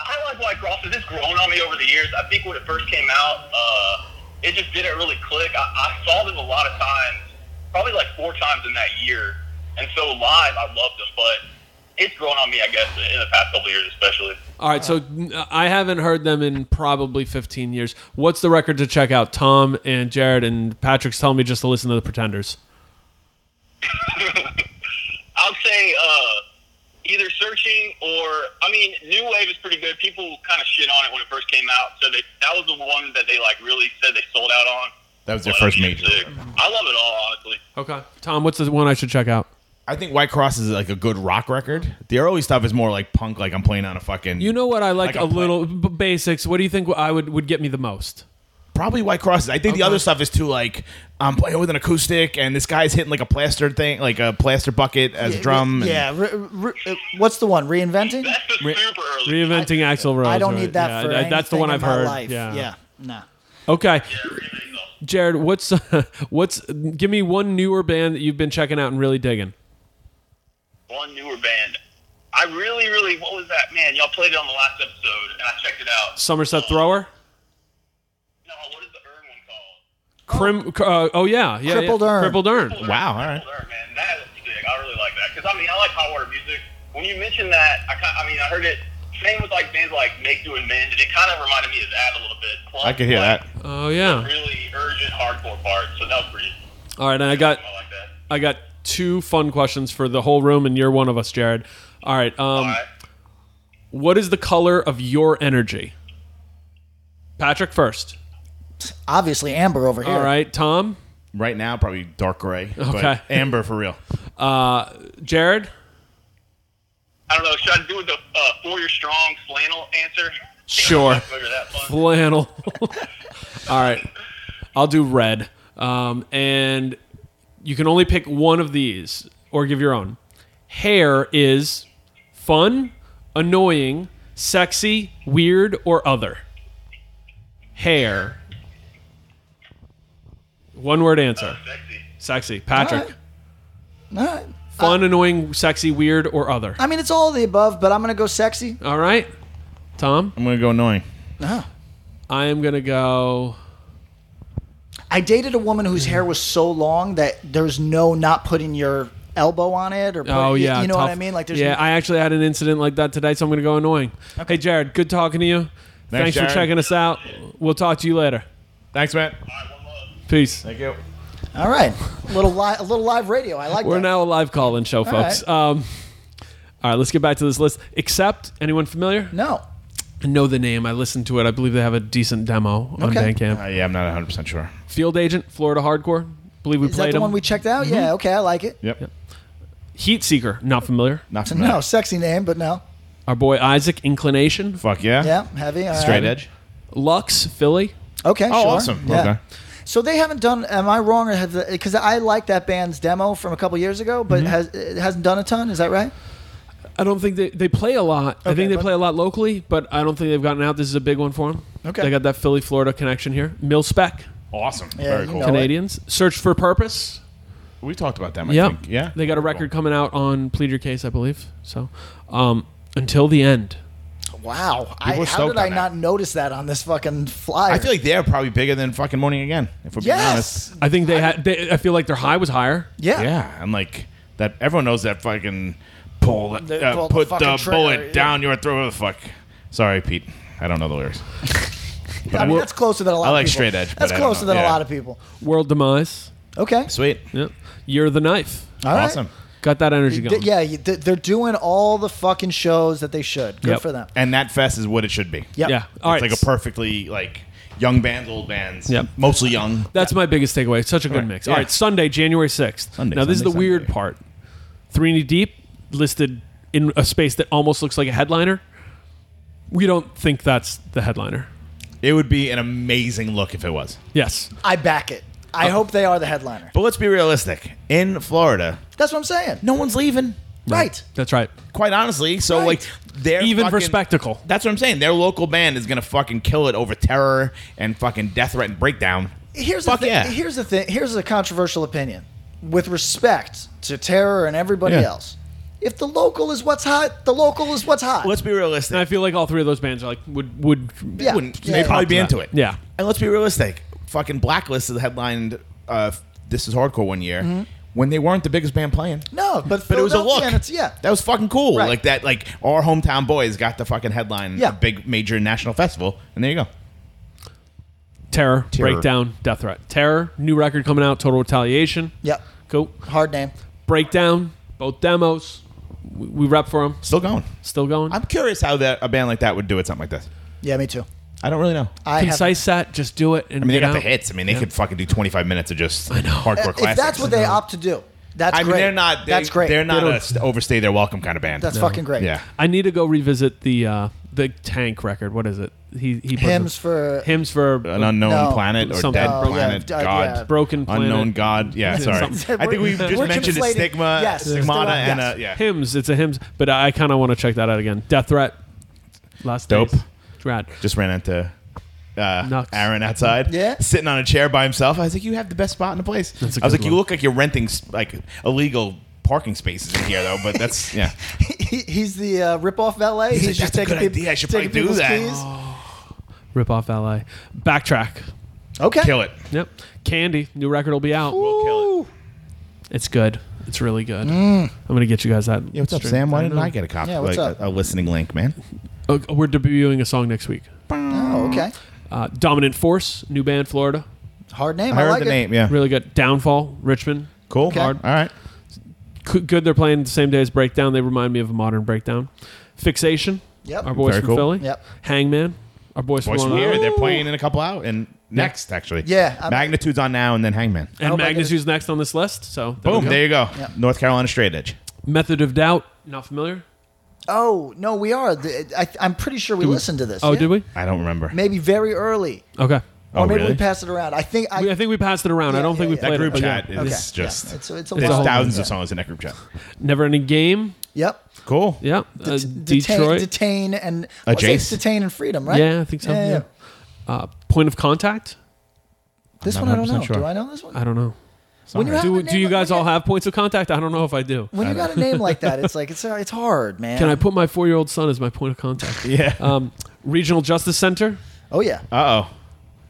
G: I like White Crosses. It's grown on me over the years. I think when it first came out, uh, it just didn't really click. I, I saw them a lot of times, probably like four times in that year. And so live, I loved them, but it's grown on me, I guess, in the past couple of years especially.
D: All right, so uh, I haven't heard them in probably 15 years. What's the record to check out? Tom and Jared and Patrick's telling me just to listen to the Pretenders.
G: I'll say uh, either searching or I mean, new wave is pretty good. People kind of shit on it when it first came out, so they, that was the one that they like really said they sold out on.
C: That was their
G: But, I
C: first
G: mean,
C: major.
G: it's sick. I love it all, honestly.
D: Okay. Tom, what's the one I should check out?
C: I think White Cross is like a good rock record. The early stuff is more like punk, like I'm playing on a fucking.
D: You know what I like,
C: Like
D: a,
C: a play-
D: little b- basics. What do you think I would would get me the most?
C: probably White Crosses. I think the other stuff is too like I'm playing with an acoustic and this guy's hitting like a plaster thing, like a plaster bucket as a drum. and-
B: Yeah. Re, re, uh, what's the one? Reinventing?
G: That's the
D: Re-
G: super early.
D: Reinventing Axl Rose.
B: I don't
D: right?
B: need that
D: Yeah,
B: for
D: that- That's the one
B: anything in
D: I've
B: my
D: heard.
B: Life.
D: Yeah.
B: Yeah. Nah.
D: Okay,
G: Reinventing though.
D: Jared, what's what's? Give me one newer band that you've been checking out and really digging.
G: one newer band. I really, really, what was that man? Y'all played it on the last episode, and I checked it out. Um,
D: Somerset Thrower.
G: No, what is the Earn one called?
D: Crim. Uh, oh yeah, yeah.
B: Crippled
D: yeah.
B: Urn.
D: Crippled Urn.
C: Wow. All right.
G: Earn, man, that is sick. I really like that because I mean, I like hot water music. When you mentioned that, I, ki- I mean, I heard it. Same with like bands like Make Do and Mend, and it kind of reminded me of that a little bit. Plus,
C: I could hear
G: like,
C: that.
D: Oh yeah.
G: Really urgent hardcore part, so that was pretty.
D: All right, and I got
G: I like that.
D: I got two fun questions for the whole room, and you're one of us, Jared. All right. Um,
G: All right.
D: What is the color of your energy? Patrick first.
B: Obviously, Amber over here.
D: All right, Tom,
C: Right now, probably dark gray. but
D: Okay.
C: amber for real.
D: Jared.
G: I don't know. Should I do the uh, four year strong flannel answer?
D: Sure.
G: Figure that one.
D: flannel. All right, I'll do red. Um, and you can only pick one of these or give your own. Hair is fun, annoying, sexy, weird, or other. Hair. One word answer.
G: Sexy.
D: Sexy. Patrick.
B: All right. All right.
D: Fun, annoying, sexy, weird, or other.
B: I mean, it's all of the above, but I'm gonna go sexy.
D: All right. Tom,
C: I'm gonna go annoying.
B: No.
D: I am going to go.
B: I dated a woman whose hair was so long that there's no not putting your elbow on it or putting,
D: Oh yeah,
B: you know what I
D: tough.
B: mean? Like there's
D: yeah, I actually had an incident like that today, so I'm gonna go annoying. Hey Jared, good talking to you. Thanks, for
C: Jared.
D: checking us out. We'll talk to you later.
C: Thanks, Matt.
D: Peace.
C: Thank you.
B: all right. A little live, a little live radio. I like
D: We're
B: that.
D: now a live call-in show, folks.
B: right.
D: Um, all right, let's get back to this list. Except anyone familiar?
B: no.
D: I know the name. I listened to it. I believe they have a decent demo on
B: Okay.
D: Bandcamp.
C: Uh, yeah, I'm not 100 percent sure.
D: Field Agent, Florida Hardcore. Believe we
B: Is that
D: played
B: the
D: them. Mm-hmm.
B: one we checked out? Yeah. Okay, I like it.
C: Yep.
D: Heat Seeker, not familiar.
C: Not from
B: No,
C: that.
B: sexy name, but no.
D: Our boy Isaac, Inclination.
C: Fuck yeah.
B: Yeah, heavy. all
C: Straight
B: right.
C: edge.
D: Lux, Philly.
B: Okay.
C: Oh,
B: sure.
C: awesome.
B: Yeah.
C: Okay.
B: So they haven't done. Am I wrong? Or have because I like that band's demo from a couple years ago, but
D: Mm-hmm.
B: has it hasn't done a ton. Is that right?
D: I don't think they, they play a lot. I
B: Okay,
D: think they
B: but-
D: play a lot locally, but I don't think they've gotten out. This is a big one for them.
B: Okay.
D: They got that Philly, Florida connection here. Mill Spec,
C: Awesome.
B: Yeah,
C: Very
B: you
C: cool.
B: know it.
D: Canadians. Search for Purpose.
C: We talked about them. I
D: Yep.
C: think. Yeah.
D: They got a record coming out on Plead Your Case, I believe. So, um, until the end.
B: Wow. I,
C: People are
B: how
C: stoked
B: did I
C: on that.
B: not notice that on this fucking flyer?
C: I feel like they're probably bigger than fucking Morning Again. If we're being honest.
B: yes.
D: I think they had. They, I feel like their high was higher.
B: Yeah.
C: Yeah, and like that, everyone knows that fucking pull, uh,
B: The- pull the
C: put the,
B: fucking trigger,
C: bullet
B: yeah.
C: down your throat. The fuck. Sorry, Pete. I don't know the lyrics.
B: I mean, that's closer than a lot.
C: I like
B: of people.
C: straight edge, but
B: That's
C: I don't
B: closer
C: know.
B: than a
C: Yeah.
B: lot of people.
D: World Demise.
B: Okay.
C: Sweet.
D: Yep. You're the Knife.
B: All right.
C: awesome.
D: Got that energy
B: Th-
D: going.
B: yeah, you- th- they're doing all the fucking shows that they should. Good
D: Yep.
B: for them.
C: And that fest is what it should be.
B: Yep.
D: Yeah. All right.
C: it's like a perfectly like young bands, old bands.
D: Yep.
C: Mostly young.
D: That's my biggest takeaway. It's such a good
C: Right.
D: mix.
C: Yeah.
D: All right, Sunday, January 6th.
C: Sunday,
D: now, this is the
C: Sunday,
D: weird
C: Sunday.
D: part. Three Knee Deep listed in a space that almost looks like a headliner. We don't think that's the headliner.
C: It would be an amazing look if it was.
D: Yes.
B: I back it.
C: Oh.
B: I hope they are the headliner.
C: But let's be realistic. In Florida,
B: That's what I'm saying.
C: no one's leaving.
B: Right.
D: That's right.
C: Quite honestly, so
B: Right.
C: like they're
D: Even for
C: fucking-
D: spectacle.
C: That's what I'm saying. Their local band is gonna fucking kill it over terror and fucking death threat and breakdown.
B: Here's
C: Fuck
B: the thing.
C: yeah.
B: Here's the thing. Here's a controversial opinion. With respect to terror and everybody
C: Yeah.
B: else, if the local is what's hot, the local is what's hot.
C: Let's be realistic.
D: And I feel like all three of those bands are like, would, would,
B: Yeah.
C: wouldn't.
B: Yeah.
C: They'd probably be
D: Yeah.
C: into it.
D: Yeah.
C: And let's be realistic. Fucking Blacklist is headlined uh, This Is Hardcore one year when they weren't the biggest band playing.
B: no, but
C: Mm-hmm. But it was a
B: Philadelphia
C: look.
B: and it's- yeah.
C: That was fucking cool.
B: Right.
C: Like that, like our hometown boys got the fucking headline
B: Yeah.
C: a big major national festival. And there you go.
D: terror,
C: Terror.
D: breakdown, death threat. Terror, new record coming out, Total Retaliation.
B: Yep.
D: Cool.
B: Hard name.
D: Breakdown, both demos. We, we rep for them.
C: Still going.
D: Still going.
C: I'm curious how that a band like that would do it something like this.
B: Yeah, me too.
C: I don't really know. I
B: I have,
D: Concise set, just do it. And
C: mean, they
D: get
C: got the
D: out.
C: hits. I mean, they could fucking do 25 minutes of just
D: know.
C: hardcore
B: if
C: classics.
B: that's what they opt to do, That's
C: I mean,
B: great.
C: they're not. They,
B: That's great.
C: They're not
B: They
C: a st- overstay their welcome kind of band.
B: That's No. fucking great.
C: Yeah.
D: I need to go revisit the uh, the Tank record. What is it? He he puts
B: Hymns
D: it-
B: for-
D: hymns for
C: An unknown
B: No.
C: planet or
D: Something.
C: dead
D: Oh,
B: yeah.
C: planet,
B: D- uh,
C: God,
B: yeah.
D: Broken
C: unknown
D: planet.
C: God. Yeah, sorry.
D: Something.
C: I think we just
B: We're
C: mentioned a
B: conflating-
C: stigma,
B: yes.
C: stigmata,
B: Stigma,
C: and
B: yes.
C: uh yeah.
D: hymns. It's a hymns, but I kind of want to check that out again. Death Threat. Last
C: Dope.
D: Days. It's rad.
C: Just ran into uh,
D: Nux.
C: Aaron outside,
B: Yeah.
C: sitting on a chair by himself. I was like, "You have the best spot in the place." I was
D: a good
C: like, "You
D: one.
C: look like you're renting s- like illegal parking spaces in here, though." But that's yeah.
B: He, he's the uh, ripoff valet. He's,
C: like,
B: just
C: "That's a
B: taking
C: good
B: people.
C: idea. I should
B: taking
C: probably do
B: people's
C: that."
B: keys.
D: Rip off LA. Backtrack.
B: Okay.
C: Kill it.
D: Yep. Candy. New record will be out.
C: We'll kill it.
D: It's good. It's really good. I'm gonna get you guys that.
C: Mm. Yeah, what's up,
D: straight.
C: Sam? Why
D: I
C: didn't
D: know.
C: I get a copy?
B: Yeah, what's
C: like
B: up?
C: A, a listening link, man.
D: Uh, we're debuting a song next week.
B: Oh, okay.
D: Uh, Dominant Force, new band, Florida.
B: Hard name.
C: I
B: I,
C: heard
B: like
C: the
B: it.
C: name. Yeah,
D: Really good. Downfall, Richmond.
C: cool.
B: Okay.
C: All right.
D: C- good. They're playing the same day as Breakdown. They remind me of a modern Breakdown. Fixation.
B: Yep.
D: Our boys
C: Very
D: from
C: cool.
D: Philly.
B: Yep.
D: Hangman. Our boys,
C: Boys from
D: from Long
C: here.
D: Island.
C: They're playing in a couple out and next actually.
B: Yeah, I'm-
C: Magnitude's on now and then Hangman.
D: And
B: Oh my
D: Magnitude's next on this list. So there we
C: Boom.
D: go.
C: There you go.
B: Yep.
C: North Carolina Straight Edge.
D: Method of Doubt. Not familiar.
B: Oh no, we are. The- I, I'm pretty sure we listened to this.
D: Oh,
B: yeah?
D: did we?
C: I don't remember.
B: Maybe very early,
D: Okay.
C: Oh,
B: or maybe
C: really?
B: we passed it around. I think. I,
D: We, I think we passed it around. I
B: Yeah,
D: don't think
B: yeah,
D: we
B: yeah.
D: played
C: that group
D: it. but yeah.
C: chat is
B: Okay.
C: just
B: Yeah, it's- it's a
C: there's
B: whole-
C: thousands
B: yeah.
C: of songs in that group chat.
D: Never Ending Game.
B: Yep.
C: Cool.
D: Yeah. Uh,
B: Det-
D: Detroit.
B: Detain, detain and
C: Uh,
B: what's it?
C: Jace?
B: Detain and freedom, right?
D: Yeah, I think so.
B: Yeah,
D: Yeah.
B: yeah.
D: Uh, point of Contact.
B: This
C: I'm
B: one I don't know.
C: 100% sure.
B: Do I know this one?
D: I don't know.
B: when you have
D: Do,
B: a
D: do
B: name
D: you
B: like-
D: guys
B: when
D: all have points of contact? I don't know if I do.
B: When you got a name like that, it's like it's it's hard, man.
D: Can I put my four year old son as my point of contact?
C: Yeah.
D: Um, Regional Justice Center,
B: Oh yeah,
C: Uh oh.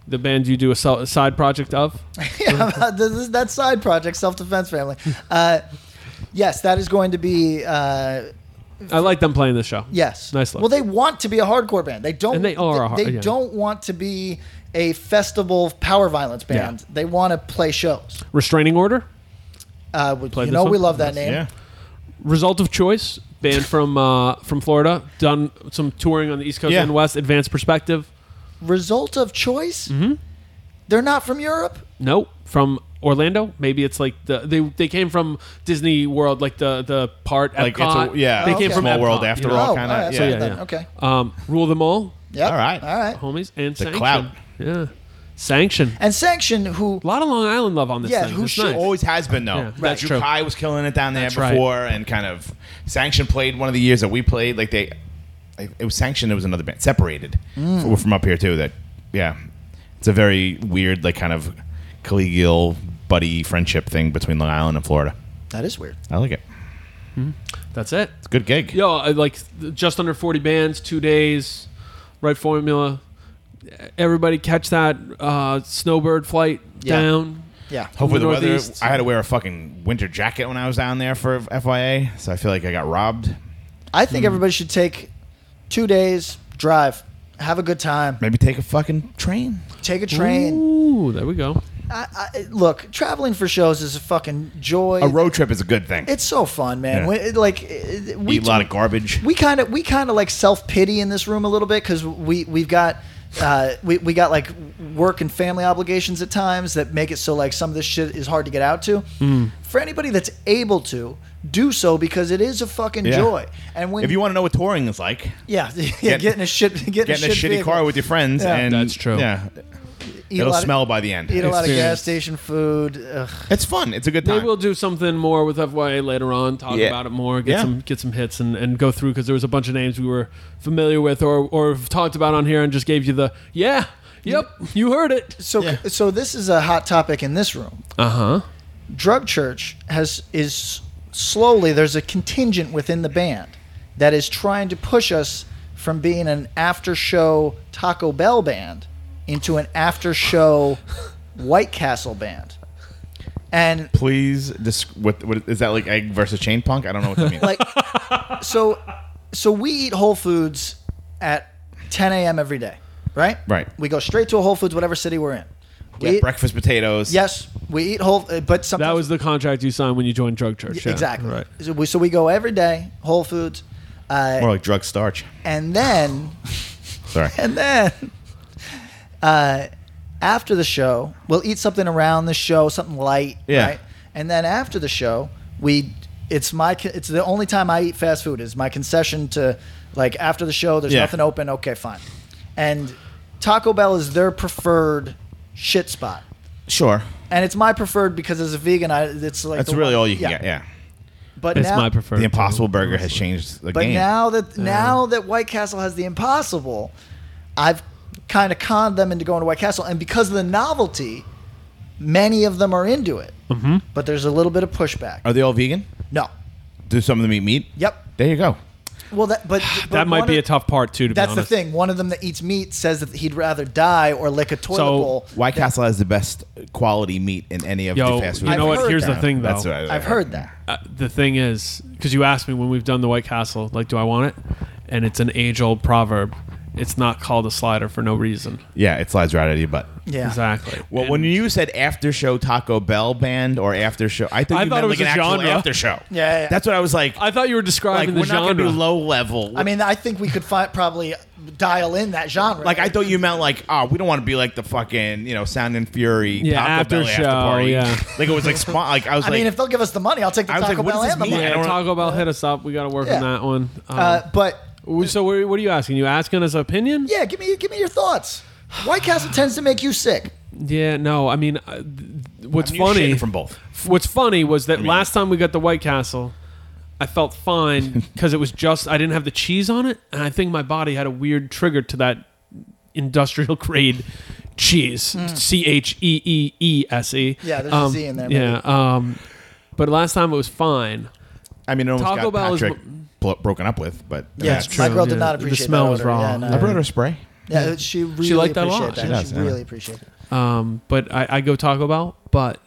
D: the band you do a so- a side project of.
B: yeah. this is- that side project, self defense family. Uh, yes, that is going to be. Uh,
D: I like them playing this show.
B: Yes.
D: Nice look.
B: Well, they want to be a hardcore band. They don't.
D: And they are a hard-
B: They,
D: yeah.
B: don't want to be a festival power violence band. They want to play shows.
D: Restraining Order,
B: Uh, we,
D: Play
B: you
D: this
B: know,
D: one?
B: we love that name.
C: Yeah.
D: Result of Choice, band from uh, from Florida, done some touring on the East Coast
C: Yeah.
D: and West. Advanced Perspective.
B: Result of choice.
D: Mm-hmm.
B: They're not from Europe.
D: Nope. From Orlando, maybe it's like the they they came from Disney World, like the the part
C: Like it's
D: Epcot.
C: a, yeah.
D: They
C: it's
D: came
C: a
D: from
C: small
D: Epcot,
C: world
D: you
C: after
D: know?
C: all
B: Oh,
C: kind
B: alright,
C: of.
B: so
C: Yeah.
B: yeah. Then, okay.
D: Um, Rule them all,
B: Yep.
C: All right.
B: All right.
D: homies, and
C: The
D: sanction.
C: clout.
D: Yeah, sanction.
B: And Sanction, who
D: A lot of Long Island love on this
B: Yeah,
D: thing.
B: who
D: It's
B: should-
D: nice.
C: Always has been though.
D: Yeah,
C: That
D: that's true.
C: Jukai was killing it down there
D: That's right.
C: before, and kind of Sanction played one of the years that we played. Like they, like, it was Sanction. It was another band, separated We're from up here too. That yeah, it's a very weird like kind of collegial buddy friendship thing between Long Island and Florida.
B: that is weird.
C: I like it.
D: That's it.
C: It's a good gig.
D: Yo, I like th- just under 40 bands, two days, right formula. Everybody catch that uh, snowbird flight
B: Yeah.
D: down.
B: Yeah.
C: Hopefully
D: the
C: the, weather.
D: Northeast.
C: I had to wear a fucking winter jacket when I was down there for FYA, so I feel like I got robbed.
B: I
D: Hmm.
B: think everybody should take two days drive, have a good time,
C: Maybe take a fucking train.
B: take a train.
D: Ooh, there we go.
B: I, I, look, traveling for shows is a fucking joy.
C: A road trip is a good thing.
B: It's so fun, man.
C: Yeah.
B: When, it, like it- we
C: Eat a lot of garbage.
B: we kind of we kind of like self pity in this room a little bit because we we've got. Uh, we, we got like work and family obligations at times that make it so like some of this shit is hard to get out to.
C: Mm.
B: For anybody that's able to do so, because it is a fucking
C: Yeah.
B: joy. And when
C: if you want to know what touring is like,
B: yeah, yeah, getting a shit, getting,
C: get in a,
B: shit
C: shitty
B: vehicle,
C: car with your friends,
B: Yeah.
C: and
D: That's true.
C: Yeah,
B: eat a
C: it'll
B: lot of-
C: smell by the end.
B: eat a lot of
D: Experience.
B: gas station food. Ugh.
C: It's fun. It's a good time.
D: Maybe we'll do something more with FYA later on. Talk
C: Yeah.
D: about it more. Get
C: Yeah.
D: some get some hits and, and go through because there was a bunch of names we were familiar with or or have talked about on here and just gave you the yeah yep you heard it
B: So so this is a hot topic in this room.
D: uh
C: Uh-huh.
D: huh
B: drug church has is slowly there's a contingent within the band that is trying to push us from being an after show taco bell band into an after show white castle band and
C: Please, disc- what, what is that like? Egg versus chain punk? I don't know what that means.
B: like so so we eat whole foods at 10 a.m every day right
C: Right.
B: we go straight to a whole foods whatever city we're in
C: yeah,
B: we eat,
C: breakfast potatoes.
B: yes we eat whole uh, but sometimes
D: that was the contract you signed when you joined drug church yeah.
B: exactly
D: right
B: so, we, so we go every day whole foods uh,
C: more like drug starch.
B: and then
C: Sorry.
B: and then uh, after the show we'll eat something around the show something light
C: Yeah.
B: right And then after the show, we it's my co- it's the only time I eat fast food is my concession to like after the show. There's
C: Yeah.
B: nothing open. Okay, fine. And Taco Bell is their preferred shit spot,
C: Sure.
B: and it's my preferred because as a vegan, I it's like
C: That's
B: the
C: really
B: one-
C: all you can get. Yeah.
B: But
D: It's
B: now,
D: my preferred.
C: The Impossible Burger has changed the
B: But
C: game.
B: now that now that White Castle has the impossible, I've kind of conned them into going to White Castle, and because of the novelty, many of them are into it. Mm-hmm. But there's a little bit of pushback.
C: Are they all vegan?
B: no.
C: Do some of them eat meat?
B: Yep.
C: There you go.
B: Well, that but, but
D: That might
B: one
D: be
B: of-
D: a tough part too. To
B: That's
D: be
B: the
D: honest.
B: thing. One of them that eats meat says that he'd rather die or lick a toilet
D: So,
B: bowl.
C: White Castle has the best quality meat in any of
D: Yo,
C: the fast food.
D: you know
B: I've
D: what?
B: heard
D: Here's
B: that.
D: the thing, though.
C: That's what I,
B: I've heard that.
D: uh, the thing is, because you asked me when we've done the White Castle, like, do I want it? And it's an age-old proverb. It's not called a slider for no reason.
C: Yeah, it slides right out of your butt.
B: Yeah.
D: Exactly.
C: Well,
D: And
C: when you said after show Taco Bell band or after show, I thought
D: I
C: you
D: thought
C: meant
D: it was
C: like
D: a
C: an
D: genre.
C: actual after show.
B: Yeah, yeah.
C: that's what I was like.
D: I thought you were
C: like
D: describing
C: we're
D: the
C: not gonna
D: genre.
C: do low level.
B: I mean, I think we could find, probably dial in that genre.
C: like I thought you meant like, oh, we don't want to be like the fucking you know Sound and Fury
D: Yeah,
C: Taco
D: after
C: Bell after
D: show,
C: party.
D: yeah.
C: like it was like spon- like I was
B: I
C: like,
B: mean, if they'll give us the money, I'll take the
C: I was
B: Taco
C: like, what
B: Bell
C: does
B: and the
C: this mean?
B: money.
C: I
D: yeah,
C: don't-
D: Taco Bell hit us up. We got to work
B: Yeah.
D: on that one. Um,
B: Uh, but
D: so, what what are you asking? You asking us opinion?
B: yeah, give me give me your thoughts. White Castle tends to make you sick.
D: Yeah, no. I mean, uh, th- what's
C: I'm used
D: funny
C: shitting from both.
D: f- What's funny was that last time we got the White Castle, I felt fine because it was just I didn't have the cheese on it, and I think my body had a weird trigger to that industrial grade cheese, C H E E E S E.
B: Hmm. Yeah, there's a
D: um,
B: Z in there,
D: Yeah, um, but last time it was fine.
C: I mean, it almost
D: Taco
C: got
D: Bell is
C: Patrick
D: b-
C: blo- broken up with, but
B: Yeah,
C: that's
B: my
D: true,
B: girl did
D: yeah.
B: not
D: The
B: appreciate
D: smell
B: that
D: was
B: order. Yeah,
D: wrong.
B: no,
C: I brought her spray.
B: Yeah, she really
D: liked that
B: appreciated
D: a lot.
B: that.
D: She
B: She,
C: does, yeah.
B: really appreciated it.
D: Um, but I, I go Taco Bell, but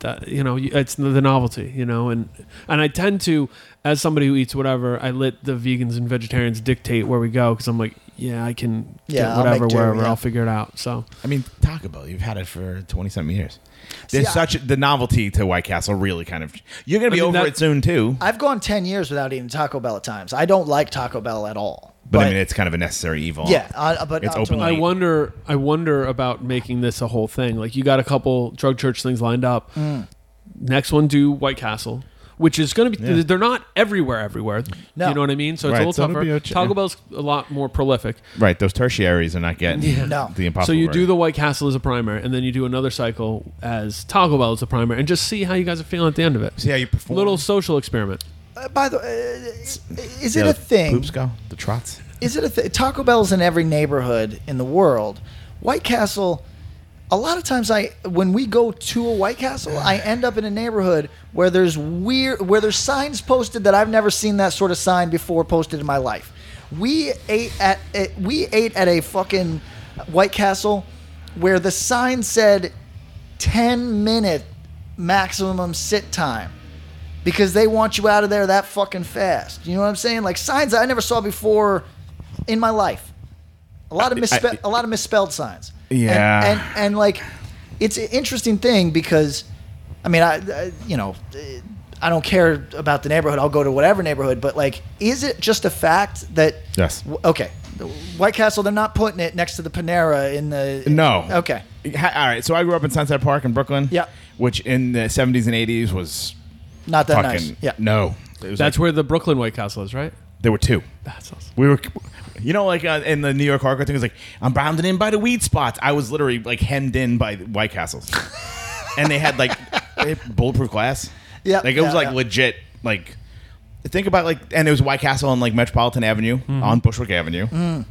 D: that, you know, you- it's the novelty, you know, and and I tend to, as somebody who eats whatever, I let the vegans and vegetarians dictate where we go because I'm like, yeah, I can
B: Yeah,
D: get
B: I'll
D: whatever
B: make do,
D: wherever
B: yeah.
D: I'll figure it out. So
C: I mean, Taco Bell, you've had it for 20 something years. There's
B: I-
C: such the novelty to White Castle really kind of you're going to be
D: I mean,
C: over
D: that-
C: it soon too.
B: I've gone ten years without eating Taco Bell at times. I don't like Taco Bell at all.
C: But, I mean, it's kind of a necessary evil.
B: yeah, uh, but
C: It's
B: I'll
C: openly-
D: I
C: Right.
D: wonder, I wonder about making this a whole thing. Like you got a couple drug church things lined up.
B: Mm.
D: Next one, do White Castle. Which is going to be,
C: Yeah.
D: they're not everywhere, everywhere.
B: No.
D: You know what I mean? So it's
C: Right,
D: a little
C: so it'll
D: tougher.
C: be a ch-
D: Taco Bell's a lot more prolific.
C: Right, those tertiaries are not getting
B: No.
C: the impossible.
D: So you do
C: burger.
D: the White Castle as a primer, and then you do another cycle as Taco Bell as a primer, and just see how you guys are feeling at the end of it.
C: See how you perform.
D: Little social experiment.
B: Uh, by the way, uh, is
C: You
B: it
C: know,
B: a thing?
C: Poops go the trots.
B: is it a th- Taco Bell's in every neighborhood in the world. White Castle. A lot of times, I when we go to a White Castle, I end up in a neighborhood where there's weird, where there's signs posted that I've never seen that sort of sign before posted in my life. We ate at a, we ate at a fucking White Castle where the sign said ten minute maximum sit time because they want you out of there that fucking fast. You know what I'm saying? Like signs that I never saw before in my life. A lot of misspelled, a lot of misspelled signs.
C: Yeah.
B: and, and and like it's an interesting thing because I mean I, I you know eh, I don't care about the neighborhood. I'll go to whatever neighborhood, but like, is it just a fact that
C: Yes.
B: w- okay, the White Castle they're not putting it next to the Panera in the
C: No.
B: okay
C: Ha- all right. So I grew up in Sunset Park in Brooklyn.
B: Yeah.
C: Which in the 70s and 80s was
B: not that
C: fucking
B: nice yeah
C: no. It was
D: That's
C: like-
D: where the Brooklyn White Castle is, right?
C: there were two.
D: That's awesome.
C: We were, you know, like uh, in the New York hardcore thing, it's like I'm bounded in by the weed spots. I was literally like hemmed in by the White Castles, and they had like they had bulletproof glass.
B: Yeah,
C: like it was
B: yeah,
C: like
B: yeah.
C: legit. Like think about like, and it was White Castle on like Metropolitan Avenue
B: Mm-hmm.
C: on Bushwick Avenue.
B: Mm.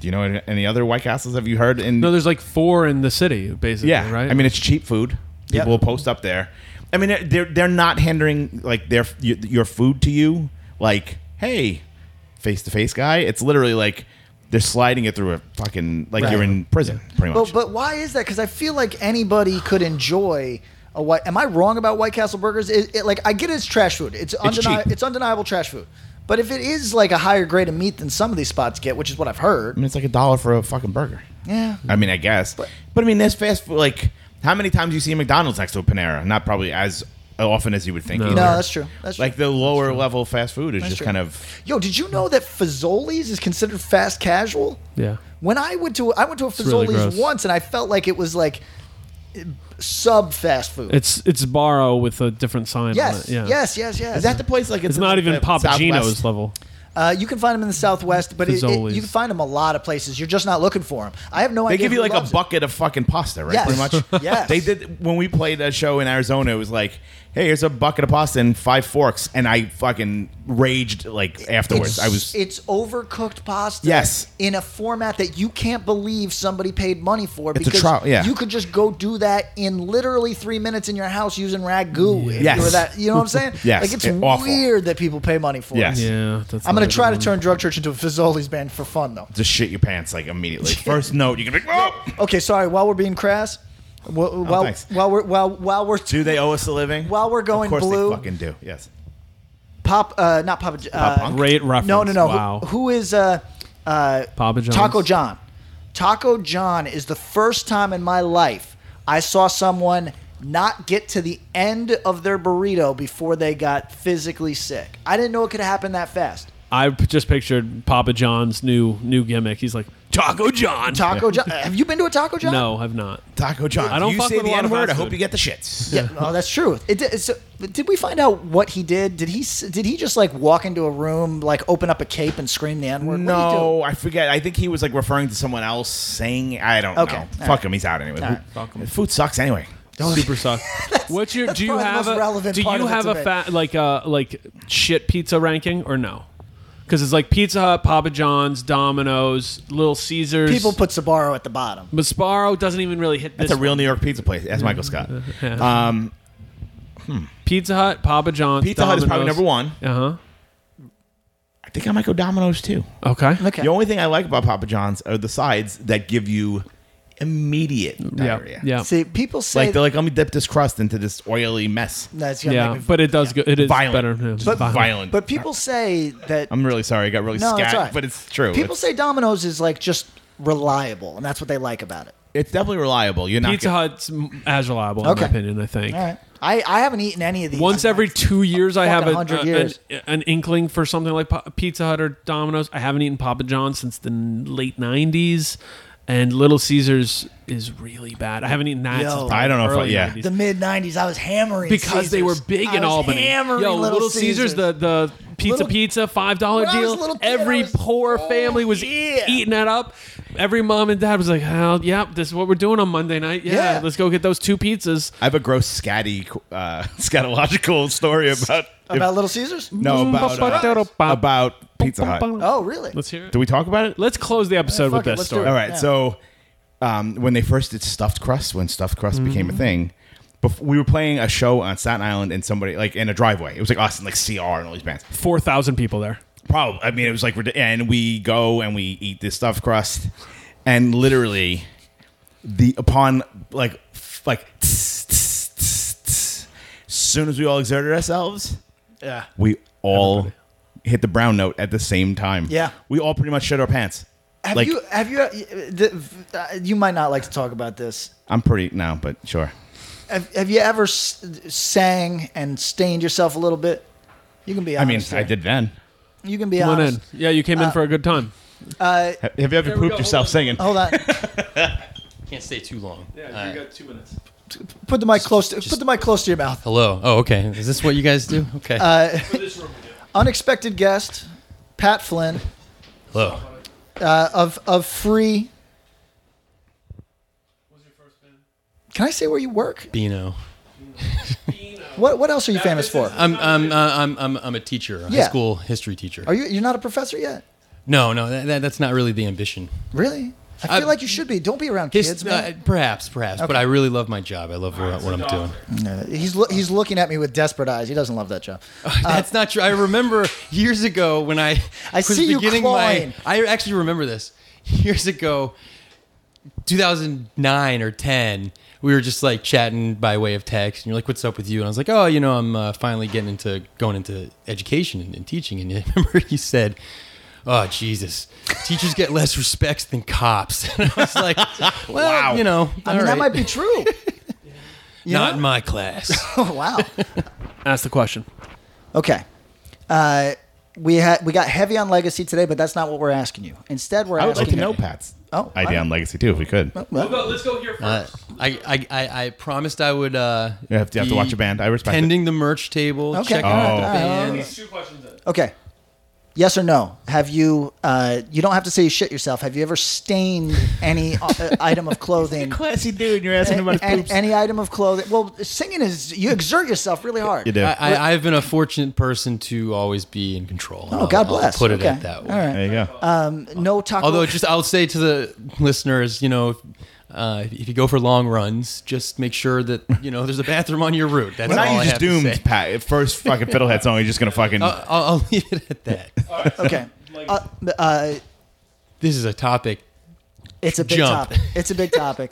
C: Do you know any- any other White Castles? Have you heard in
D: No, there's like four in the city, basically.
C: yeah,
D: right.
C: I mean, it's cheap food. People
B: Yep.
C: will post up there. I mean, they're- they're they're not hindering like their your, your food to you. Like, hey, face to face guy. It's literally like they're sliding it through a fucking like
B: Right.
C: you're in prison, pretty much.
B: But but why is that? Because I feel like anybody could enjoy a white. Am I wrong about White Castle burgers? It, it, like I get it's trash food. It's undeniable. It's,
C: cheap.
B: undeniable trash food. But if it is like a higher grade of meat than some of these spots get, which is what I've
C: I
B: heard,
C: mean, it's like a dollar for a fucking burger.
B: Yeah.
C: I mean, I guess. But, I mean, that's fast food. Like, how many times you see McDonald's next to a Panera? Not probably as often as you would think.
D: No.
C: either.
B: No, that's true. That's true.
C: Like the lower level fast food is just
B: true.
C: kind of
B: yo, did you know that Fazoli's is considered fast casual?
D: yeah.
B: When I went to I went to a
D: really
B: Fazoli's
D: gross.
B: once, and I felt like it was like sub fast food.
D: It's it's Barrow with a different sign
B: yes,
D: on it. Yeah.
B: yes, yes, yes.
C: Is that the place like
D: It's not even Papagino's
C: Gino's
D: level.
B: Uh, you can find them in the Southwest, but it, it,
D: Fazoli's.
B: you can find them a lot of places. You're just not looking for them. I have no
C: They
B: idea.
C: give you
B: who
C: like a
B: loves it.
C: bucket of fucking pasta, right?
B: Yes.
C: Pretty much.
B: Yes.
C: They did when we played a show in Arizona. It was like, hey, here's a bucket of pasta and five forks, and I fucking raged like afterwards.
B: It's,
C: I was
B: it's overcooked pasta.
C: Yes.
B: in a format that you can't believe somebody paid money for.
C: It's a
B: because
C: trial, yeah.
B: you could just go do that in literally three minutes in your house using ragu. if you
C: Yes.
B: were that- you know what I'm saying?
C: Yes,
B: like it's
C: it- awful.
B: weird that people pay money for.
C: Yes.
B: it.
D: Yeah. That's
B: I'm
D: not
B: gonna
D: a
B: try
D: good
B: to turn Drug Church into a Fazoli's band for fun though.
C: just shit your pants like immediately. First note, you can be like, whoa.
B: Okay, sorry. While we're being crass, wh- while
C: Oh, thanks.
B: while we're while while we're
C: Do they owe us a living?
B: While we're going
C: of course
B: blue-
C: they fucking do. Yes.
B: pop uh, not Papa J- uh,
C: Pop Punk?
D: one. Great reference.
B: No, no, no. Who-
D: Wow.
B: who is uh, uh,
D: Papa John's.
B: Taco John? Taco John is the first time in my life I saw someone not get to the end of their burrito before they got physically sick. I didn't know it could happen that fast.
D: I p- just pictured Papa John's new new gimmick. He's like Taco John.
B: Taco John. Have you been to a Taco John?
D: No, I've not.
C: Taco John.
D: I don't
C: you
D: fuck
C: say
D: with a
C: the
D: lot of
C: N-word,
D: fast
C: I hope
D: food.
C: you get the shits.
B: Yeah, no, that's true. It did, so, did we find out what he did? Did he s- did he just like walk into a room, like open up a cape and scream the N word?
C: No, I forget. I think he was like referring to someone else saying, I don't
B: Okay.
C: know.
B: All
C: Fuck
B: right.
C: him. He's out anyway.
B: right.
D: Fuck 'em.
C: Food sucks anyway.
D: Super suck. What's your? Do you
B: probably the
D: have
B: most
D: a?
B: relevant
D: do
B: part
D: you
B: of it
D: have a
B: today.
D: fat like uh like shit pizza ranking or no? Because it's like Pizza Hut, Papa John's, Domino's, Little Caesars.
B: People put Sabaro at the bottom.
D: Masparo doesn't even really hit this.
C: That's a real New York pizza place. That's Michael Scott.
D: Pizza Hut, Papa John's.
C: Pizza Hut is probably number one.
D: Uh
C: I think I might go Domino's too.
D: huh. Uh-huh. Okay.
B: Okay.
C: The only thing I like about Papa John's are the sides that give you immediate diarrhea.
D: Yeah. Yeah.
B: See, people say
C: Like they're like, let me dip this crust into this oily mess.
B: that's gonna
D: Yeah.
B: make me
D: But it does. Go, it is
C: Violent.
D: better. yeah,
C: Just
D: violent.
C: violent.
B: But people say that
C: I'm really sorry. I got really
B: no,
C: scared,
B: that's
C: scat,
B: all right.
C: but it's true.
B: People
C: it's,
B: say Domino's is like just reliable, and that's what they like about it.
C: it's definitely reliable. You're not
D: Pizza
C: gonna-
D: Hut's m- as reliable, in
B: Okay.
D: my opinion. I think.
B: All right, I, I haven't eaten any of these.
D: Once every two years, I have a,
B: Fucking 100
D: a-
B: years.
D: An, an inkling for something like Pa- Pizza Hut or Domino's. I haven't eaten Papa John's since the n- late '90s, and Little Caesars is really bad. I haven't eaten that.
B: Yo.
D: since
C: I don't know if I-
D: early
C: yeah.
D: 90s.
B: the mid '90s, I was hammering
D: because they were
B: Caesars.
D: big
B: I
D: in
B: was
D: Albany.
B: Hammering
D: Yo,
B: Little,
D: Caesars, the the pizza
B: Little-
D: pizza five dollar
B: When I was a
D: deal.
B: little kid, I
D: Every
B: was-
D: poor
B: Oh,
D: family was
B: yeah.
D: eating that up. Every mom and dad was like, "Hell, yep, this is what we're doing on Monday night. Yeah,
B: Yeah.
D: let's go get those two pizzas."
C: I have a gross scatty, uh, scatological story about
B: about Little Caesars.
C: no about uh, about Pizza Hut.
B: Oh, really?
D: Let's hear it.
C: Do we talk about it?
D: Let's close the episode
B: fuck
D: with
B: it,
D: this
B: let's do
D: story.
B: it.
C: All right. So um, when they first did stuffed crust, when stuffed crust
B: Mm-hmm.
C: became a thing, bef- we were playing a show on Staten Island and somebody like in a driveway. It was like us and like CR and all these bands.
D: Four thousand people there.
C: Probably. I mean, it was like, rid- and we go and we eat this stuffed crust, and literally, the upon like f- like tss, tss, tss, tss, soon as we all exerted ourselves,
B: Yeah.
C: we all hit the brown note at the same time.
B: Yeah.
C: we all pretty much shit our pants.
B: Have
C: like
B: you have you the, uh, you might not like to talk about this.
C: I'm pretty now, but sure.
B: Have, have you ever s- sang and stained yourself a little bit? You can be
C: I mean,
B: honest.
C: I
B: here.
C: did then.
B: You can be
D: Come on
B: honest.
D: in. Yeah, you came in for a good time.
C: Ha- Have you ever pooped yourself singing?
B: Hold on.
F: Can't stay too long.
D: Yeah, you got two minutes.
B: Put the mic close. To, put the mic close to your mouth.
F: Hello. Oh, okay. Is this what you guys do? Okay.
B: Unexpected guest, Pat Flynn. uh,
F: Hello.
B: of of free. Can I say where you work?
F: Bino.
B: What what else are you famous for?
F: I'm I'm uh, I'm I'm I'm a teacher, a
B: Yeah.
F: high school history teacher.
B: Are you you're not a professor yet?
F: No, no, that, that, that's not really the ambition.
B: Really? I feel
F: I-
B: like you should be. Don't be around
F: His-
B: kids,
F: uh,
B: man.
F: perhaps, perhaps, but I really love my job. I love what, what I'm doing.
B: No, he's lo- he's looking at me with desperate eyes. He doesn't love that job.
F: That's not true. I remember years ago when I
B: Uh, I see you clawing.
F: my. I actually remember this years ago, 2009 or 10. We were just like chatting by way of text, and you're like, "What's up with you?" And I was like, "Oh, you know, I'm uh, finally getting into going into education and, and teaching." And I remember you said. Oh Jesus! Teachers get less respect than cops. And I was like, "Well,
C: Wow.
F: you know,
B: I mean,
F: all
B: that
F: right.
B: might be true.
F: not in my class."
B: oh wow.
D: Ask the question.
B: Okay. Uh, we had we got heavy on legacy today, but that's not what we're asking you. Instead, we're
C: I would
B: asking
C: like to
B: you-
C: know Pat's
B: Oh,
C: idea
B: I-
C: on legacy too, if we could.
D: We'll go, let's go here first.
F: Uh, I, I, I, I promised I would. Uh,
C: You have to- you have to
F: be
C: watch a band. I respect it. Oh.
F: Tending the merch table.
B: Okay,
F: Checking
B: all right,
F: out the
B: all right, all
F: bands.
D: two questions in.
B: Okay. Yes or no? Have you? Uh, you don't have to say you shit yourself. Have you ever stained any uh, item of clothing?
C: Classy dude, you're asking
B: A- any, any item of clothing? Well, singing is you exert yourself really hard.
C: You do.
F: I, I, I've been a fortunate person to always be in control.
B: Oh,
F: I'll-
B: God
F: I'll
B: bless.
F: put it
B: Okay.
F: at that way.
B: All right.
C: there you go.
B: No taco.
F: Although, just
C: uh,
F: I'll say to the listeners, you know, if, uh, if you go for long runs, just make sure that you know there's a bathroom on your route. That's
C: Well,
F: all
C: now
F: I
C: you just
F: have to
C: doomed
F: say.
C: Pat. First fucking fiddlehead song. You're just gonna fucking.
G: Uh,
F: I'll, I'll, I'll leave it at that.
B: okay. Uh, uh,
F: This is a topic.
B: It's a big
F: Jump.
B: topic. It's a big topic.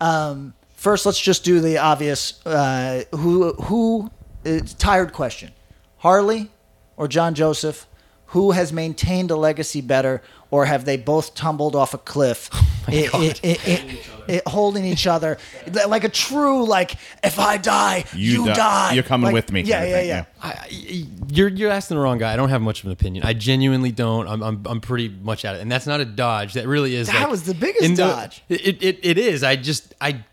B: um, first, let's just do the obvious. Uh, who who uh, tired question? Harley or John Joseph? Who has maintained a legacy better, or have they both tumbled off a cliff,
C: Oh
B: i- i- i- i- i- holding each other Li- like a true like? If I die,
C: You
B: you,
C: die.
B: die.
C: You're coming
B: Like,
C: with me
B: Yeah,
C: kind of
B: yeah,
C: thing,
B: yeah.
C: yeah.
F: I, I- you're you're asking the wrong guy. I don't have much of an opinion. I genuinely don't. I'm I'm, I'm pretty much at it, and that's not a dodge. That really is.
B: That
F: like-
B: was the biggest
F: in
B: dodge.
F: It, it it is. I just I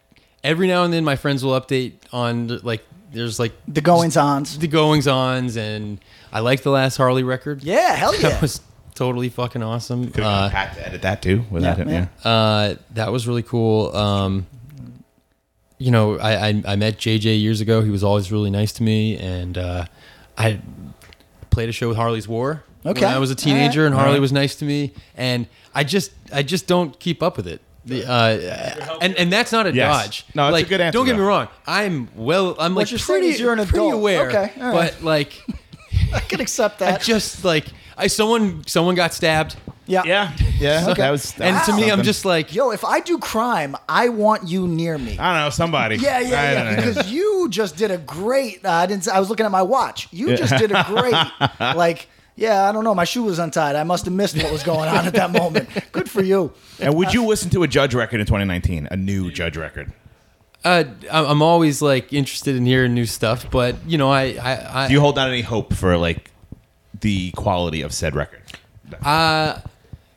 F: every now and then my friends will update on like there's like
B: The goings ons.
F: the goings ons, and I like the last Harley record.
B: Yeah, hell yeah.
F: that was totally fucking awesome.
C: Could've gotten
F: Uh,
C: Pat to edit that too. Without
B: yeah,
C: him,
B: man.
C: yeah.
F: uh, that was really cool. Um, you know, I, I I met JJ years ago. He was always really nice to me, and uh, I played a show with Harley's War.
B: Okay.
F: when I was a teenager, and Harley was nice to me, and I just I just don't keep up with it. The, uh, and and that's not a
C: Yes.
F: dodge.
C: No, it's a
F: like,
C: good answer,
F: Don't get me
C: though.
F: wrong. I'm well. I'm
B: What
F: like
B: you're saying
F: pretty.
B: is you're an
F: pretty
B: adult.
F: aware.
B: Okay, all right.
F: but like
B: I can accept that.
F: I just like I someone someone got stabbed,
B: yeah,
C: Yeah, yeah. That was. that
F: and
C: was
F: to me, I'm
C: something.
F: just like
B: Yo, if I do crime, I want you near me.
C: I don't know somebody.
B: Yeah,
C: I
B: yeah, yeah.
C: don't know.
B: Because you just did a great. Uh, I didn't. I was looking at my watch. You just did a great. like, yeah, I don't know. My shoe was untied. I must have missed what was going on at that moment. Good for you.
C: and would you listen to a Judge record in 2019? A new Judge record.
F: Uh, I- I'm always like interested in hearing new stuff, but you know, I, I, I
C: Do you hold out any hope for like the quality of said record?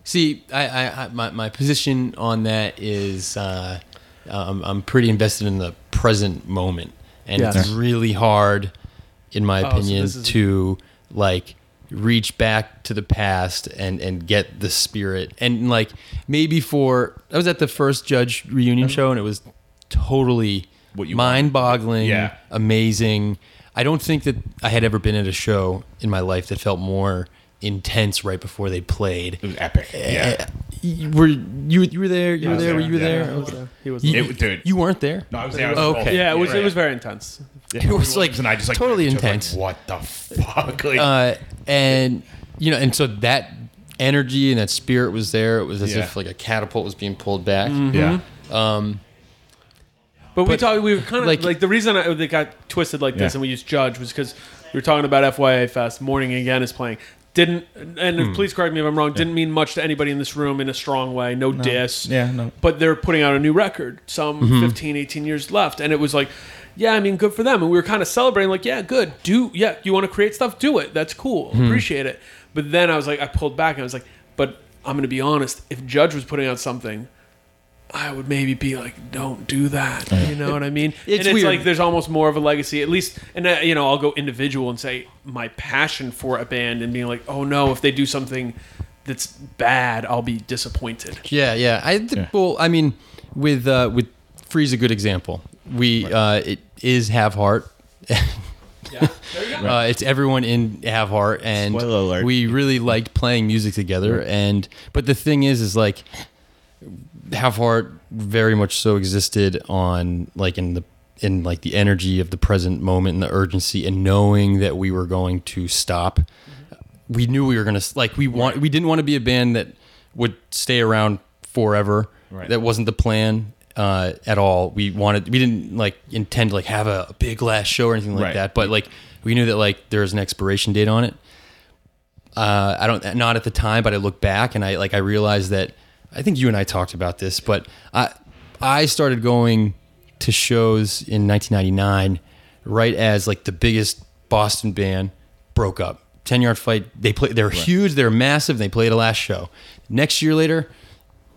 F: see. I, I, I my, my position on that is, uh, I'm, I'm pretty invested in the present moment, and it's really hard, in my
D: so
F: opinion,
D: this is-
F: to like reach back to the past and and get the spirit and like maybe for I was at the first Judge reunion show and it was totally
C: What you wanted.
F: mind-boggling,
C: Yeah.
F: amazing. I don't think that I had ever been at a show in my life that felt more intense right before they played.
C: It was epic. Yeah.
F: You were you, you were there? You were
C: was
F: there? Were
C: eh, there,
F: you
C: yeah.
F: there?
C: I
F: Okay.
D: He was.
F: You,
C: It- dude.
F: you weren't there.
C: No, I was there. I was
F: Okay.
C: involved.
D: yeah, it was.
C: Right.
D: It was very intense.
F: It was like
C: and I just like Um,
F: totally
C: looked at each
F: intense.
C: other, like, what the fuck? Like,
F: Uh, and you know, and so that energy and that spirit was there. It was as
C: Yeah. Mm.
F: if like a catapult was being pulled back.
C: yeah.
D: But, we talked. We were kind of
F: like-
D: like, the reason I, they got twisted like this,
C: Yeah.
D: and we used judge was because we were talking about FYA Fest. Morning again is playing. Didn't and please correct me if I'm wrong. Didn't mean much to anybody in this room in a strong way. No, diss.
C: Yeah, no.
D: But they're putting out a new record. Some 15, 18 years left, and it was like, yeah, I mean, good for them. And we were kind of celebrating, like, yeah, good. Do yeah, you want to create stuff? Do it. That's cool. Appreciate it. But then I was like, I pulled back and I was like, but I'm going to be honest. If Judge was putting out something I would maybe be like, don't do that. You know what I mean? and it's
F: weird.
D: like there's almost more of a legacy, at least. And uh, you know, I'll go individual and say my passion for a band and being like, oh no, if they do something that's bad, I'll be disappointed.
F: Yeah, yeah. I th-
C: Yeah.
F: well, I mean, with uh, with Free's a good example. We uh, it is have heart. Uh, it's everyone in have heart, and
C: Spoiler alert.
F: we really liked playing music together. And but the thing is, is like have heart very much so existed on like in the in like the energy of the present moment and the urgency and knowing that we were going to stop we knew we were gonna like we want we didn't want to be a band that would stay around forever.
C: Right.
F: That wasn't the plan uh, at all. We wanted we didn't like intend to like have a, big last show or anything like
C: Right.
F: that. But like we knew that like there was an expiration date on it. Uh, I don't not at the time, but I look back and I like I realized that I think you and I talked about this, but I I started going to shows in 1999 right as like the biggest Boston band broke up Ten Yard Fight. They play. They're huge. They're massive. They played a last show. Next year later,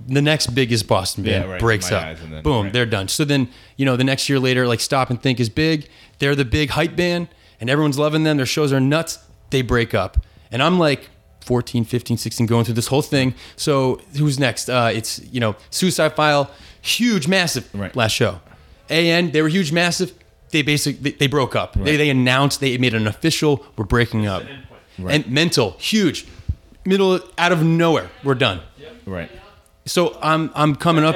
F: the next biggest Boston band
C: right,
F: breaks
C: My
F: up.
C: Eyes and then-
F: Boom.
C: right.
F: They're done. So then you know the next year later, like Stop and Think is big. They're the big hype band, and everyone's loving them. Their shows are nuts. They break up, and I'm like. 14, 15, 16, going through this whole thing. So who's next? Uh, it's, you know, Suicide File, huge, massive
C: Right.
F: last show. AN, they were huge, massive. They basically they, they broke up. They, they announced they made an official. We're breaking up. And mental huge, middle out of nowhere. We're done.
C: Right.
F: So I'm I'm coming up.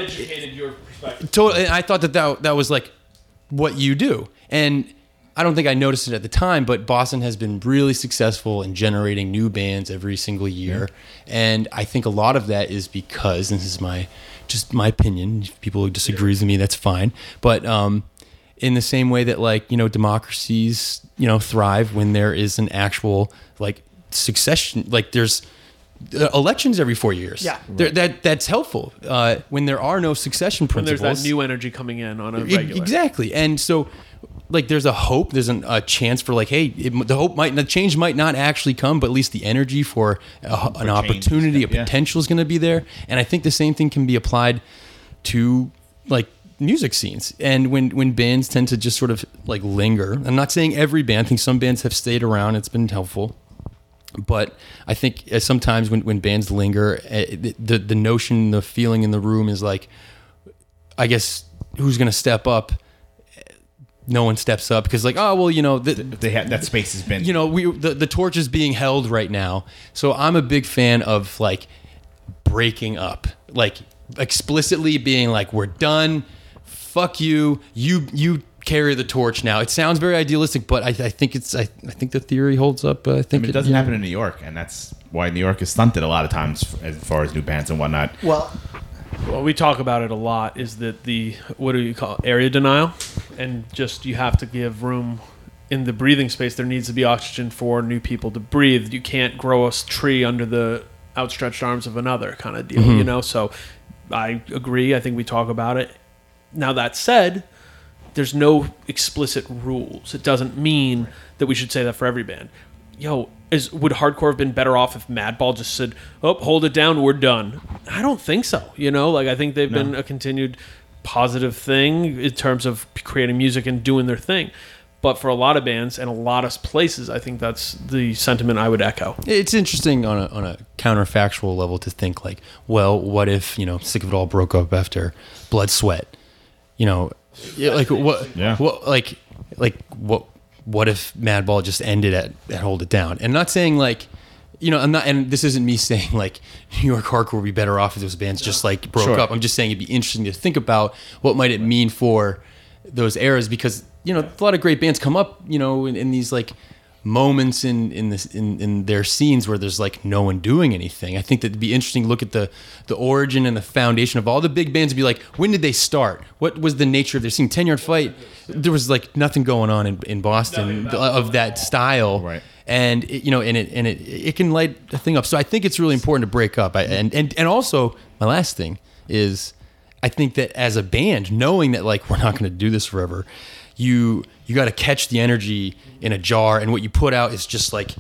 D: your perspective.
F: Totally, and I thought that, that that was like what you do, and I don't think I noticed it at the time. But Boston has been really successful in generating new bands every single year, and I think a lot of that is because and this is my just my opinion. If people disagree with me, that's fine. But um, in the same way that like you know democracies you know thrive when there is an actual like succession, like there's uh, elections every four years.
B: Yeah.
F: There- that that's helpful uh, when there are no succession
D: And
F: principles.
D: there's that new energy coming in on a
F: E-
D: regular.
F: exactly, and so like there's a hope, there's an, a chance for like, hey, it, m- the hope might the change might not actually come, but at least the energy for a, h- an opportunity, a
C: yeah.
F: potential is going to be there, and I think the same thing can be applied to like music scenes and when when bands tend to just sort of like linger i'm not saying every band i think some bands have stayed around it's been helpful but I think uh, sometimes when, when bands linger, uh, the, the the notion, the feeling in the room is like, I guess who's gonna step up? No one steps up because like, oh well, you know, the,
C: They had that space has been
F: you know, we the, the torch is being held right now. So I'm a big fan of like breaking up, like explicitly being like, we're done. Fuck you. You you carry the torch now. It sounds very idealistic, but I, I think it's I, I think the theory holds up. I
C: I
F: think
C: mean, it
F: it-
C: doesn't
F: yeah.
C: happen in New York, and that's why New York is stunted a lot of times f- as far as new bands and whatnot.
B: Well,
D: What we talk about it a lot is that the what do you call it, area denial, and just you have to give room in the breathing space. There needs to be oxygen for new people to breathe. You can't grow a s- tree under the outstretched arms of another kind of deal, you know. So I agree. I think we talk about it. Now that said, there's no explicit rules. It doesn't mean that we should say that for every band. Yo, is would hardcore have been better off if Madball just said, "Oh, hold it down, we're done"? I don't think so. You know, like I think they've been a continued positive thing in terms of creating music and doing their thing. But for a lot of bands and a lot of places, I think that's the sentiment I would echo.
F: It's interesting on a, on a counterfactual level to think like, well, what if you know, sick of it all broke up after blood, sweat, you know, yeah, like what,
C: Yeah.
F: what, like, like what, what if Madball just ended at, at hold it down? And not saying like, you know, I'm not, and this isn't me saying like New York hardcore would be better off if those bands just like broke
C: Sure.
F: up. I'm just saying it'd be interesting to think about what might it mean for those eras because you know a lot of great bands come up you know in, in these like moments in in this in, in their scenes where there's like no one doing anything. I think that it'd be interesting to look at the the origin and the foundation of all the big bands and be like, when did they start? What was the nature of their scene? Ten Yard Fight, there was like nothing going on in, in Boston of that style.
C: Right.
F: And it, you know, and it and it it can light a thing up. So I think it's really important to break up. I, and and and also my last thing is, I think that as a band, knowing that like we're not going to do this forever, you you got to catch the energy in a jar, and what you put out is just like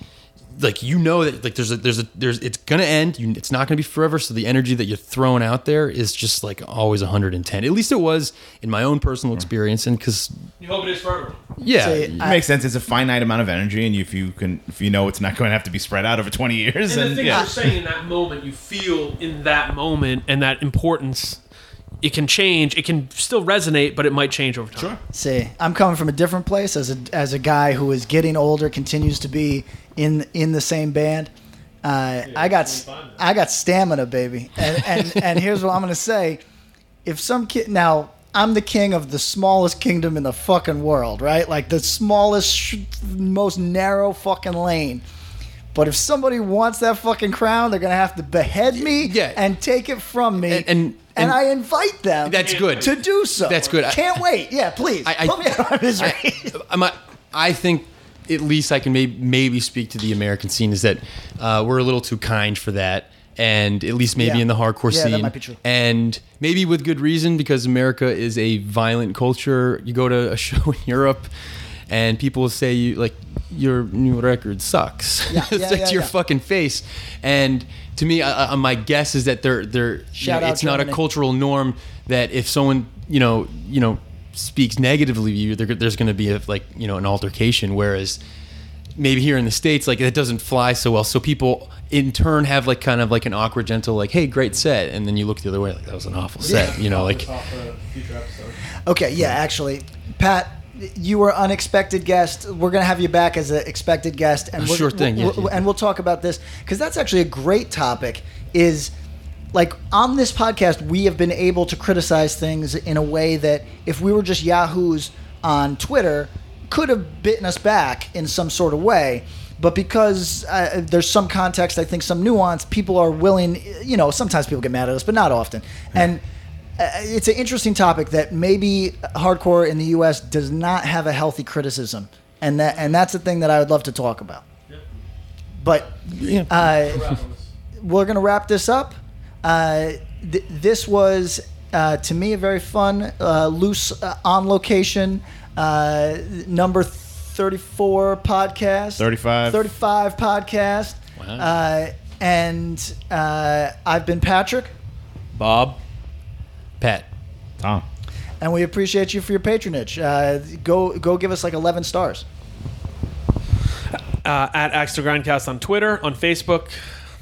F: like you know that like there's a there's a there's it's gonna end you, it's not gonna be forever so the energy that you're throwing out there is just like always 110 at least it was in my own personal experience and because
D: You hope it is forever.
F: yeah
B: say,
C: It makes sense. It's a finite amount of energy, and if you can, if you know it's not going to have to be spread out over twenty years,
D: And the
C: and,
D: things
C: yeah,
D: you're saying in that moment, you feel in that moment and that importance. It can change. It can still resonate, but it might change over time. Sure.
B: See, I'm coming from a different place as a as a guy who is getting older, continues to be in in the same band. Uh, I got s- I got stamina, baby, and and, and here's what I'm gonna say: if some kid now. I'm the king of the smallest kingdom in the fucking world, right? Like the smallest, sh- most narrow fucking lane. But if somebody wants that fucking crown, they're gonna have to behead me
F: Yeah.
B: and take it from me.
F: And- and- and-
B: I invite them.
F: That's good.
B: to do so.
F: That's good. I-
B: Can't wait. Yeah, please.
F: I- I-
B: Put me out of my misery.
F: I, I'm a, I think at least I can maybe, maybe speak to the American scene is that uh, we're a little too kind for that. And at least maybe
B: Yeah.
F: in the hardcore
B: Yeah, that
F: scene.
B: might be true.
F: And maybe with good reason because America is a violent culture. You go to a show in Europe and people will say you like your new record sucks.
B: Yeah,
F: it's
B: yeah,
F: like
B: yeah,
F: to your
B: yeah.
F: fucking face. And to me, I, I, my guess is that they're they're you know,
B: Shout out
F: it's not a
B: Germany.
F: cultural norm that if someone you know you know speaks negatively to you, there, there's going to be a, like you know an altercation. Whereas maybe here in the states, like it doesn't fly so well. So people in turn have like kind of like an awkward, gentle like, "Hey, great set," and then you look the other way like that was an awful set. You know, like
B: Okay, yeah, actually, Pat, you were unexpected guest. We're gonna have you back as an expected guest, and
F: Oh,
B: we're,
F: sure thing, yeah,
B: we'll-
F: yeah, yeah.
B: and we'll talk about this because that's actually a great topic. Is like on this podcast, we have been able to criticize things in a way that if we were just yahoos on Twitter, could have bitten us back in some sort of way. But because uh, there's some context, I think some nuance, people are willing. You know, sometimes people get mad at us, but not often. And uh, it's an interesting topic that maybe hardcore in the U.S. does not have a healthy criticism, and that and that's the thing that I would love to talk about. But uh, we're gonna wrap this up. Uh, th- this was uh, to me a very fun, uh, loose, uh, on location uh, number thirty-four podcast,
C: 35.
B: thirty-five podcast,
F: Wow.
B: uh, and uh, I've been Patrick.
F: Bob, Pat.
C: Tom.
B: and we appreciate you for your patronage. Uh, go go give us like eleven stars.
D: uh, at Axe to Grindcast on Twitter, on Facebook.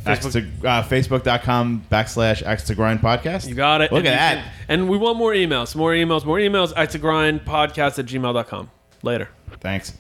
C: Axe to, uh, Facebook.com backslash Axe to Grind podcast.
D: You got it.
C: Look
D: And
C: at
D: you
C: that.
D: can- And we want more emails, more emails, more emails. Axe to Grind podcast at gmail.com. Later.
C: Thanks.